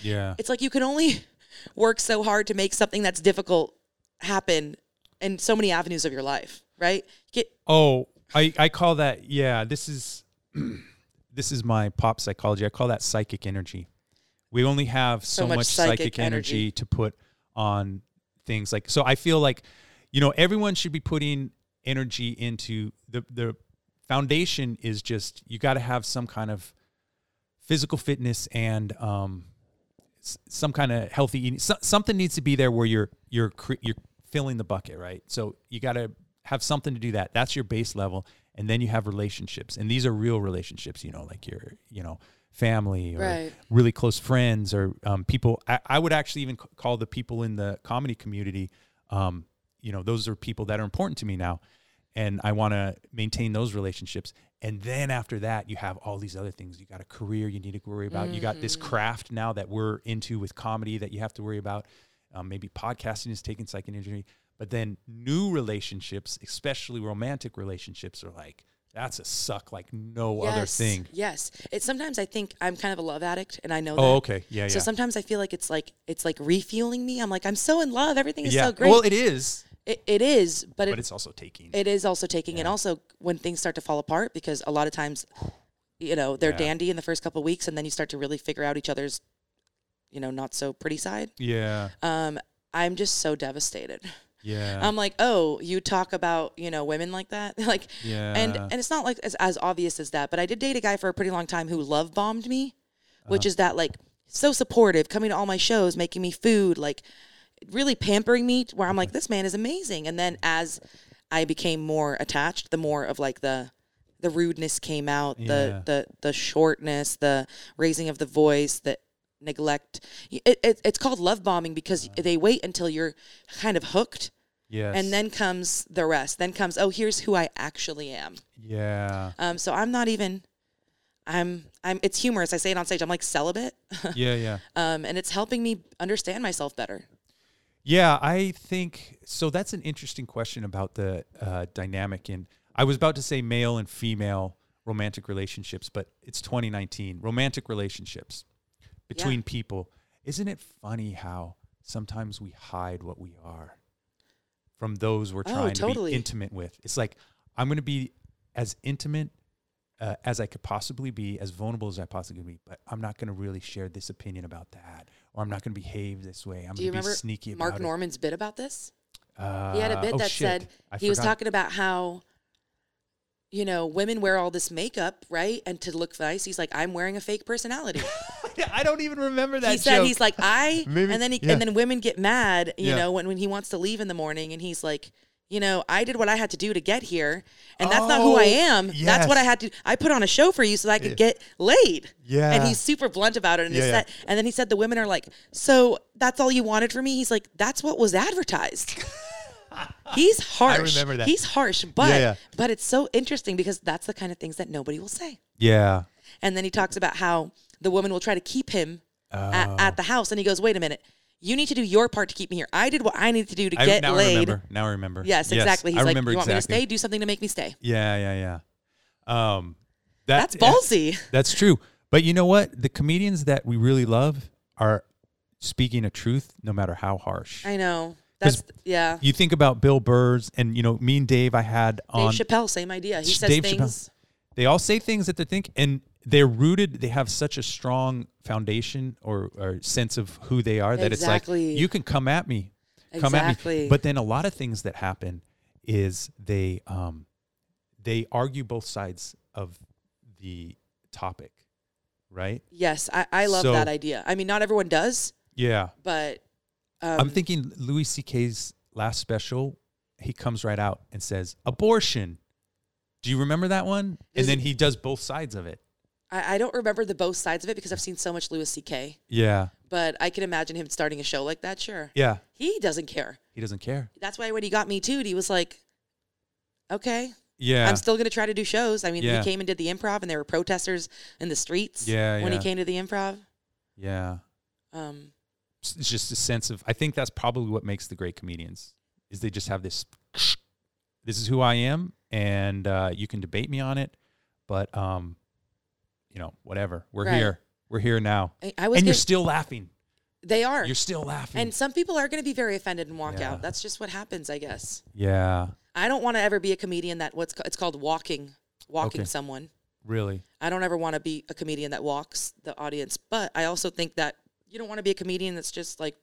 [SPEAKER 1] Yeah.
[SPEAKER 2] It's like you can only work so hard to make something that's difficult happen in so many avenues of your life, right? Get
[SPEAKER 1] Oh, I, I call that yeah, this is this is my pop psychology. I call that psychic energy. We only have so, much, psychic, energy,
[SPEAKER 2] energy.
[SPEAKER 1] to put on things like so I feel like you know everyone should be putting energy into the the foundation is just you got to have some kind of physical fitness and um s- some kind of healthy eating. So, something needs to be there where you're you're cre- you're filling the bucket, right? So you got to have something to do that. That's your base level, and then you have relationships, and these are real relationships. You know, like your you know family or
[SPEAKER 2] Right.
[SPEAKER 1] really close friends or um, people. I, I would actually even c- call the people in the comedy community. Um, you know, those are people that are important to me now, and I want to maintain those relationships. And then after that, you have all these other things. You got a career you need to worry about. You got this
[SPEAKER 2] Mm-hmm.
[SPEAKER 1] craft now that we're into with comedy that you have to worry about. Um, maybe podcasting is taking psychic energy, but then new relationships, especially romantic relationships, are like that's a suck like no other
[SPEAKER 2] Yes,
[SPEAKER 1] thing.
[SPEAKER 2] Yes. It's sometimes I think I'm kind of a love addict and I know that.
[SPEAKER 1] Oh, okay, yeah, yeah.
[SPEAKER 2] So sometimes I feel like it's like it's like refueling me. I'm like I'm so in love. Everything is
[SPEAKER 1] yeah.
[SPEAKER 2] so great.
[SPEAKER 1] Well, it is,
[SPEAKER 2] it, it is, but,
[SPEAKER 1] but
[SPEAKER 2] it,
[SPEAKER 1] it's also taking.
[SPEAKER 2] it is also taking. And also when things start to fall apart, because a lot of times, you know, they're
[SPEAKER 1] Yeah.
[SPEAKER 2] dandy in the first couple of weeks, and then you start to really figure out each other's, you know, not so pretty side.
[SPEAKER 1] yeah,
[SPEAKER 2] Um, I'm just so devastated.
[SPEAKER 1] yeah,
[SPEAKER 2] I'm like, oh, you talk about you know women like that, like,
[SPEAKER 1] yeah.
[SPEAKER 2] and and it's not like as, as obvious as that. But I did date a guy for a pretty long time who love bombed me,
[SPEAKER 1] Uh-huh.
[SPEAKER 2] which is that like so supportive, coming to all my shows,
[SPEAKER 1] Mm-hmm.
[SPEAKER 2] making me food, like really pampering me. to Where I'm like, this man is amazing. And then as I became more attached, the more of like the the rudeness came out,
[SPEAKER 1] Yeah.
[SPEAKER 2] the the the shortness, the raising of the voice, the neglect. It, it, it's called love bombing because
[SPEAKER 1] Uh-huh.
[SPEAKER 2] they wait until you're kind of hooked,
[SPEAKER 1] Yes.
[SPEAKER 2] and then comes the rest. Then comes oh, here's who I actually am.
[SPEAKER 1] Yeah.
[SPEAKER 2] Um, so I'm not even. I'm. I'm. It's humorous. I say it on stage. I'm like celibate,
[SPEAKER 1] Yeah. Yeah.
[SPEAKER 2] um, and it's helping me understand myself better.
[SPEAKER 1] Yeah, I think so. That's an interesting question about the uh, dynamic. And I was about to say male and female romantic relationships, but it's 2019. Romantic relationships between people. Isn't it funny how sometimes we hide what we are from those we're
[SPEAKER 2] Oh,
[SPEAKER 1] trying
[SPEAKER 2] totally.
[SPEAKER 1] to be intimate with? It's like, I'm going to be as intimate uh, as I could possibly be, as vulnerable as I possibly could be, but I'm not going to really share this opinion about that, or I'm not going to behave this way. I'm
[SPEAKER 2] Do you
[SPEAKER 1] going to be
[SPEAKER 2] remember
[SPEAKER 1] sneaky about
[SPEAKER 2] Mark
[SPEAKER 1] it.
[SPEAKER 2] Norman's bit about this?
[SPEAKER 1] Uh,
[SPEAKER 2] He had a bit
[SPEAKER 1] oh,
[SPEAKER 2] that
[SPEAKER 1] shit.
[SPEAKER 2] said
[SPEAKER 1] I
[SPEAKER 2] he was
[SPEAKER 1] forgot.
[SPEAKER 2] talking about how, you know, women wear all this makeup, right, and to look nice. He's like, I'm wearing a fake personality.
[SPEAKER 1] I don't even remember that.
[SPEAKER 2] he said
[SPEAKER 1] joke.
[SPEAKER 2] he's like I,
[SPEAKER 1] Maybe-
[SPEAKER 2] and then he,
[SPEAKER 1] yeah.
[SPEAKER 2] and then women get mad, you
[SPEAKER 1] Yeah.
[SPEAKER 2] know, when when he wants to leave in the morning, and he's like. You know, I did what I had to do to get here, and that's not who I
[SPEAKER 1] Oh,
[SPEAKER 2] am. That's what I
[SPEAKER 1] yes.
[SPEAKER 2] had to. I put on a show for you so that I could get laid.
[SPEAKER 1] Yeah.
[SPEAKER 2] and he's super blunt about it. And, he
[SPEAKER 1] Yeah, yeah.
[SPEAKER 2] said, and then he said the women are like, "So that's all you wanted from me?" He's like, "That's what was advertised." He's harsh.
[SPEAKER 1] remember that.
[SPEAKER 2] He's harsh, but
[SPEAKER 1] Yeah, yeah.
[SPEAKER 2] but it's so interesting because that's the kind of things that nobody will say.
[SPEAKER 1] yeah,
[SPEAKER 2] And then he talks about how the woman will try to keep him at, at the house, and he goes, "Wait a minute, you need to do your part to keep me here. I did what I needed to do to
[SPEAKER 1] I,
[SPEAKER 2] get
[SPEAKER 1] now I
[SPEAKER 2] laid."
[SPEAKER 1] remember. Now I remember.
[SPEAKER 2] Yes, exactly. He's
[SPEAKER 1] I
[SPEAKER 2] like,
[SPEAKER 1] remember
[SPEAKER 2] "You want
[SPEAKER 1] exactly.
[SPEAKER 2] me to stay? Do something to make me stay."
[SPEAKER 1] Yeah, yeah, yeah. Um, that-
[SPEAKER 2] That's ballsy.
[SPEAKER 1] That's true. But you know what? The comedians that we really love are speaking a truth, no matter how harsh.
[SPEAKER 2] I know.
[SPEAKER 1] 'Cause
[SPEAKER 2] That's yeah.
[SPEAKER 1] you think about Bill Burr's, and you know, me and Dave, I had
[SPEAKER 2] Dave
[SPEAKER 1] on.
[SPEAKER 2] Chappelle, same idea. He says
[SPEAKER 1] Dave Chappelle.
[SPEAKER 2] things.
[SPEAKER 1] they all say things that they think and they're rooted they have such a strong foundation or, or sense of who they are that it's
[SPEAKER 2] Exactly.
[SPEAKER 1] like you can come at me come at me
[SPEAKER 2] Exactly.
[SPEAKER 1] but then a lot of things that happen is they um they argue both sides of the topic right
[SPEAKER 2] Yes, I, I love
[SPEAKER 1] So-
[SPEAKER 2] that idea. I mean, not everyone does,
[SPEAKER 1] yeah
[SPEAKER 2] but um,
[SPEAKER 1] i'm thinking louis ck's last special he comes right out and says abortion do you remember that one
[SPEAKER 2] Does-
[SPEAKER 1] and then he does both sides of it
[SPEAKER 2] I, I don't remember the both sides of it because I've seen so much Louis C.K.
[SPEAKER 1] yeah
[SPEAKER 2] But I can imagine him starting a show like that. Sure,
[SPEAKER 1] yeah
[SPEAKER 2] he doesn't care.
[SPEAKER 1] he doesn't care
[SPEAKER 2] That's why when he got me too, he was like, "Okay,
[SPEAKER 1] yeah
[SPEAKER 2] I'm still going to try to do shows." I mean,
[SPEAKER 1] Yeah.
[SPEAKER 2] he came and did the improv, and there were protesters in the streets
[SPEAKER 1] Yeah,
[SPEAKER 2] when
[SPEAKER 1] yeah.
[SPEAKER 2] he came to the improv.
[SPEAKER 1] Yeah.
[SPEAKER 2] Um,
[SPEAKER 1] S- It's just a sense of I think that's probably what makes the great comedians is they just have this this is who I am and uh, you can debate me on it, but um you know, whatever. We're
[SPEAKER 2] Right.
[SPEAKER 1] here. We're here now.
[SPEAKER 2] I, I
[SPEAKER 1] And
[SPEAKER 2] was.
[SPEAKER 1] you're
[SPEAKER 2] gonna-
[SPEAKER 1] still laughing.
[SPEAKER 2] they are,
[SPEAKER 1] You're still laughing.
[SPEAKER 2] and some people are going to be very offended and walk
[SPEAKER 1] Yeah.
[SPEAKER 2] out. That's just what happens, I guess.
[SPEAKER 1] yeah.
[SPEAKER 2] I don't want to ever be a comedian that what's ca- it's called walking, walking
[SPEAKER 1] Okay.
[SPEAKER 2] someone.
[SPEAKER 1] Really.
[SPEAKER 2] I don't ever want to be a comedian that walks the audience, but I also think that you don't want to be a comedian that's just like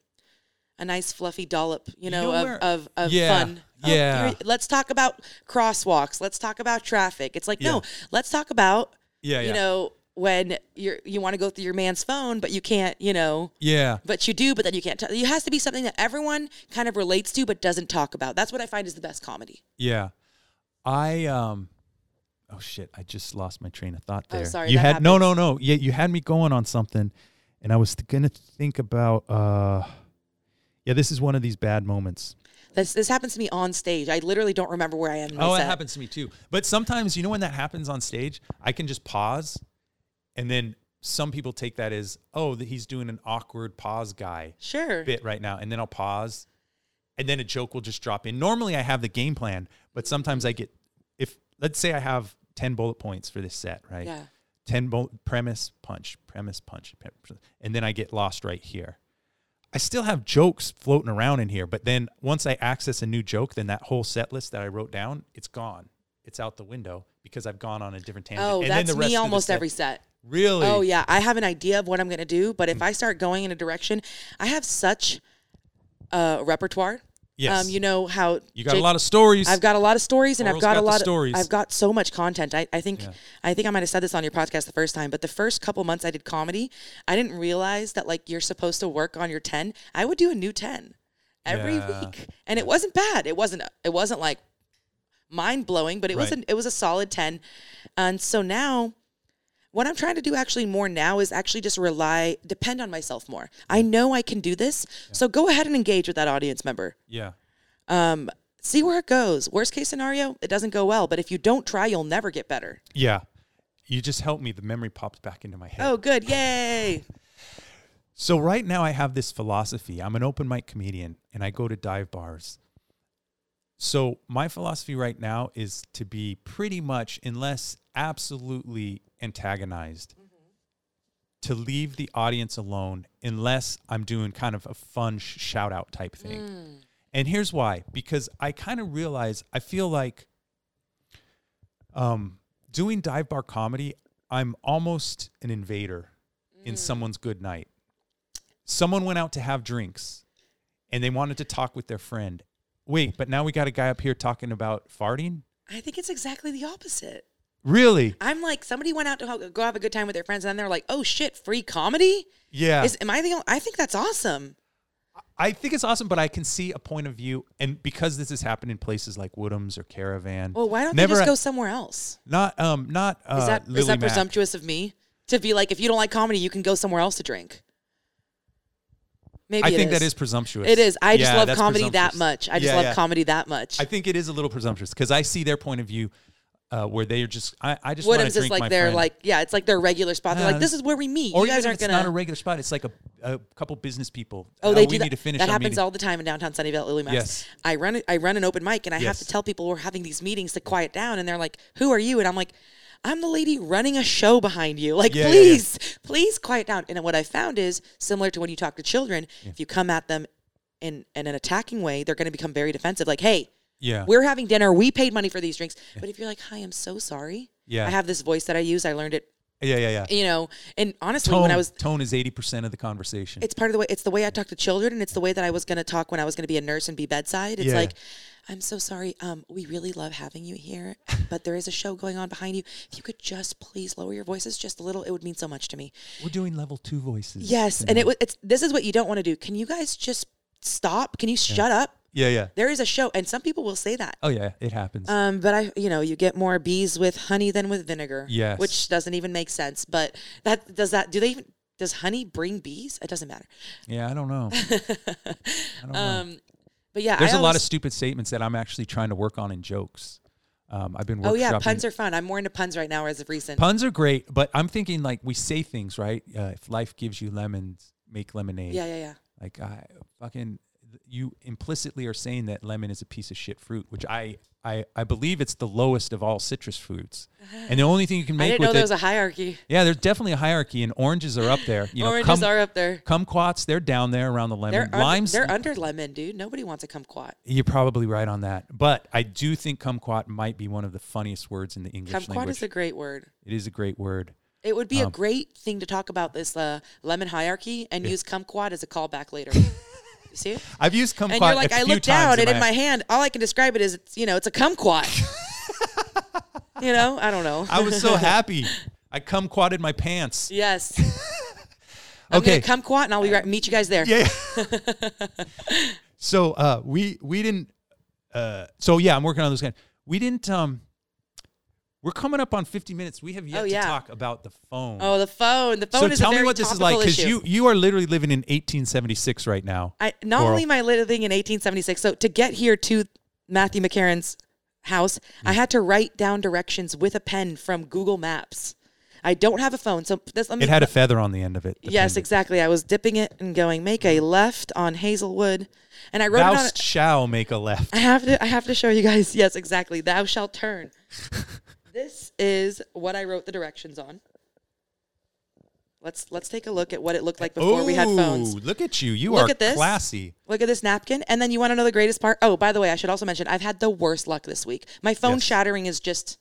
[SPEAKER 2] a nice fluffy dollop, you know,
[SPEAKER 1] know
[SPEAKER 2] of,
[SPEAKER 1] where-
[SPEAKER 2] of of
[SPEAKER 1] Yeah,
[SPEAKER 2] fun.
[SPEAKER 1] yeah.
[SPEAKER 2] here- let's talk about crosswalks. Let's talk about traffic. It's like
[SPEAKER 1] Yeah.
[SPEAKER 2] no, let's talk about
[SPEAKER 1] Yeah,
[SPEAKER 2] you know when you're you want to go through your man's phone, but you can't, you know.
[SPEAKER 1] yeah.
[SPEAKER 2] But you do, but then you can't. T- it has to be something that everyone kind of relates to, but doesn't talk about. That's what I find is the best comedy.
[SPEAKER 1] Yeah. I um oh shit, I just lost my train of thought
[SPEAKER 2] Oh,
[SPEAKER 1] there.
[SPEAKER 2] sorry,
[SPEAKER 1] you
[SPEAKER 2] that
[SPEAKER 1] had no no
[SPEAKER 2] happens.
[SPEAKER 1] no. Yeah, you had me going on something and I was th- going to think about uh yeah, this is one of these bad moments.
[SPEAKER 2] This this happens to me on stage. I literally don't remember where I am. in my
[SPEAKER 1] Oh, that
[SPEAKER 2] set.
[SPEAKER 1] happens to me too. But sometimes, you know, when that happens on stage, I can just pause, and then some people take that as, oh, that he's doing an awkward pause guy
[SPEAKER 2] Sure.
[SPEAKER 1] bit right now, and then I'll pause, and then a joke will just drop in. Normally, I have the game plan, but sometimes I get, if let's say I have ten bullet points for this set, right?
[SPEAKER 2] Yeah.
[SPEAKER 1] 10 bo- premise punch premise punch pre- pre- and then i get lost right here i still have jokes floating around in here but then once i access a new joke then that whole set list that i wrote down it's gone it's out the window because i've gone on a different tangent
[SPEAKER 2] Oh,
[SPEAKER 1] and
[SPEAKER 2] that's
[SPEAKER 1] then the rest
[SPEAKER 2] me
[SPEAKER 1] of the
[SPEAKER 2] almost
[SPEAKER 1] set-
[SPEAKER 2] every set.
[SPEAKER 1] really
[SPEAKER 2] Oh yeah, I have an idea of what I'm gonna do, but if
[SPEAKER 1] Mm-hmm.
[SPEAKER 2] I start going in a direction, I have such a repertoire.
[SPEAKER 1] Yes.
[SPEAKER 2] Um, you know how
[SPEAKER 1] you got a lot of stories
[SPEAKER 2] I've got a lot of stories, and
[SPEAKER 1] Oral's
[SPEAKER 2] I've got,
[SPEAKER 1] got
[SPEAKER 2] a
[SPEAKER 1] the
[SPEAKER 2] lot of
[SPEAKER 1] stories.
[SPEAKER 2] I've got so much content. I, I think
[SPEAKER 1] Yeah.
[SPEAKER 2] I think I might have said this on your podcast the first time, but the first couple months I did comedy, I didn't realize that like you're supposed to work on your ten. I would do a new ten every
[SPEAKER 1] Yeah.
[SPEAKER 2] week, and it wasn't bad. It wasn't it wasn't like mind blowing, but it was
[SPEAKER 1] Right.
[SPEAKER 2] an, it was a solid ten. And so now, what I'm trying to do actually more now is actually just rely depend on myself more. I know I can do this, so go ahead and engage with that audience member.
[SPEAKER 1] Yeah.
[SPEAKER 2] Um, see where it goes. Worst case scenario, it doesn't go well, but if you don't try, you'll never get better.
[SPEAKER 1] Yeah. You just helped me. The memory popped back into my head.
[SPEAKER 2] Oh, good, yay!
[SPEAKER 1] So right now I have this philosophy. I'm an open mic comedian and I go to dive bars. So my philosophy right now is to be pretty much unless absolutely antagonized to leave the audience alone unless I'm doing kind of a fun sh- shout out type thing. And here's why because I kind of realize I feel like um, doing dive bar comedy, I'm almost an invader in someone's good night. Someone went out to have drinks and they wanted to talk with their friend. Wait, but now we got a guy up here talking about farting?
[SPEAKER 2] I think it's exactly the opposite.
[SPEAKER 1] Really?
[SPEAKER 2] I'm like somebody went out to ho- go have a good time with their friends, and then they're like, "Oh shit, free comedy."
[SPEAKER 1] Yeah.
[SPEAKER 2] Is am I the? Only, I think that's awesome.
[SPEAKER 1] I think it's awesome, but I can see a point of view. And because this has happened in places like Woodhams or Caravan.
[SPEAKER 2] Well, why don't
[SPEAKER 1] never
[SPEAKER 2] they just
[SPEAKER 1] at-
[SPEAKER 2] go somewhere else?
[SPEAKER 1] Not, um, not, uh,
[SPEAKER 2] Is that is
[SPEAKER 1] Lily
[SPEAKER 2] that
[SPEAKER 1] Mack.
[SPEAKER 2] presumptuous of me to be like, if you don't like comedy, you can go somewhere else to drink? Maybe
[SPEAKER 1] I
[SPEAKER 2] it
[SPEAKER 1] think that is presumptuous.
[SPEAKER 2] It is. I just
[SPEAKER 1] Yeah,
[SPEAKER 2] love
[SPEAKER 1] that's
[SPEAKER 2] comedy that
[SPEAKER 1] presumptuous.
[SPEAKER 2] much. I just
[SPEAKER 1] Yeah,
[SPEAKER 2] love
[SPEAKER 1] yeah.
[SPEAKER 2] comedy that much.
[SPEAKER 1] I think it is a little presumptuous because I see their point of view uh, where they are just, I, I just want to
[SPEAKER 2] Woodham's
[SPEAKER 1] drink
[SPEAKER 2] is
[SPEAKER 1] my
[SPEAKER 2] like their
[SPEAKER 1] friend.
[SPEAKER 2] like yeah, it's like their regular spot. They're
[SPEAKER 1] Yeah,
[SPEAKER 2] like, this is where we meet.
[SPEAKER 1] or
[SPEAKER 2] you
[SPEAKER 1] even
[SPEAKER 2] guys
[SPEAKER 1] if
[SPEAKER 2] aren't
[SPEAKER 1] it's
[SPEAKER 2] gonna.
[SPEAKER 1] not a regular spot. It's like a, a couple business people. Uh,
[SPEAKER 2] Oh, they do
[SPEAKER 1] we
[SPEAKER 2] that.
[SPEAKER 1] need to finish
[SPEAKER 2] that
[SPEAKER 1] our
[SPEAKER 2] happens
[SPEAKER 1] meeting.
[SPEAKER 2] all the time in downtown Sunnyvale, Lily Max.
[SPEAKER 1] Yes.
[SPEAKER 2] I run I run an open mic and I have
[SPEAKER 1] Yes.
[SPEAKER 2] to tell people we're having these meetings to quiet down and they're like, Who are you? And I'm like, I'm the lady running a show behind you. Like,
[SPEAKER 1] Yeah, yeah, yeah.
[SPEAKER 2] please, please quiet down. And what I found is similar to when you talk to children, if you come at them in, in an attacking way, they're gonna become very defensive. Like, hey,
[SPEAKER 1] yeah.
[SPEAKER 2] we're having dinner, we paid money for these drinks. But if you're like, Hi, I'm so sorry.
[SPEAKER 1] Yeah.
[SPEAKER 2] I have this voice that I use, I learned it,
[SPEAKER 1] yeah, yeah, yeah.
[SPEAKER 2] you know, and honestly
[SPEAKER 1] Tone,
[SPEAKER 2] when I was
[SPEAKER 1] tone is 80% of the conversation.
[SPEAKER 2] it's part of the way it's the way I talk to children and it's the way that I was going to talk when I was going to be a nurse and be bedside. It's
[SPEAKER 1] Yeah.
[SPEAKER 2] like I'm so sorry. Um, we really love having you here, but there is a show going on behind you. If you could just please lower your voices just a little, it would mean so much to me.
[SPEAKER 1] We're doing level two voices.
[SPEAKER 2] Yes, and it was it's this is what you don't want to do. Can you guys just stop? Can you shut up?
[SPEAKER 1] Yeah, yeah.
[SPEAKER 2] There is a show, and some people will say that.
[SPEAKER 1] Oh, yeah. It happens.
[SPEAKER 2] Um, but I, you know, you get more bees with honey than with vinegar.
[SPEAKER 1] Yes.
[SPEAKER 2] which doesn't even make sense. But that does that. Do they even? Does honey bring bees? It doesn't matter.
[SPEAKER 1] yeah, I don't know. I don't know.
[SPEAKER 2] Um, but yeah,
[SPEAKER 1] There's
[SPEAKER 2] I
[SPEAKER 1] a lot
[SPEAKER 2] always-
[SPEAKER 1] of stupid statements that I'm actually trying to work on in jokes. Um, I've been workshopping.
[SPEAKER 2] Oh yeah, puns are fun. I'm more into puns right now as of recent.
[SPEAKER 1] Puns are great, but I'm thinking like we say things, right? Uh, if life gives you lemons, make lemonade.
[SPEAKER 2] yeah, yeah, yeah.
[SPEAKER 1] Like I fucking you implicitly are saying that lemon is a piece of shit fruit, which I I, I believe it's the lowest of all citrus fruits. And the only thing you can
[SPEAKER 2] I
[SPEAKER 1] make
[SPEAKER 2] didn't
[SPEAKER 1] with
[SPEAKER 2] know there
[SPEAKER 1] it,
[SPEAKER 2] was a hierarchy.
[SPEAKER 1] yeah, there's definitely a hierarchy, and oranges are up there. You know,
[SPEAKER 2] Oranges
[SPEAKER 1] cum-
[SPEAKER 2] are up there.
[SPEAKER 1] kumquats they're down there around the
[SPEAKER 2] They're
[SPEAKER 1] lemon.
[SPEAKER 2] under,
[SPEAKER 1] Limes,
[SPEAKER 2] They're under lemon, dude. Nobody wants a kumquat.
[SPEAKER 1] you're probably right on that, but I do think kumquat might be one of the funniest words in the English
[SPEAKER 2] Kumquat
[SPEAKER 1] language. Um,
[SPEAKER 2] is a great word.
[SPEAKER 1] it is a great word.
[SPEAKER 2] It would be a great thing to talk about this uh, lemon hierarchy and use kumquat as a callback later. you see? it?
[SPEAKER 1] I've used kumquat.
[SPEAKER 2] And you're like,
[SPEAKER 1] a
[SPEAKER 2] I
[SPEAKER 1] few
[SPEAKER 2] look down
[SPEAKER 1] times
[SPEAKER 2] and in my hand, all I can describe it is, it's, you know, it's a kumquat. you know, I don't know.
[SPEAKER 1] I was so happy. I kumquatted my pants.
[SPEAKER 2] yes. I'm
[SPEAKER 1] Okay.
[SPEAKER 2] gonna kumquat and I'll be right, meet you guys there.
[SPEAKER 1] Yeah. so uh, we we didn't. Uh, so yeah, I'm working on those kind. We didn't. Um, we're coming up on 50 minutes. We have yet
[SPEAKER 2] Oh, yeah.
[SPEAKER 1] to talk about the phone.
[SPEAKER 2] Oh, the phone. The phone
[SPEAKER 1] so
[SPEAKER 2] is
[SPEAKER 1] tell
[SPEAKER 2] a very
[SPEAKER 1] me what this is like
[SPEAKER 2] because
[SPEAKER 1] you you are literally living in 1876 right now.
[SPEAKER 2] I not
[SPEAKER 1] Laurel.
[SPEAKER 2] only am I living in 1876, so to get here to Matthew McCarran's house, I
[SPEAKER 1] Mm.
[SPEAKER 2] had to write down directions with a pen from Google Maps. I don't have a phone, so this, let me.
[SPEAKER 1] It had a feather on the end of it. the
[SPEAKER 2] yes,
[SPEAKER 1] pendant.
[SPEAKER 2] exactly. I was dipping it and going make a left on Hazelwood, and I wrote it
[SPEAKER 1] Thou
[SPEAKER 2] on.
[SPEAKER 1] shall make a left.
[SPEAKER 2] I have to. I have to show you guys. Yes, exactly. Thou shalt turn. this is what I wrote the directions on. Let's let's take a look at what it looked like before we had phones.
[SPEAKER 1] Ooh, look at you. You
[SPEAKER 2] Look
[SPEAKER 1] are
[SPEAKER 2] at this.
[SPEAKER 1] classy.
[SPEAKER 2] Look at this napkin. And then you want to know the greatest part? Oh, by the way, I should also mention I've had the worst luck this week. My phone
[SPEAKER 1] Yes.
[SPEAKER 2] shattering is just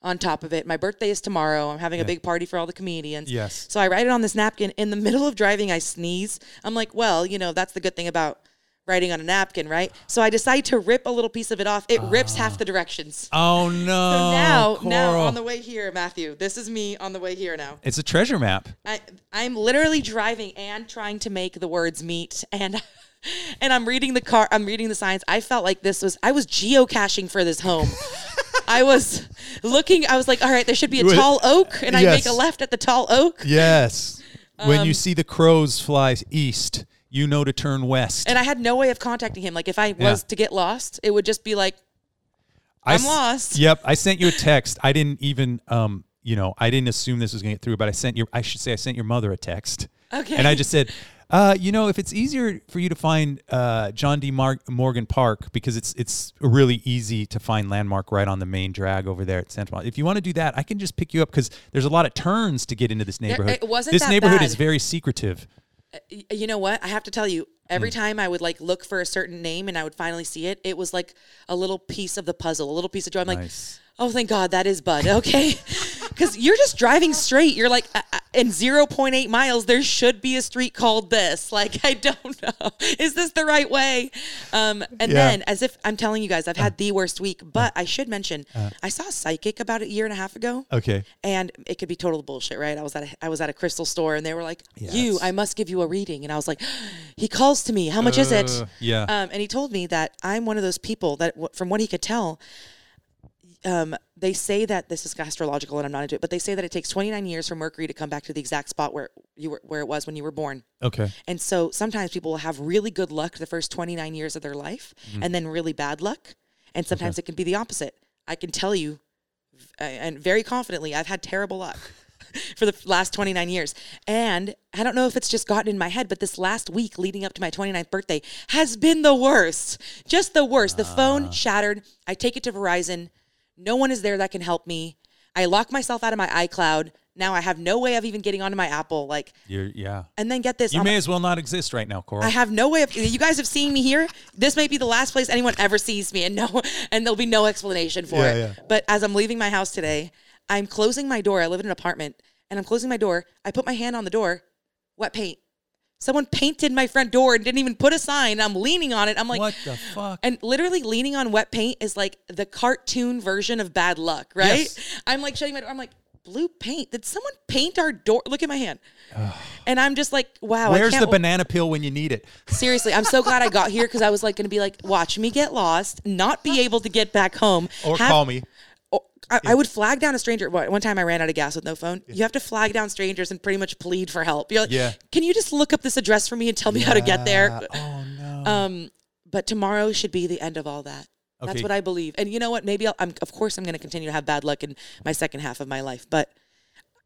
[SPEAKER 2] on top of it. My birthday is tomorrow. I'm having a big party for all the comedians.
[SPEAKER 1] Yes.
[SPEAKER 2] So I write it on this napkin. In the middle of driving, I sneeze. I'm like, well, you know, that's the good thing about writing on a napkin, right? So I decide to rip a little piece of it off. It rips half the directions.
[SPEAKER 1] Ah. Oh no.
[SPEAKER 2] So now, now
[SPEAKER 1] Coral.
[SPEAKER 2] on the way here, Matthew, this is me on the way here now.
[SPEAKER 1] it's a treasure map.
[SPEAKER 2] I, I'm literally driving and trying to make the words meet, and and I'm reading the car. I'm reading the signs. I felt like this was. I was geocaching for this home. I was looking. I was like, all right, there should be a
[SPEAKER 1] Wait.
[SPEAKER 2] tall oak, and I
[SPEAKER 1] Yes.
[SPEAKER 2] make a left at the tall oak.
[SPEAKER 1] Yes. when
[SPEAKER 2] Um,
[SPEAKER 1] you see the crows fly east, you know to turn west.
[SPEAKER 2] And I had no way of contacting him. Like if I was
[SPEAKER 1] Yeah.
[SPEAKER 2] to get lost, it would just be like,
[SPEAKER 1] I
[SPEAKER 2] I'm
[SPEAKER 1] s-
[SPEAKER 2] lost.
[SPEAKER 1] Yep, I sent you a text. I didn't even, um, you know, I didn't assume this was going to get through, but I sent your, I should say, I sent your mother a text.
[SPEAKER 2] Okay.
[SPEAKER 1] And I just said, uh, you know, if it's easier for you to find uh, John D. Mar- Morgan Park because it's it's really easy to find landmark right on the main drag over there at Santa Monica. If you want to do that, I can just pick you up because there's a lot of turns to get into this neighborhood.
[SPEAKER 2] it wasn't
[SPEAKER 1] this
[SPEAKER 2] that
[SPEAKER 1] neighborhood
[SPEAKER 2] bad.
[SPEAKER 1] is very secretive.
[SPEAKER 2] y- you know what? I have to tell you, every
[SPEAKER 1] Hmm.
[SPEAKER 2] time I would like look for a certain name and I would finally see it, it was like a little piece of the puzzle, a little piece of joy. I'm like,
[SPEAKER 1] Nice.
[SPEAKER 2] oh, thank God that is Bud. Okay. Because you're just driving straight. You're like, uh, uh, in 0.8 miles, there should be a street called this. Like, I don't know. Is this the right way? Um, and
[SPEAKER 1] Yeah. Uh.
[SPEAKER 2] then, as if I'm telling you guys, I've had the worst week, but I should mention, I saw a psychic about a year and a half ago
[SPEAKER 1] Okay.
[SPEAKER 2] and it could be total bullshit, right? I was at a, I was at a crystal store, and they were like, "You,
[SPEAKER 1] Yes.
[SPEAKER 2] I must give you a reading," and I was like, "He calls to me. How much is it?"
[SPEAKER 1] Uh, yeah.
[SPEAKER 2] Um, and he told me that I'm one of those people that, w- from what he could tell, um, they say that this is astrological, and I'm not into it, but they say that it takes 29 years for Mercury to come back to the exact spot where you were, where it was when you were born.
[SPEAKER 1] Okay.
[SPEAKER 2] And so sometimes people will have really good luck the first 29 years of their life
[SPEAKER 1] Mm-hmm.
[SPEAKER 2] and then really bad luck. And sometimes it can be the opposite. I can tell you, uh, and very confidently, I've had terrible luck for the last 29 years. And I don't know if it's just gotten in my head, but this last week leading up to my 29th birthday has been the worst. Just the worst. The
[SPEAKER 1] Ah.
[SPEAKER 2] phone shattered. I take it to Verizon. No one is there that can help me. I lock myself out of my iCloud. Now I have no way of even getting onto my Apple. Like,
[SPEAKER 1] You're, yeah.
[SPEAKER 2] and then get this.
[SPEAKER 1] You
[SPEAKER 2] on
[SPEAKER 1] may as well not exist right now, Coral.
[SPEAKER 2] I have no way of. You guys have seen me here. This may be the last place anyone ever sees me, and no, and there'll be no explanation for
[SPEAKER 1] Yeah,
[SPEAKER 2] it.
[SPEAKER 1] yeah.
[SPEAKER 2] But as I'm leaving my house today, I'm closing my door. I live in an apartment, and I'm closing my door. I put my hand on the door. Wet paint. Someone painted my front door and didn't even put a sign. I'm leaning on it. I'm like,
[SPEAKER 1] what the fuck?
[SPEAKER 2] and literally leaning on wet paint is like the cartoon version of bad luck, right?
[SPEAKER 1] Yes.
[SPEAKER 2] I'm like shutting my door. I'm like, blue paint. Did someone paint our door? Look at my hand. and I'm just like, wow. I
[SPEAKER 1] Where's
[SPEAKER 2] can't
[SPEAKER 1] the
[SPEAKER 2] w-
[SPEAKER 1] banana peel when you need it?
[SPEAKER 2] Seriously, I'm so glad I got here because I was like going to be like, watch me get lost, not be able to get back home,
[SPEAKER 1] Or
[SPEAKER 2] have-
[SPEAKER 1] call me.
[SPEAKER 2] or- I, I would flag down a stranger. One one time I ran out of gas with no phone. You have to flag down strangers and pretty much plead for help. You're like,
[SPEAKER 1] Yeah.
[SPEAKER 2] can you just look up this address for me and tell me how to get there?
[SPEAKER 1] Uh, oh no.
[SPEAKER 2] Um, but tomorrow should be the end of all that.
[SPEAKER 1] Okay.
[SPEAKER 2] That's what I believe. And you know what? Maybe I'll, I'm, of course, I'm going to continue to have bad luck in my second half of my life, but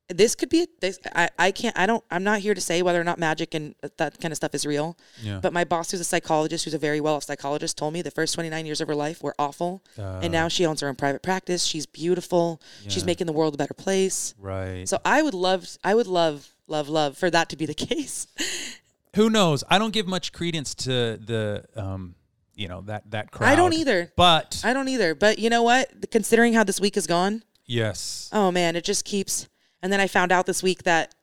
[SPEAKER 2] this could be this. I, I can't, I don't, I'm not here to say whether or not magic and that kind of stuff is real,
[SPEAKER 1] Yeah.
[SPEAKER 2] but my boss, who's a psychologist, who's a very well-off psychologist told me the first 29 years of her life were awful. and now she owns her own private practice. She's beautiful. She's
[SPEAKER 1] Uh. Yeah.
[SPEAKER 2] making the world a better place.
[SPEAKER 1] right.
[SPEAKER 2] So I would love, I would love, love, love for that to be the case.
[SPEAKER 1] Who knows? I don't give much credence to the um, you know, that that crowd.
[SPEAKER 2] I don't either.
[SPEAKER 1] But
[SPEAKER 2] I don't either. But you know what? Considering how this week has gone,
[SPEAKER 1] yes.
[SPEAKER 2] oh man, it just keeps. And then I found out this week that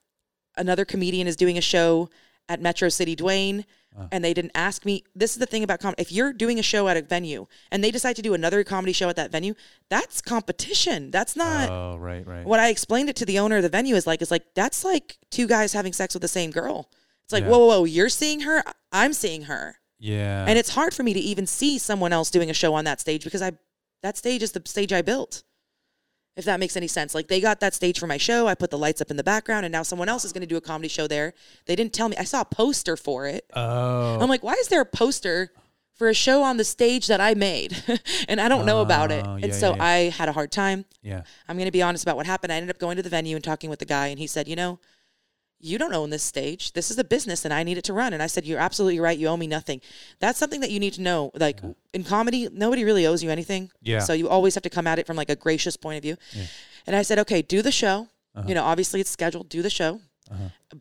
[SPEAKER 2] another comedian is doing a show at Metro City Dwayne, and they didn't ask me. This is the thing about comedy. If you're doing a show at a venue and they decide to do another comedy show at that venue, that's competition. That's not.
[SPEAKER 1] oh, right, right.
[SPEAKER 2] Uh, what I explained it to the owner of the venue is like, it's like, that's like two guys having sex with the same girl. It's like,
[SPEAKER 1] Yeah.
[SPEAKER 2] whoa, whoa, whoa, you're seeing her, I'm seeing her.
[SPEAKER 1] yeah.
[SPEAKER 2] And it's hard for me to even see someone else doing a show on that stage because I that stage is the stage I built. If that makes any sense. Like they got that stage for my show, I put the lights up in the background and now someone else is going to do a comedy show there. They didn't tell me. I saw a poster for it.
[SPEAKER 1] oh.
[SPEAKER 2] I'm like, "Why is there a poster for a show on the stage that I made?" and I don't know about it.
[SPEAKER 1] Oh,
[SPEAKER 2] And
[SPEAKER 1] yeah,
[SPEAKER 2] so
[SPEAKER 1] yeah, yeah.
[SPEAKER 2] I had a hard time.
[SPEAKER 1] yeah.
[SPEAKER 2] I'm going to be honest about what happened. I ended up going to the venue and talking with the guy, and he said, You know, you don't own this stage. This is a business, and I need it to run. And I said, You're absolutely right. You owe me nothing. That's something that you need to know. Like in comedy, nobody really owes you anything.
[SPEAKER 1] Yeah.
[SPEAKER 2] So you always have to come at it from like a gracious point of view. And I said, Okay, do the show. You know, obviously it's scheduled, do the show.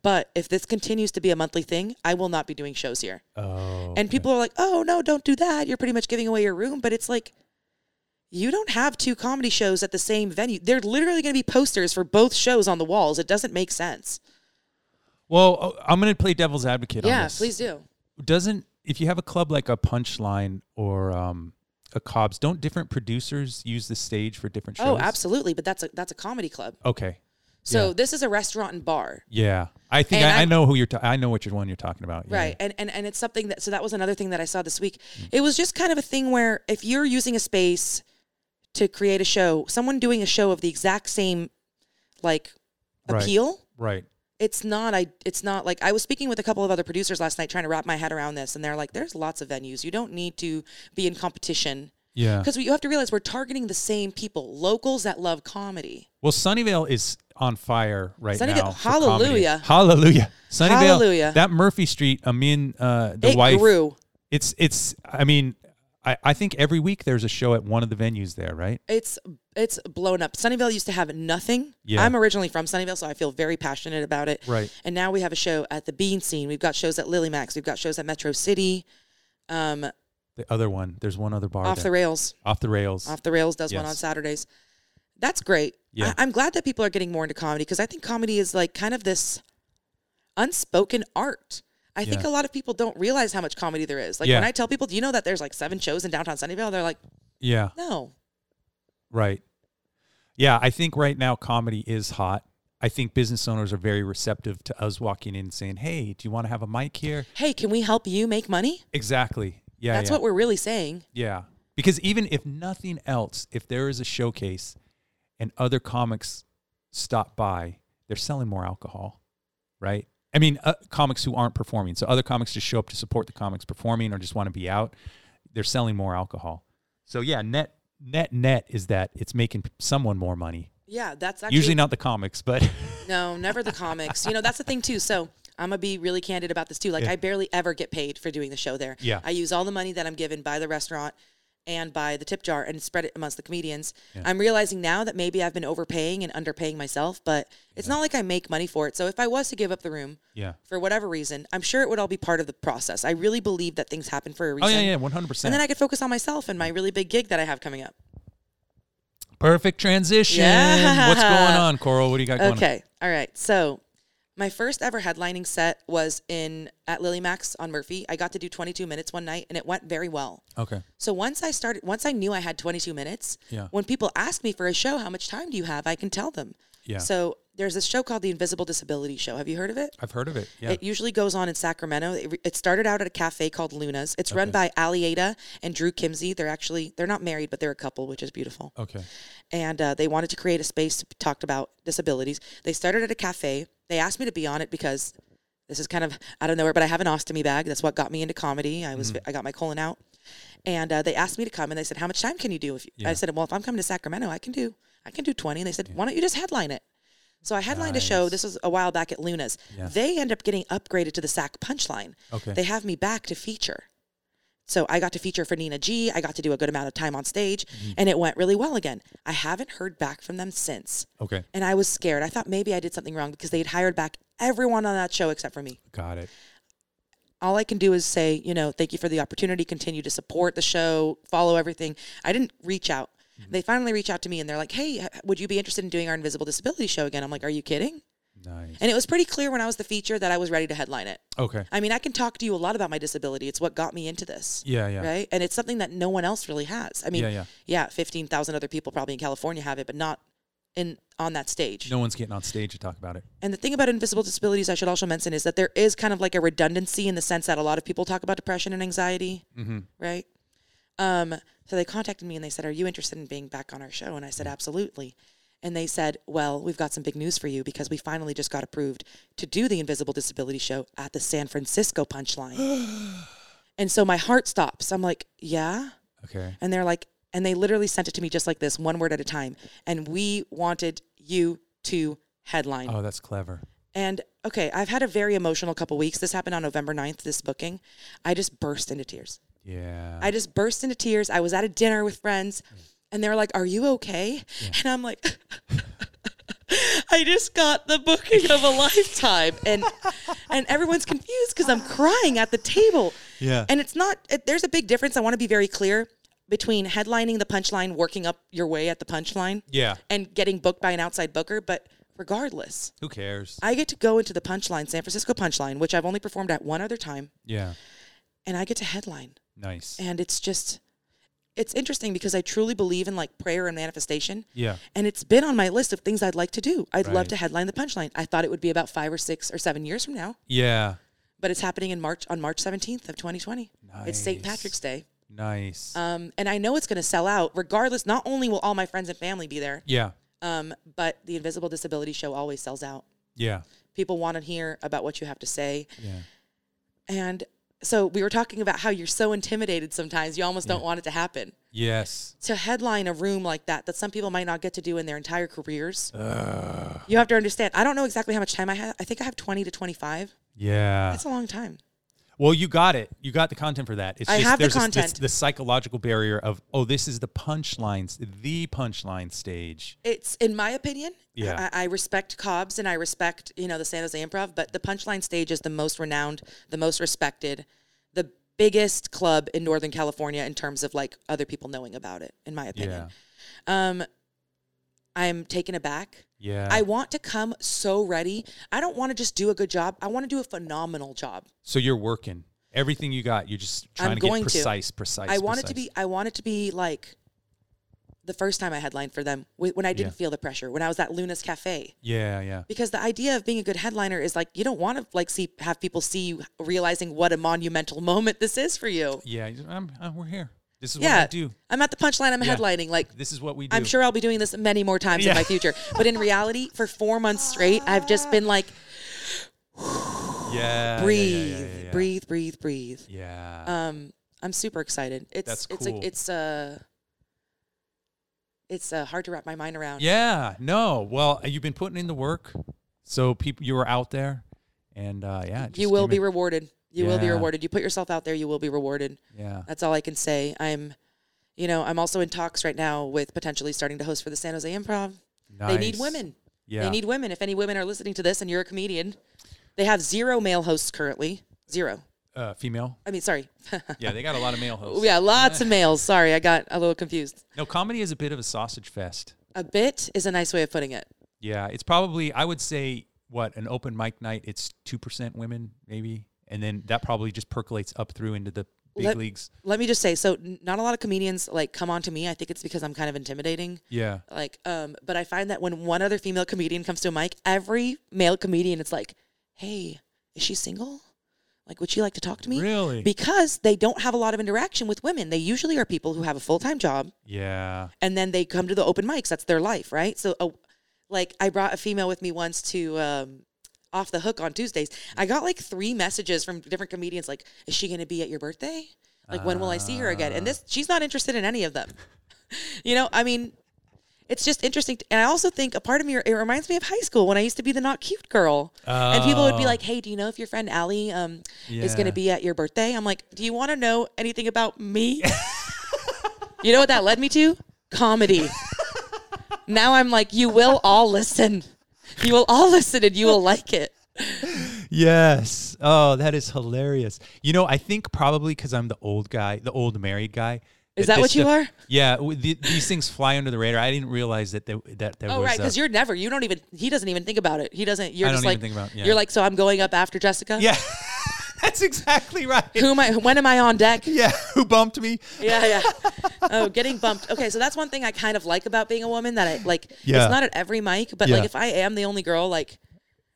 [SPEAKER 2] But if this continues to be a monthly thing, I will not be doing shows here.
[SPEAKER 1] Oh.
[SPEAKER 2] And people are like, oh, no, don't do that. You're pretty much giving away your room. But it's like, you don't have two comedy shows at the same venue. They're literally going to be posters for both shows on the walls. It doesn't make sense.
[SPEAKER 1] well, oh, I'm going to play devil's advocate on
[SPEAKER 2] yeah,
[SPEAKER 1] this.
[SPEAKER 2] please do.
[SPEAKER 1] Doesn't if you have a club like a Punchline or um a Cobb's, don't different producers use the stage for different shows?
[SPEAKER 2] Oh, absolutely. But that's a that's a comedy club.
[SPEAKER 1] Okay.
[SPEAKER 2] So
[SPEAKER 1] Yeah.
[SPEAKER 2] this is a restaurant and bar.
[SPEAKER 1] Yeah, I think
[SPEAKER 2] And
[SPEAKER 1] I, I
[SPEAKER 2] I'm-
[SPEAKER 1] know who you're. Ta- I know what you're one you're talking about. Yeah.
[SPEAKER 2] Right. And, and and it's something that so that was another thing that I saw this week. It was just kind of a thing where if you're using a space to create a show, someone doing a show of the exact same like
[SPEAKER 1] Right.
[SPEAKER 2] appeal,
[SPEAKER 1] Right.
[SPEAKER 2] it's not I it's not like I was speaking with a couple of other producers last night trying to wrap my head around this and they're like there's lots of venues. You don't need to be in competition
[SPEAKER 1] Yeah.
[SPEAKER 2] because you have to realize we're targeting the same people, locals that love comedy.
[SPEAKER 1] Well, Sunnyvale is on fire right
[SPEAKER 2] Sunnyvale-
[SPEAKER 1] now. for comedy.
[SPEAKER 2] hallelujah.
[SPEAKER 1] Hallelujah. Sunnyvale.
[SPEAKER 2] Hallelujah.
[SPEAKER 1] That Murphy Street. I mean, uh, the
[SPEAKER 2] it
[SPEAKER 1] wife.
[SPEAKER 2] grew.
[SPEAKER 1] It's it's. I mean, I, I think every week there's a show at one of the venues there, right?
[SPEAKER 2] It's it's blown up. Sunnyvale used to have nothing.
[SPEAKER 1] Yeah.
[SPEAKER 2] I'm originally from Sunnyvale, so I feel very passionate about it.
[SPEAKER 1] Right.
[SPEAKER 2] And now we have a show at the Bean Scene. We've got shows at Lily Max. We've got shows at Metro City. Um,
[SPEAKER 1] The other one. There's one other bar.
[SPEAKER 2] off the
[SPEAKER 1] there.
[SPEAKER 2] rails.
[SPEAKER 1] off the rails.
[SPEAKER 2] Off the rails does one
[SPEAKER 1] Yes.
[SPEAKER 2] on Saturdays. That's great.
[SPEAKER 1] Yeah.
[SPEAKER 2] I- I'm glad that people are getting more into comedy because I think comedy is like kind of this unspoken art. I think
[SPEAKER 1] Yeah.
[SPEAKER 2] a lot of people don't realize how much comedy there is. Like
[SPEAKER 1] Yeah.
[SPEAKER 2] when I tell people, do you know that there's like seven shows in downtown Sunnyvale? They're like,
[SPEAKER 1] yeah.
[SPEAKER 2] no.
[SPEAKER 1] Right. Yeah, I think right now comedy is hot. I think business owners are very receptive to us walking in and saying, "Hey, do you want to have a mic here?"
[SPEAKER 2] Hey, can we help you make money?
[SPEAKER 1] Exactly. Yeah.
[SPEAKER 2] That's
[SPEAKER 1] yeah.
[SPEAKER 2] what we're really saying.
[SPEAKER 1] Yeah. Because even if nothing else, if there is a showcase and other comics stop by, they're selling more alcohol, right? I mean, uh, comics who aren't performing. So other comics just show up to support the comics performing or just want to be out. They're selling more alcohol. So yeah, net net net is that it's making someone more money.
[SPEAKER 2] Yeah, that's actually
[SPEAKER 1] Usually not the comics, but
[SPEAKER 2] No, never the comics. You know, that's the thing too. So I'm gonna be really candid about this too. Like I barely ever get paid for doing the show there.
[SPEAKER 1] Yeah.
[SPEAKER 2] I use all the money that I'm given by the restaurant and by the tip jar and spread it amongst the comedians. I'm realizing now that maybe I've been overpaying and underpaying myself, but it's not like I make money for it. So if I was to give up the room
[SPEAKER 1] yeah.
[SPEAKER 2] for whatever reason, I'm sure it would all be part of the process. I really believe that things happen for a
[SPEAKER 1] Oh
[SPEAKER 2] reason.
[SPEAKER 1] yeah, yeah, one hundred
[SPEAKER 2] And then
[SPEAKER 1] percent.
[SPEAKER 2] I could focus on myself and my really big gig that I have coming up.
[SPEAKER 1] Perfect transition.
[SPEAKER 2] Yeah.
[SPEAKER 1] What's going on, Coral? What do you got going on?
[SPEAKER 2] Okay. All right. So my first ever headlining set was in at Lily Max on Murphy. I got to do 22 minutes one night and it went very well.
[SPEAKER 1] Okay.
[SPEAKER 2] So once I started, once I knew I had 22 minutes,
[SPEAKER 1] Yeah.
[SPEAKER 2] when people ask me for a show, how much time do you have? I can tell them.
[SPEAKER 1] Yeah.
[SPEAKER 2] So there's this show called The Invisible Disability Show. Have you heard of it?
[SPEAKER 1] I've heard of it. Yeah.
[SPEAKER 2] It usually goes on in Sacramento. It, it started out at a cafe called Luna's. It's run by Alieta and Drew Kimsey. They're actually they're not married, but they're a couple, which is beautiful
[SPEAKER 1] okay.
[SPEAKER 2] and uh, they wanted to create a space to talk about disabilities. They started at a cafe. They asked me to be on it because this is kind of out of nowhere, but I have an ostomy bag. That's what got me into comedy. I was I got my colon out, and uh, they asked me to come, and they said, "How much time can you do?" If you? I said, "Well, if I'm coming to Sacramento, I can do I can do 20." And they said, "Why don't you just headline it?" So I headlined a show. This was a while back at Luna's. They end up getting upgraded to the Sac Punchline.
[SPEAKER 1] Okay.
[SPEAKER 2] They have me back to feature. So I got to feature for Nina G. I got to do a good amount of time on stage, and it went really well again. I haven't heard back from them since,
[SPEAKER 1] Okay.
[SPEAKER 2] and I was scared. I thought maybe I did something wrong because they had hired back everyone on that show except for me.
[SPEAKER 1] Got it.
[SPEAKER 2] All I can do is say, you know, thank you for the opportunity. Continue to support the show, follow everything. I didn't reach out. They finally reach out to me and they're like, "Hey, h- would you be interested in doing our Invisible Disability show again?" I'm like, "Are you kidding?"
[SPEAKER 1] Nice.
[SPEAKER 2] And it was pretty clear when I was the feature that I was ready to headline it.
[SPEAKER 1] Okay.
[SPEAKER 2] I mean, I can talk to you a lot about my disability. It's what got me into this.
[SPEAKER 1] Yeah, yeah.
[SPEAKER 2] Right. And it's something that no one else really has. I mean,
[SPEAKER 1] Yeah, yeah.
[SPEAKER 2] 15,000 other people probably in California have it, but not in on that stage.
[SPEAKER 1] No one's getting on stage to talk about it.
[SPEAKER 2] And the thing about invisible disabilities, I should also mention, is that there is kind of like a redundancy in the sense that a lot of people talk about depression and anxiety.
[SPEAKER 1] Mm-hmm.
[SPEAKER 2] Right. Um, so they contacted me and they said, Are you interested in being back on our show? And I
[SPEAKER 1] Mm-hmm.
[SPEAKER 2] said, Absolutely. And they said, Well, we've got some big news for you because we finally just got approved to do the Invisible Disability Show at the San Francisco Punchline. and so my heart stops. I'm like, Yeah.
[SPEAKER 1] Okay.
[SPEAKER 2] And they're like, And they literally sent it to me just like this, one word at a time. And we wanted you to headline.
[SPEAKER 1] Oh, that's clever.
[SPEAKER 2] And okay, I've had a very emotional couple weeks. This happened on November 9th, this booking. I just burst into tears.
[SPEAKER 1] Yeah.
[SPEAKER 2] I just burst into tears. I was at a dinner with friends and they were like, Are you okay? And I'm like, I just got the booking of a lifetime. And and everyone's confused because I'm crying at the table.
[SPEAKER 1] Yeah.
[SPEAKER 2] And it's not, it, there's a big difference. I want to be very clear between headlining the punchline, working up your way at the punchline,
[SPEAKER 1] yeah.
[SPEAKER 2] and getting booked by an outside booker. But regardless,
[SPEAKER 1] Who cares?
[SPEAKER 2] I get to go into the punchline, San Francisco punchline, which I've only performed at one other time,
[SPEAKER 1] yeah.
[SPEAKER 2] and I get to headline.
[SPEAKER 1] Nice.
[SPEAKER 2] And it's just it's interesting because I truly believe in like prayer and manifestation.
[SPEAKER 1] Yeah.
[SPEAKER 2] And it's been on my list of things I'd like to do. I'd love
[SPEAKER 1] Right.
[SPEAKER 2] to headline the punchline. I thought it would be about five or six or seven years from now,
[SPEAKER 1] Yeah.
[SPEAKER 2] but it's happening in March on March 17th of 2020. It's St.
[SPEAKER 1] Nice.
[SPEAKER 2] Patrick's Day.
[SPEAKER 1] Nice.
[SPEAKER 2] Um, and I know it's going to sell out regardless. Not only will all my friends and family be there,
[SPEAKER 1] yeah.
[SPEAKER 2] um, but the Invisible Disability Show always sells out.
[SPEAKER 1] Yeah.
[SPEAKER 2] People want to hear about what you have to say.
[SPEAKER 1] Yeah.
[SPEAKER 2] And so we were talking about how you're so intimidated sometimes, you almost don't want it to happen.
[SPEAKER 1] Yes.
[SPEAKER 2] to headline a room like that that some people might not get to do in their entire careers.
[SPEAKER 1] Uh.
[SPEAKER 2] You have to understand. I don't know exactly how much time I have. I think I have 20 to
[SPEAKER 1] Ah.
[SPEAKER 2] 25.
[SPEAKER 1] Yeah.
[SPEAKER 2] That's a long time.
[SPEAKER 1] Well, you got it. You got the content for that. It's
[SPEAKER 2] I
[SPEAKER 1] just
[SPEAKER 2] have the
[SPEAKER 1] there's this- this-
[SPEAKER 2] content.
[SPEAKER 1] the psychological barrier of oh, this is the punchlines, the punchline stage.
[SPEAKER 2] It's in my opinion.
[SPEAKER 1] Yeah.
[SPEAKER 2] I, I respect Cobb's and I respect you know the San Jose Improv, but the Punchline stage is the most renowned, the most respected, the biggest club in Northern California in terms of like other people knowing about it. In my opinion,
[SPEAKER 1] Yeah.
[SPEAKER 2] um, I'm taken aback.
[SPEAKER 1] Yeah.
[SPEAKER 2] I want to come so ready. I don't want to just do a good job. I want to do a phenomenal job.
[SPEAKER 1] so you're working everything you got. You're just trying
[SPEAKER 2] I'm
[SPEAKER 1] to
[SPEAKER 2] going
[SPEAKER 1] get
[SPEAKER 2] to.
[SPEAKER 1] precise, precise.
[SPEAKER 2] I want it to
[SPEAKER 1] precise.
[SPEAKER 2] be. I want it to be like the first time I headlined for them wh- when I didn't
[SPEAKER 1] Yeah.
[SPEAKER 2] feel the pressure when I was at Luna's Cafe.
[SPEAKER 1] Yeah. Yeah.
[SPEAKER 2] Because the idea of being a good headliner is like you don't want to like see have people see you realizing what a monumental moment this is for you.
[SPEAKER 1] Yeah. you- I'm, i we're here. This is what
[SPEAKER 2] Yeah,
[SPEAKER 1] I do.
[SPEAKER 2] I'm at the punchline. I'm
[SPEAKER 1] Yeah.
[SPEAKER 2] headlining. Like
[SPEAKER 1] This is what we do.
[SPEAKER 2] I'm sure I'll be doing this many more times
[SPEAKER 1] Yeah.
[SPEAKER 2] in my future. But in reality, for four months straight, I've just been like
[SPEAKER 1] Yeah. Oh, yeah,
[SPEAKER 2] breathe,
[SPEAKER 1] Yeah. Yeah. yeah, yeah.
[SPEAKER 2] breathe, breathe, breathe.
[SPEAKER 1] Yeah.
[SPEAKER 2] Um, I'm super excited. It's
[SPEAKER 1] That's
[SPEAKER 2] it's
[SPEAKER 1] cool.
[SPEAKER 2] a, it's uh it's uh, hard to wrap my mind around.
[SPEAKER 1] Yeah, no. Well, uh, you've been putting in the work, so people you were out there, and uh, yeah, just
[SPEAKER 2] you will be
[SPEAKER 1] give it-
[SPEAKER 2] rewarded. You will be
[SPEAKER 1] Yeah.
[SPEAKER 2] rewarded. You put yourself out there, you will be rewarded.
[SPEAKER 1] yeah,
[SPEAKER 2] That's all I can say. I'm you know, I'm also in talks right now with potentially starting to host for the San Jose Improv. uh, They need
[SPEAKER 1] Nice.
[SPEAKER 2] women.
[SPEAKER 1] Yeah,
[SPEAKER 2] They need women. If any women are listening to this and you're a comedian, they have zero male hosts currently. Zero.
[SPEAKER 1] uh, female.
[SPEAKER 2] I mean, sorry.
[SPEAKER 1] Yeah, they got a lot of male hosts.
[SPEAKER 2] yeah, lots of males. Sorry, I got a little confused.
[SPEAKER 1] No, comedy is a bit of a sausage fest.
[SPEAKER 2] A bit is a nice way of putting it.
[SPEAKER 1] Yeah, it's probably I would say what an open mic night. It's two percent women, maybe, and then that probably just percolates up through into the big
[SPEAKER 2] Let-
[SPEAKER 1] leagues.
[SPEAKER 2] Let me just say, so n- not a lot of comedians like come on to me. I think it's because I'm kind of intimidating.
[SPEAKER 1] Yeah,
[SPEAKER 2] Like, um, but I find that when one other female comedian comes to a mic, every male comedian, it's like, hey, is she single? Like, would she like to talk to me?
[SPEAKER 1] Really?
[SPEAKER 2] Because they don't have a lot of interaction with women. They usually are people who have a full time job
[SPEAKER 1] yeah,
[SPEAKER 2] and then they come to the open mics. That's their life, right? So, a, like, I brought a female with me once to um, off the hook on Tuesdays. I got like three messages from different comedians, like, "Is she going to be at your birthday? Like, when will I see her again?" And this, she's not interested in any of them. you know, I mean, it's just interesting. And I also think a part of me, it reminds me of high school when I used to be the not cute girl. And people would be
[SPEAKER 1] Oh.
[SPEAKER 2] like, hey, do you know if your friend Allie um, is going
[SPEAKER 1] Yeah.
[SPEAKER 2] to be at your birthday? I'm like, do you want to know anything about me? you know what that led me to? Comedy. now I'm like, you will all listen. You will all listen and you will like it.
[SPEAKER 1] Yes. Oh, that is hilarious. You know, I think probably because I'm the old guy, the old married guy.
[SPEAKER 2] Is that
[SPEAKER 1] this
[SPEAKER 2] what you
[SPEAKER 1] stuff-
[SPEAKER 2] are?
[SPEAKER 1] Yeah, w- the, these things fly under the radar. I didn't realize that there, that there
[SPEAKER 2] Oh,
[SPEAKER 1] was.
[SPEAKER 2] right. Because
[SPEAKER 1] uh,
[SPEAKER 2] you're never, you don't even, he doesn't even think about it. He doesn't, you're
[SPEAKER 1] I
[SPEAKER 2] just
[SPEAKER 1] don't even think
[SPEAKER 2] like,
[SPEAKER 1] about- yeah.
[SPEAKER 2] you're like, so I'm going up after Jessica?
[SPEAKER 1] yeah, that's exactly right.
[SPEAKER 2] Who am I, when am I on deck?
[SPEAKER 1] yeah, who bumped me?
[SPEAKER 2] yeah, yeah. Oh, getting bumped. Okay, so that's one thing I kind of like about being a woman that I like.
[SPEAKER 1] Yeah.
[SPEAKER 2] It's not at every mic, but
[SPEAKER 1] Yeah.
[SPEAKER 2] like if I am the only girl, like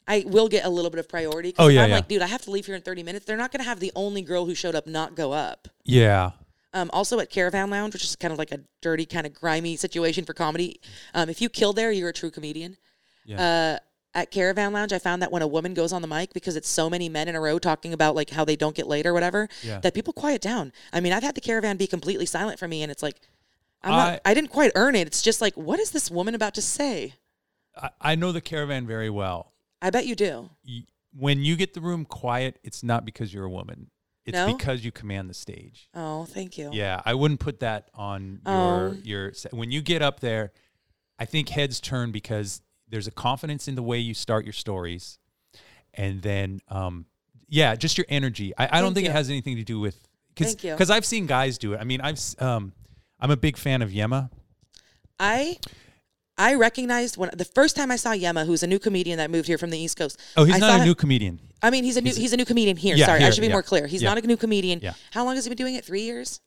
[SPEAKER 2] I will get a little bit of priority. 'cause
[SPEAKER 1] Oh, yeah,
[SPEAKER 2] I'm
[SPEAKER 1] yeah.
[SPEAKER 2] like, dude, I have to leave here in 30 minutes. They're not going to have the only girl who showed up not go up.
[SPEAKER 1] Yeah.
[SPEAKER 2] Um, also at Caravan Lounge, which is kind of like a dirty, kind of grimy situation for comedy. Um, if you kill there, you're a true comedian. Uh, at Caravan Lounge, I found that when a woman goes on the mic, because it's so many men in a row talking about like how they don't get laid or whatever,
[SPEAKER 1] Yeah.
[SPEAKER 2] that people quiet down. I mean, I've had the caravan be completely silent for me, and it's like, I'm not,
[SPEAKER 1] I-
[SPEAKER 2] I, didn't quite earn it. It's just like, what is this woman about to say?
[SPEAKER 1] I, I know the caravan very well.
[SPEAKER 2] I bet you do.
[SPEAKER 1] Y- When you get the room quiet, it's not because you're a woman. It's
[SPEAKER 2] No?
[SPEAKER 1] because you command the stage.
[SPEAKER 2] Oh, thank you.
[SPEAKER 1] Yeah, I wouldn't put that on your
[SPEAKER 2] Oh.
[SPEAKER 1] your se- when you get up there. I think heads turn because there's a confidence in the way you start your stories, and then um, yeah, just your energy. I, I don't
[SPEAKER 2] Thank
[SPEAKER 1] think it
[SPEAKER 2] you.
[SPEAKER 1] has anything to do with because
[SPEAKER 2] Thank you.
[SPEAKER 1] because I've seen guys do it. I mean, I've s- um, I'm a big fan of Yema.
[SPEAKER 2] I I recognized when the first time I saw Yema, who's a new comedian that moved here from the East Coast.
[SPEAKER 1] Oh, he's
[SPEAKER 2] I saw
[SPEAKER 1] not a
[SPEAKER 2] him-
[SPEAKER 1] new comedian.
[SPEAKER 2] I mean, he's a new he's, a new comedian here.
[SPEAKER 1] Yeah,
[SPEAKER 2] Sorry,
[SPEAKER 1] here,
[SPEAKER 2] I should be
[SPEAKER 1] yeah.
[SPEAKER 2] more clear. He's
[SPEAKER 1] Yeah.
[SPEAKER 2] not a new comedian.
[SPEAKER 1] Yeah.
[SPEAKER 2] How long has he been doing it? Three years.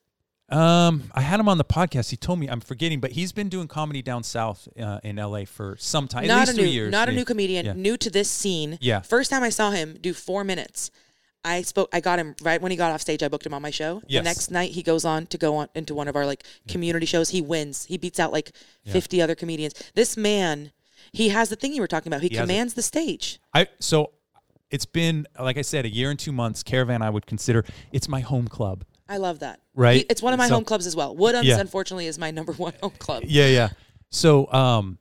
[SPEAKER 1] Um, I had him on the podcast. He told me I'm forgetting, but he's been doing comedy down south uh, in LA for some time, at
[SPEAKER 2] not
[SPEAKER 1] least
[SPEAKER 2] a
[SPEAKER 1] two
[SPEAKER 2] new,
[SPEAKER 1] years.
[SPEAKER 2] not a
[SPEAKER 1] Yeah.
[SPEAKER 2] new comedian,
[SPEAKER 1] Yeah.
[SPEAKER 2] new to this scene.
[SPEAKER 1] Yeah.
[SPEAKER 2] First time I saw him do four minutes. I spoke. I got him right when he got off stage. I booked him on my show.
[SPEAKER 1] Yes.
[SPEAKER 2] The next night, he goes on to go on into one of our like community shows. He wins. He beats out like fifty other comedians. This man, he has the thing you were talking about. He,
[SPEAKER 1] has it.
[SPEAKER 2] commands the stage.
[SPEAKER 1] I so it's been like I said, a year and two months. Caravan, I would consider it's my home club.
[SPEAKER 2] I love that.
[SPEAKER 1] Right.
[SPEAKER 2] He- it's one of my
[SPEAKER 1] So-
[SPEAKER 2] home clubs as well. Woodums,
[SPEAKER 1] Yeah.
[SPEAKER 2] unfortunately, is my number one home club.
[SPEAKER 1] Yeah, yeah. So um,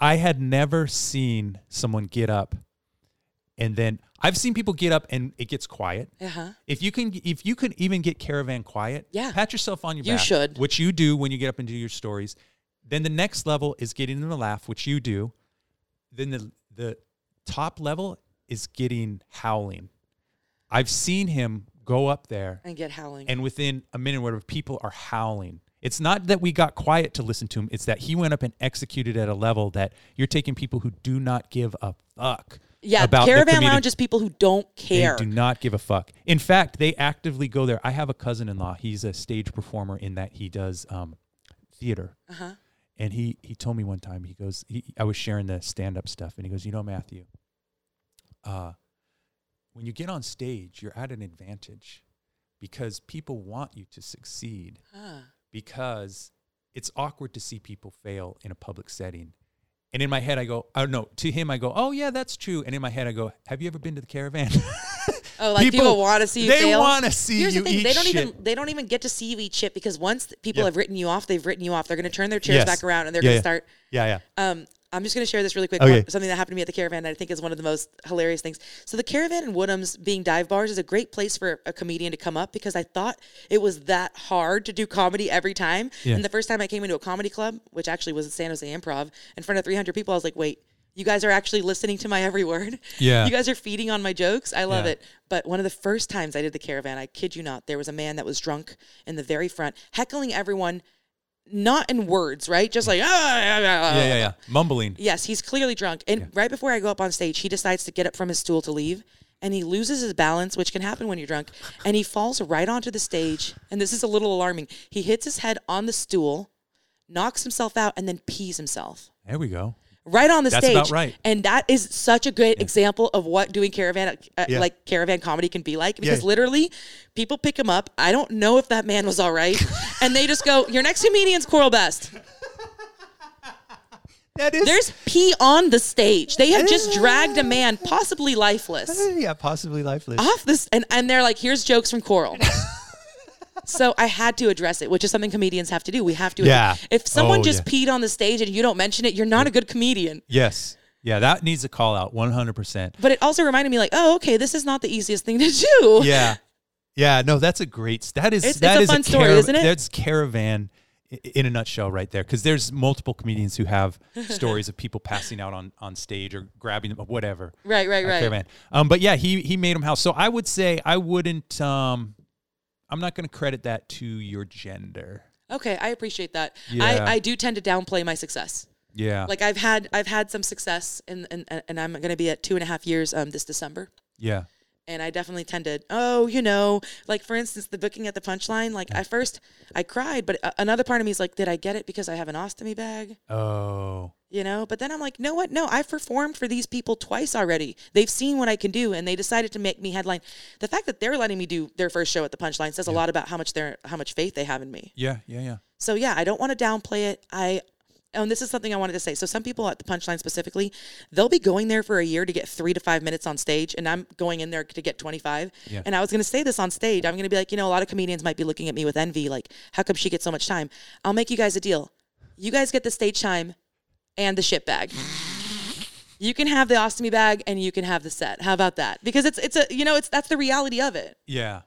[SPEAKER 1] I had never seen someone get up, and then I've seen people get up and it gets quiet.
[SPEAKER 2] Uh huh.
[SPEAKER 1] If you can, if you can even get Caravan quiet,
[SPEAKER 2] Yeah.
[SPEAKER 1] pat yourself on your
[SPEAKER 2] You
[SPEAKER 1] back.
[SPEAKER 2] should.
[SPEAKER 1] Which you do when you get up and do your stories. Then the next level is getting them to laugh, which you do. Then the the top level is getting howling. I've seen him go up there
[SPEAKER 2] And get howling.
[SPEAKER 1] and within a minute or whatever, people are howling. It's not that we got quiet to listen to him. It's that he went up and executed at a level that you're taking people who do not give a fuck.
[SPEAKER 2] yeah.
[SPEAKER 1] about the
[SPEAKER 2] Caravan
[SPEAKER 1] comedic-
[SPEAKER 2] Lounge is people who don't
[SPEAKER 1] They
[SPEAKER 2] care.
[SPEAKER 1] do not give a fuck. In fact, they actively go there. I have a cousin-in-law. He's a stage performer in that he does um, theater.
[SPEAKER 2] Uh-huh.
[SPEAKER 1] And he he told me one time. He goes. He, I was sharing the stand-up stuff, and he goes, "You know, Matthew, uh, when you get on stage, you're at an advantage because people want you to succeed."
[SPEAKER 2] Huh.
[SPEAKER 1] because it's awkward to see people fail in a public setting. And in my head, I go, oh no, to him, I go, oh yeah, that's true. And in my head, I go, have you ever been to the caravan?
[SPEAKER 2] Oh, like people, want to see you
[SPEAKER 1] They
[SPEAKER 2] fail.
[SPEAKER 1] want to see
[SPEAKER 2] Here's
[SPEAKER 1] you
[SPEAKER 2] the thing:
[SPEAKER 1] eat
[SPEAKER 2] they don't
[SPEAKER 1] shit.
[SPEAKER 2] even they don't even get to see you eat shit because once th- people
[SPEAKER 1] Yeah.
[SPEAKER 2] have written you off, they've written you off. They're going to turn their chairs
[SPEAKER 1] Yes.
[SPEAKER 2] back around and they're
[SPEAKER 1] Yeah,
[SPEAKER 2] going
[SPEAKER 1] yeah.
[SPEAKER 2] to start.
[SPEAKER 1] yeah, yeah.
[SPEAKER 2] Um, I'm just going to share this really quick.
[SPEAKER 1] Okay.
[SPEAKER 2] one- Something that happened to me at the caravan that I think is one of the most hilarious things. So the caravan in Woodhams being dive bars is a great place for a comedian to come up because I thought it was that hard to do comedy every time.
[SPEAKER 1] Yeah.
[SPEAKER 2] And the first time I came into a comedy club, which actually was at San Jose Improv, in front of 300 people, I was like, wait. You guys are actually listening to my every word.
[SPEAKER 1] Yeah.
[SPEAKER 2] You guys are feeding on my jokes. I love
[SPEAKER 1] Yeah.
[SPEAKER 2] it. But one of the first times I did the caravan, I kid you not, there was a man that was drunk in the very front, heckling everyone, not in words, right? Just like, ah, ah, ah, ah."
[SPEAKER 1] Yeah, yeah, yeah. Mumbling.
[SPEAKER 2] Yes, he's clearly drunk. And right before I go up on stage, he decides to get up from his stool to leave and he loses his balance, which can happen when you're drunk, and he falls right onto the stage. And this is a little alarming. He hits his head on the stool, knocks himself out, and then pees himself
[SPEAKER 1] There we go.
[SPEAKER 2] right on the
[SPEAKER 1] That's
[SPEAKER 2] stage.
[SPEAKER 1] about right.
[SPEAKER 2] And that is such a good example of what doing caravan uh,
[SPEAKER 1] Yeah.
[SPEAKER 2] like caravan comedy can be like because
[SPEAKER 1] Yeah.
[SPEAKER 2] literally people pick him up. I don't know if that man was all right, and they just go, "Your next comedian's Coral Best."
[SPEAKER 1] That is.
[SPEAKER 2] There's pee on the stage. They have just dragged a man, possibly lifeless,
[SPEAKER 1] yeah, possibly lifeless.
[SPEAKER 2] off this, and and they're like, "Here's jokes from Coral." So I had to address it, which is something comedians have to do. We have to.
[SPEAKER 1] Yeah.
[SPEAKER 2] If someone
[SPEAKER 1] Oh,
[SPEAKER 2] just peed on the stage and you don't mention it, you're not a good comedian.
[SPEAKER 1] yes. Yeah, that needs a call out 100%.
[SPEAKER 2] But it also reminded me, like, oh, okay, this is not the easiest thing to do.
[SPEAKER 1] yeah. Yeah, no, that's a great. That is
[SPEAKER 2] It's-
[SPEAKER 1] that
[SPEAKER 2] it's a
[SPEAKER 1] is
[SPEAKER 2] fun story,
[SPEAKER 1] carav-
[SPEAKER 2] isn't it?
[SPEAKER 1] That's caravan i- in a nutshell, right there. Because there's multiple comedians who have stories of people passing out on on stage or grabbing them, whatever.
[SPEAKER 2] Right, right,
[SPEAKER 1] at
[SPEAKER 2] right.
[SPEAKER 1] Caravan. Um, but yeah, he he made him house. So I would say I wouldn't. Um, I'm not going to credit that to your gender.
[SPEAKER 2] Okay, I appreciate that.
[SPEAKER 1] Yeah.
[SPEAKER 2] I, I do tend to downplay my success.
[SPEAKER 1] Yeah.
[SPEAKER 2] Like I've had I've had some success, and and and I'm going to be at two and a half years um this December.
[SPEAKER 1] yeah.
[SPEAKER 2] and I definitely tended, oh, you know, like for instance, the booking at the punchline, like I first I cried, but a- another part of me is like, did I get it because I have an ostomy bag?
[SPEAKER 1] Oh.
[SPEAKER 2] You know, but then I'm like, no, what? No, I've performed for these people twice already. They've seen what I can do, and they decided to make me headline. The fact that they're letting me do their first show at the punchline says a lot about how much they're how much faith they have in me.
[SPEAKER 1] Yeah. Yeah. Yeah.
[SPEAKER 2] So yeah, I don't want to downplay it. I oh, and this is something I wanted to say. So some people at the punchline specifically, they'll be going there for a year to get three to five minutes on stage, and I'm going in there to get 25.
[SPEAKER 1] Yeah.
[SPEAKER 2] And I was going to say this on stage. I'm going to be like, you know, a lot of comedians might be looking at me with envy, like, how come she gets so much time? I'll make you guys a deal. You guys get the stage time and the shit bag. You can have the ostomy bag and you can have the set. How about that? Because it's it's a you know it's that's the reality of it.
[SPEAKER 1] Yeah.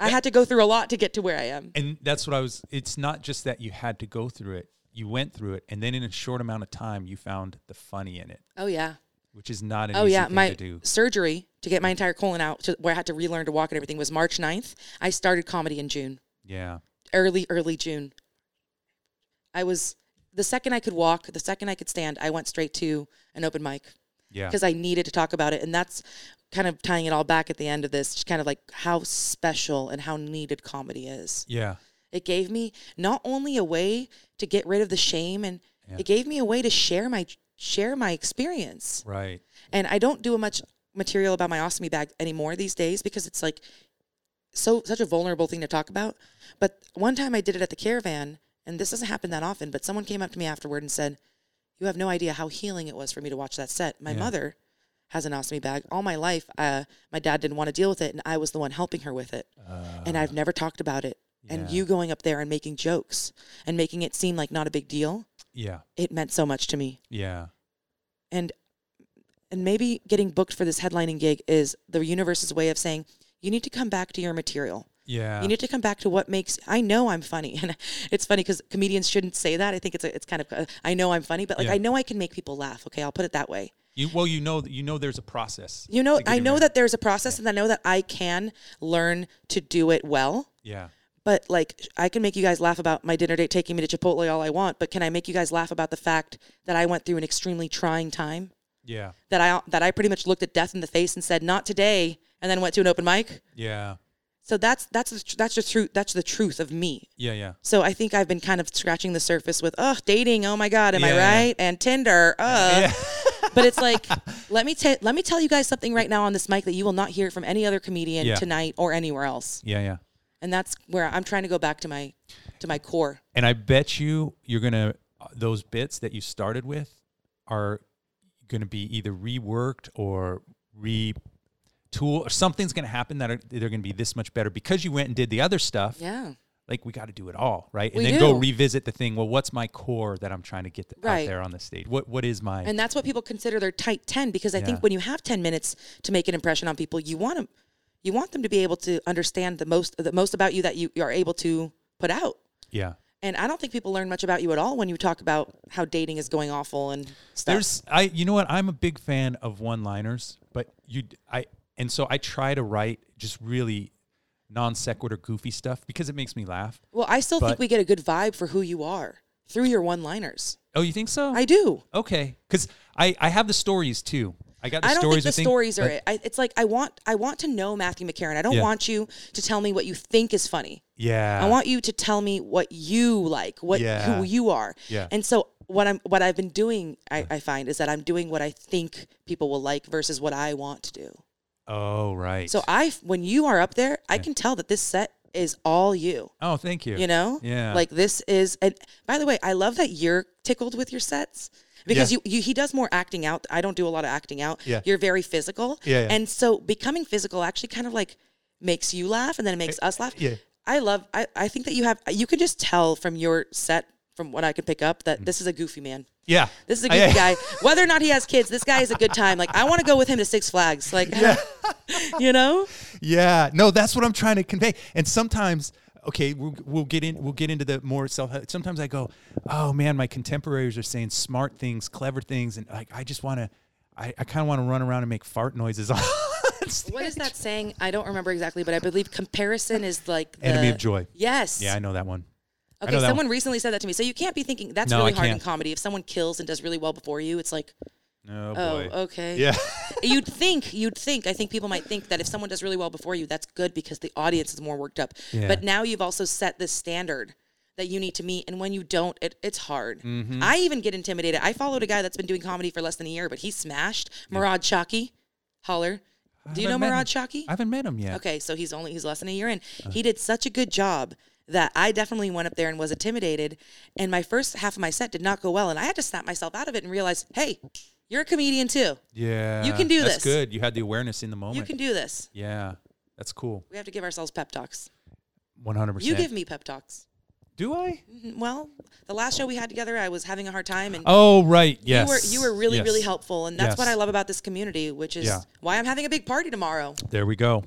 [SPEAKER 2] I had to go through a lot to get to where I am.
[SPEAKER 1] And that's what I was. It's not just that you had to go through it. You went through it, and then in a short amount of time, you found the funny in it,
[SPEAKER 2] Oh yeah.
[SPEAKER 1] which is not an
[SPEAKER 2] Oh
[SPEAKER 1] easy
[SPEAKER 2] yeah,
[SPEAKER 1] thing
[SPEAKER 2] my
[SPEAKER 1] to do.
[SPEAKER 2] surgery to get my entire colon out, to, where I had to relearn to walk and everything, was March 9th. I started comedy in June,
[SPEAKER 1] Yeah.
[SPEAKER 2] early, early June. I was the second I could walk, the second I could stand, I went straight to an open mic
[SPEAKER 1] Yeah.
[SPEAKER 2] because I needed to talk about it, and that's kind of tying it all back at the end of this, just kind of like how special and how needed comedy is.
[SPEAKER 1] Yeah.
[SPEAKER 2] It gave me not only a way to get rid of the shame and it gave me a way to share my share my experience.
[SPEAKER 1] Right.
[SPEAKER 2] And I don't do a much material about my ostomy bag anymore these days because it's like so such a vulnerable thing to talk about. But one time I did it at the caravan, and this doesn't happen that often, but someone came up to me afterward and said, You have no idea how healing it was for me to watch that set. My
[SPEAKER 1] Yeah.
[SPEAKER 2] mother has an ostomy bag. All my life, uh, my dad didn't want to deal with it, and I was the one helping her with it. and
[SPEAKER 1] Uh,
[SPEAKER 2] I've never talked about it. And
[SPEAKER 1] Ah. yeah.
[SPEAKER 2] you going up there and making jokes and making it seem like not a big deal,
[SPEAKER 1] Yeah.
[SPEAKER 2] it meant so much to me.
[SPEAKER 1] Yeah.
[SPEAKER 2] And and maybe getting booked for this headlining gig is the universe's way of saying, you need to come back to your material.
[SPEAKER 1] Yeah.
[SPEAKER 2] You need to come back to what makes. I know I'm funny, and it's funny because comedians shouldn't say that. I think it's a, it's kind of uh, I know I'm funny, but like
[SPEAKER 1] Yeah.
[SPEAKER 2] I know I can make people laugh. Okay, I'll put it that way.
[SPEAKER 1] You- well, you know, you know, there's a process.
[SPEAKER 2] You know,
[SPEAKER 1] to
[SPEAKER 2] I
[SPEAKER 1] getting
[SPEAKER 2] know
[SPEAKER 1] there.
[SPEAKER 2] that there's a process, and I know that I can learn to do it well.
[SPEAKER 1] Yeah.
[SPEAKER 2] But like I can make you guys laugh about my dinner date taking me to Chipotle all I want, but can I make you guys laugh about the fact that I went through an extremely trying time?
[SPEAKER 1] Yeah.
[SPEAKER 2] That I that I pretty much looked at death in the face and said, "Not today," and then went to an open mic.
[SPEAKER 1] Yeah.
[SPEAKER 2] So that's that's the, tr- that's the truth. That's the truth of me.
[SPEAKER 1] Yeah. Yeah.
[SPEAKER 2] So I think I've been kind of scratching the surface with, oh, dating. Oh my God, am I
[SPEAKER 1] Yeah.
[SPEAKER 2] right? And Tinder. Uh.
[SPEAKER 1] Yeah.
[SPEAKER 2] but it's like, let me ta- let me tell you guys something right now on this mic that you will not hear from any other comedian
[SPEAKER 1] Yeah.
[SPEAKER 2] tonight or anywhere else.
[SPEAKER 1] Yeah. Yeah.
[SPEAKER 2] And that's where I'm trying to go back to my to my core.
[SPEAKER 1] And I bet you you're gonna those bits that you started with are gonna be either reworked or retool or something's gonna happen that are, they're gonna be this much better because you went and did the other stuff.
[SPEAKER 2] Yeah.
[SPEAKER 1] Like we got to do it all, right? And
[SPEAKER 2] We
[SPEAKER 1] then go
[SPEAKER 2] do.
[SPEAKER 1] revisit the thing. Well, what's my core that I'm trying to get th- out
[SPEAKER 2] Right.
[SPEAKER 1] there on the stage? What what is my
[SPEAKER 2] And that's what people consider their tight 10 because I
[SPEAKER 1] Yeah.
[SPEAKER 2] think when you have 10 minutes to make an impression on people, you want them you want them to be able to understand the most the most about you that you, you are able to put out.
[SPEAKER 1] yeah?
[SPEAKER 2] And I don't think people learn much about you at all when you talk about how dating is going awful and stuff.
[SPEAKER 1] There's I you know what I'm a big fan of one-liners, but you d- I and so I try to write just really non sequitur goofy stuff because it makes me laugh.
[SPEAKER 2] well, I still
[SPEAKER 1] but-
[SPEAKER 2] think we get a good vibe for who you are through your one-liners.
[SPEAKER 1] Oh, you think so?
[SPEAKER 2] I do.
[SPEAKER 1] Okay, because I I have the stories too. I got the
[SPEAKER 2] I don't
[SPEAKER 1] stories.
[SPEAKER 2] think the
[SPEAKER 1] I think,
[SPEAKER 2] stories are
[SPEAKER 1] but-
[SPEAKER 2] it. I, it's like I want I want to know Matthew McCarran. I don't
[SPEAKER 1] Yeah.
[SPEAKER 2] want you to tell me what you think is funny.
[SPEAKER 1] Yeah.
[SPEAKER 2] I want you to tell me what you like, what
[SPEAKER 1] Yeah.
[SPEAKER 2] who you are.
[SPEAKER 1] Yeah.
[SPEAKER 2] And so what I'm what I've been doing, I, I find is that I'm doing what I think people will like versus what I want to do.
[SPEAKER 1] Oh right.
[SPEAKER 2] So I when you are up there, I can tell that this set is all you.
[SPEAKER 1] oh, thank you.
[SPEAKER 2] You know?
[SPEAKER 1] Yeah.
[SPEAKER 2] Like this is and by the way, I love that you're tickled with your sets. Because
[SPEAKER 1] Yeah.
[SPEAKER 2] you, you he does more acting out. I don't do a lot of acting out.
[SPEAKER 1] Yeah.
[SPEAKER 2] You're very physical.
[SPEAKER 1] Yeah, yeah.
[SPEAKER 2] And so becoming physical actually kind of like makes you laugh and then it makes us laugh.
[SPEAKER 1] Eh, yeah.
[SPEAKER 2] I love I, I think that you have you can just tell from your set, from what I can pick up, that this is a goofy man.
[SPEAKER 1] yeah.
[SPEAKER 2] This is a
[SPEAKER 1] Mm. I-
[SPEAKER 2] goofy guy. Whether or not he has kids, this guy is a good time. Like I want to go with him to Six Flags. Like you know?
[SPEAKER 1] Yeah. No, that's what I'm trying to convey. And sometimes, okay, we'll, we'll get in. We'll get into the more self. Sometimes I go, oh man, my contemporaries are saying smart things, clever things, and like I just want to. I, I kind of want to run around and make fart noises on. stage.
[SPEAKER 2] What is that saying? I don't remember exactly, but I believe comparison is like the
[SPEAKER 1] Enemy of joy.
[SPEAKER 2] Yes.
[SPEAKER 1] Yeah, I know that one. I
[SPEAKER 2] okay.
[SPEAKER 1] know that
[SPEAKER 2] Someone recently said that to me. So you can't be thinking that's
[SPEAKER 1] No,
[SPEAKER 2] really
[SPEAKER 1] I
[SPEAKER 2] hard in
[SPEAKER 1] can't.
[SPEAKER 2] comedy. If someone kills and does really well before you, it's like,
[SPEAKER 1] one. Oh
[SPEAKER 2] oh,
[SPEAKER 1] boy.
[SPEAKER 2] okay.
[SPEAKER 1] Yeah.
[SPEAKER 2] you'd think. You'd think. I think people might think that if someone does really well before you, that's good because the audience is more worked up.
[SPEAKER 1] Yeah.
[SPEAKER 2] But now you've also set this standard that you need to meet, and when you don't, it, it's hard.
[SPEAKER 1] Mm-hmm.
[SPEAKER 2] I even get intimidated. I followed a guy that's been doing comedy for less than a year, but he smashed Murad Shaki. Holler. Do you know
[SPEAKER 1] haven't met
[SPEAKER 2] Murad
[SPEAKER 1] him.
[SPEAKER 2] Shaki?
[SPEAKER 1] I haven't met him yet.
[SPEAKER 2] Okay, so he's only he's less than a year in.
[SPEAKER 1] Uh.
[SPEAKER 2] He did such a good job that I definitely went up there and was intimidated. And my first half of my set did not go well, and I had to snap myself out of it and realize, hey, you're a comedian too.
[SPEAKER 1] Yeah.
[SPEAKER 2] You can do
[SPEAKER 1] that's
[SPEAKER 2] this.
[SPEAKER 1] good. You had the awareness in the moment.
[SPEAKER 2] You can do this.
[SPEAKER 1] yeah. That's cool.
[SPEAKER 2] We have to give ourselves pep talks.
[SPEAKER 1] 100%.
[SPEAKER 2] You give me pep talks.
[SPEAKER 1] Do I?
[SPEAKER 2] Mhm, Well, the last show we had together, I was having a hard time, and
[SPEAKER 1] Oh, right. Yes.
[SPEAKER 2] you were you were really really
[SPEAKER 1] Yes.
[SPEAKER 2] helpful, and that's what
[SPEAKER 1] Yes.
[SPEAKER 2] I love about this community, which is
[SPEAKER 1] Yeah.
[SPEAKER 2] why I'm having a big party tomorrow.
[SPEAKER 1] There we go.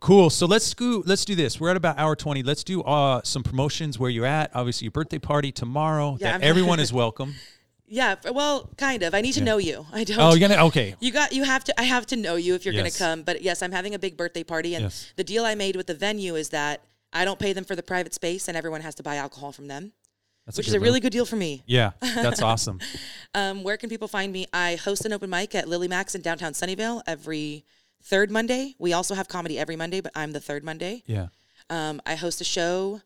[SPEAKER 1] Cool. So let's sco- let's do this. We're at about hour 20. Let's do uh, some promotions where you're at. Obviously, your birthday party tomorrow.
[SPEAKER 2] Yeah,
[SPEAKER 1] that
[SPEAKER 2] I'm-
[SPEAKER 1] everyone is welcome.
[SPEAKER 2] Yeah, f- well, kind of. I need to know you. I don't.
[SPEAKER 1] Oh, you're going to Okay.
[SPEAKER 2] You got you have to I have to know you if you're
[SPEAKER 1] Yes.
[SPEAKER 2] going to come. But yes, I'm having a big birthday party and
[SPEAKER 1] Yes.
[SPEAKER 2] the deal I made with the venue is that I don't pay them for the private space and everyone has to buy alcohol from them,
[SPEAKER 1] That's
[SPEAKER 2] which
[SPEAKER 1] good
[SPEAKER 2] is a
[SPEAKER 1] move.
[SPEAKER 2] really good deal for me.
[SPEAKER 1] Yeah. That's awesome.
[SPEAKER 2] Um, where can people find me? I host an open mic at Lily Max in downtown Sunnyvale every third Monday. We also have comedy every Monday, but I'm the third Monday.
[SPEAKER 1] Yeah.
[SPEAKER 2] Um, I host a show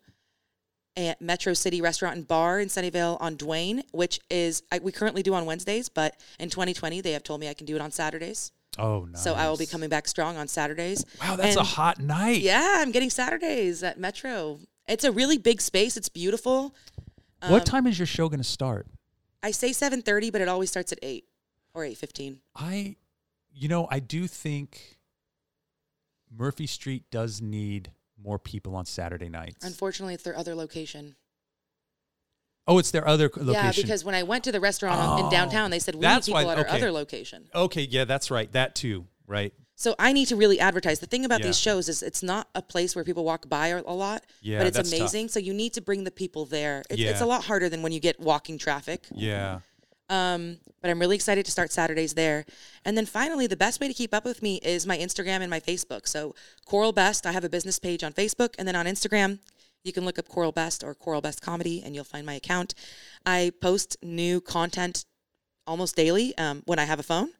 [SPEAKER 2] at Metro City Restaurant and Bar in Sunnyvale on Duane, which is I, we currently do on Wednesdays, but in 2020 they have told me I can do it on Saturdays.
[SPEAKER 1] Oh, nice.
[SPEAKER 2] So I will be coming back strong on Saturdays.
[SPEAKER 1] Wow, that's a
[SPEAKER 2] And-
[SPEAKER 1] hot night.
[SPEAKER 2] Yeah, I'm getting Saturdays at Metro. It's a really big space. It's beautiful. um,
[SPEAKER 1] what time is your show going to start?
[SPEAKER 2] I say 7:30, but it always starts at 8 or 8:15.
[SPEAKER 1] I, you know, I do think Murphy Street does need more people on Saturday nights.
[SPEAKER 2] Unfortunately, it's their other location.
[SPEAKER 1] oh, it's their other co- location. Oh,
[SPEAKER 2] Yeah, because when I went to the restaurant on- in downtown, they said we need
[SPEAKER 1] That's
[SPEAKER 2] people
[SPEAKER 1] why-
[SPEAKER 2] at our
[SPEAKER 1] okay.
[SPEAKER 2] other location.
[SPEAKER 1] okay, yeah, that's right. That too, right?
[SPEAKER 2] So I need to really advertise. The thing about
[SPEAKER 1] Yeah.
[SPEAKER 2] these shows is it's not a place where people walk by a lot,
[SPEAKER 1] Yeah,
[SPEAKER 2] but it's
[SPEAKER 1] that's tough.
[SPEAKER 2] amazing. So you need to bring the people there. It's, it's
[SPEAKER 1] Yeah.
[SPEAKER 2] a lot harder than when you get walking traffic.
[SPEAKER 1] Yeah.
[SPEAKER 2] Um, but I'm really excited to start Saturdays there. And then finally, the best way to keep up with me is my Instagram and my Facebook. So Coral Best, I have a business page on Facebook, and then on Instagram, you can look up Coral Best or Coral Best Comedy, and you'll find my account. I post new content almost daily um, when I have a phone,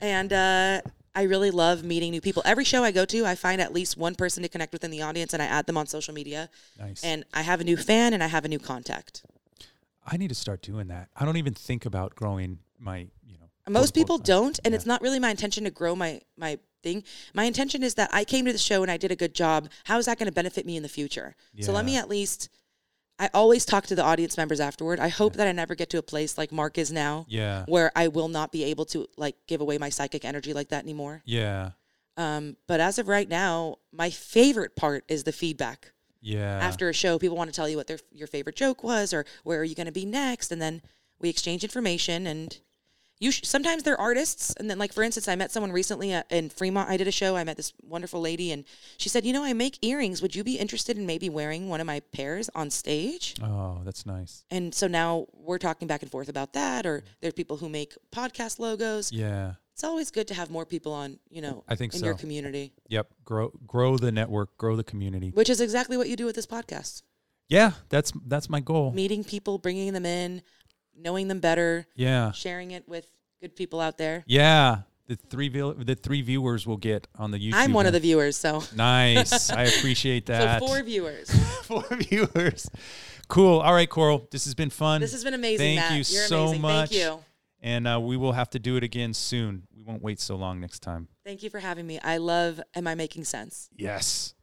[SPEAKER 2] and uh, I really love meeting new people. Every show I go to, I find at least one person to connect with in the audience, and I add them on social media.
[SPEAKER 1] Nice.
[SPEAKER 2] And I have a new fan, and I have a new contact.
[SPEAKER 1] I need to start doing that. I don't even think about growing my, you know.
[SPEAKER 2] most
[SPEAKER 1] quote-unquote
[SPEAKER 2] people
[SPEAKER 1] clients.
[SPEAKER 2] don't and it's not really my intention to grow my my thing my intention is that i came to the show and i did a good job how is that going to benefit me in the future so let
[SPEAKER 1] Yeah.
[SPEAKER 2] me at least i always talk to the audience members afterward i hope that i never get to a place like mark is now
[SPEAKER 1] Yeah.
[SPEAKER 2] where i will not be able to like give away my psychic energy like that anymore
[SPEAKER 1] Yeah.
[SPEAKER 2] um, but as of right now my favorite part is the feedback
[SPEAKER 1] Yeah.
[SPEAKER 2] after a show, people want to tell you what their your favorite joke was or where are you going to be next, and then we exchange information. And you sh- sometimes they're artists, and then like for instance, I met someone recently uh, in Fremont. I did a show. I met this wonderful lady, and she said, "You know, I make earrings. Would you be interested in maybe wearing one of my pairs on stage?"
[SPEAKER 1] Oh, that's nice.
[SPEAKER 2] And so now we're talking back and forth about that. Or there are people who make podcast logos.
[SPEAKER 1] Yeah.
[SPEAKER 2] It's always good to have more people on, you know,
[SPEAKER 1] I think
[SPEAKER 2] in your
[SPEAKER 1] so.
[SPEAKER 2] community,
[SPEAKER 1] Yep. Grow grow the network, grow the community.
[SPEAKER 2] which is exactly what you do with this podcast.
[SPEAKER 1] Yeah, that's that's my goal.
[SPEAKER 2] meeting people, bringing them in, knowing them better,
[SPEAKER 1] Yeah.
[SPEAKER 2] sharing it with good people out there.
[SPEAKER 1] Yeah. The three vil- the three viewers will get on the YouTube.
[SPEAKER 2] I'm one of the
[SPEAKER 1] link.
[SPEAKER 2] viewers, so
[SPEAKER 1] Nice. I appreciate that.
[SPEAKER 2] so four viewers.
[SPEAKER 1] four viewers. Cool. All right, Coral. This has been fun.
[SPEAKER 2] This has been amazing.
[SPEAKER 1] Thank
[SPEAKER 2] Matt.
[SPEAKER 1] you
[SPEAKER 2] You're
[SPEAKER 1] so
[SPEAKER 2] amazing.
[SPEAKER 1] much.
[SPEAKER 2] Thank you.
[SPEAKER 1] And uh, we will have to do it again soon. We won't wait so long next time.
[SPEAKER 2] Thank you for having me. I love. Am I making sense?
[SPEAKER 1] Yes.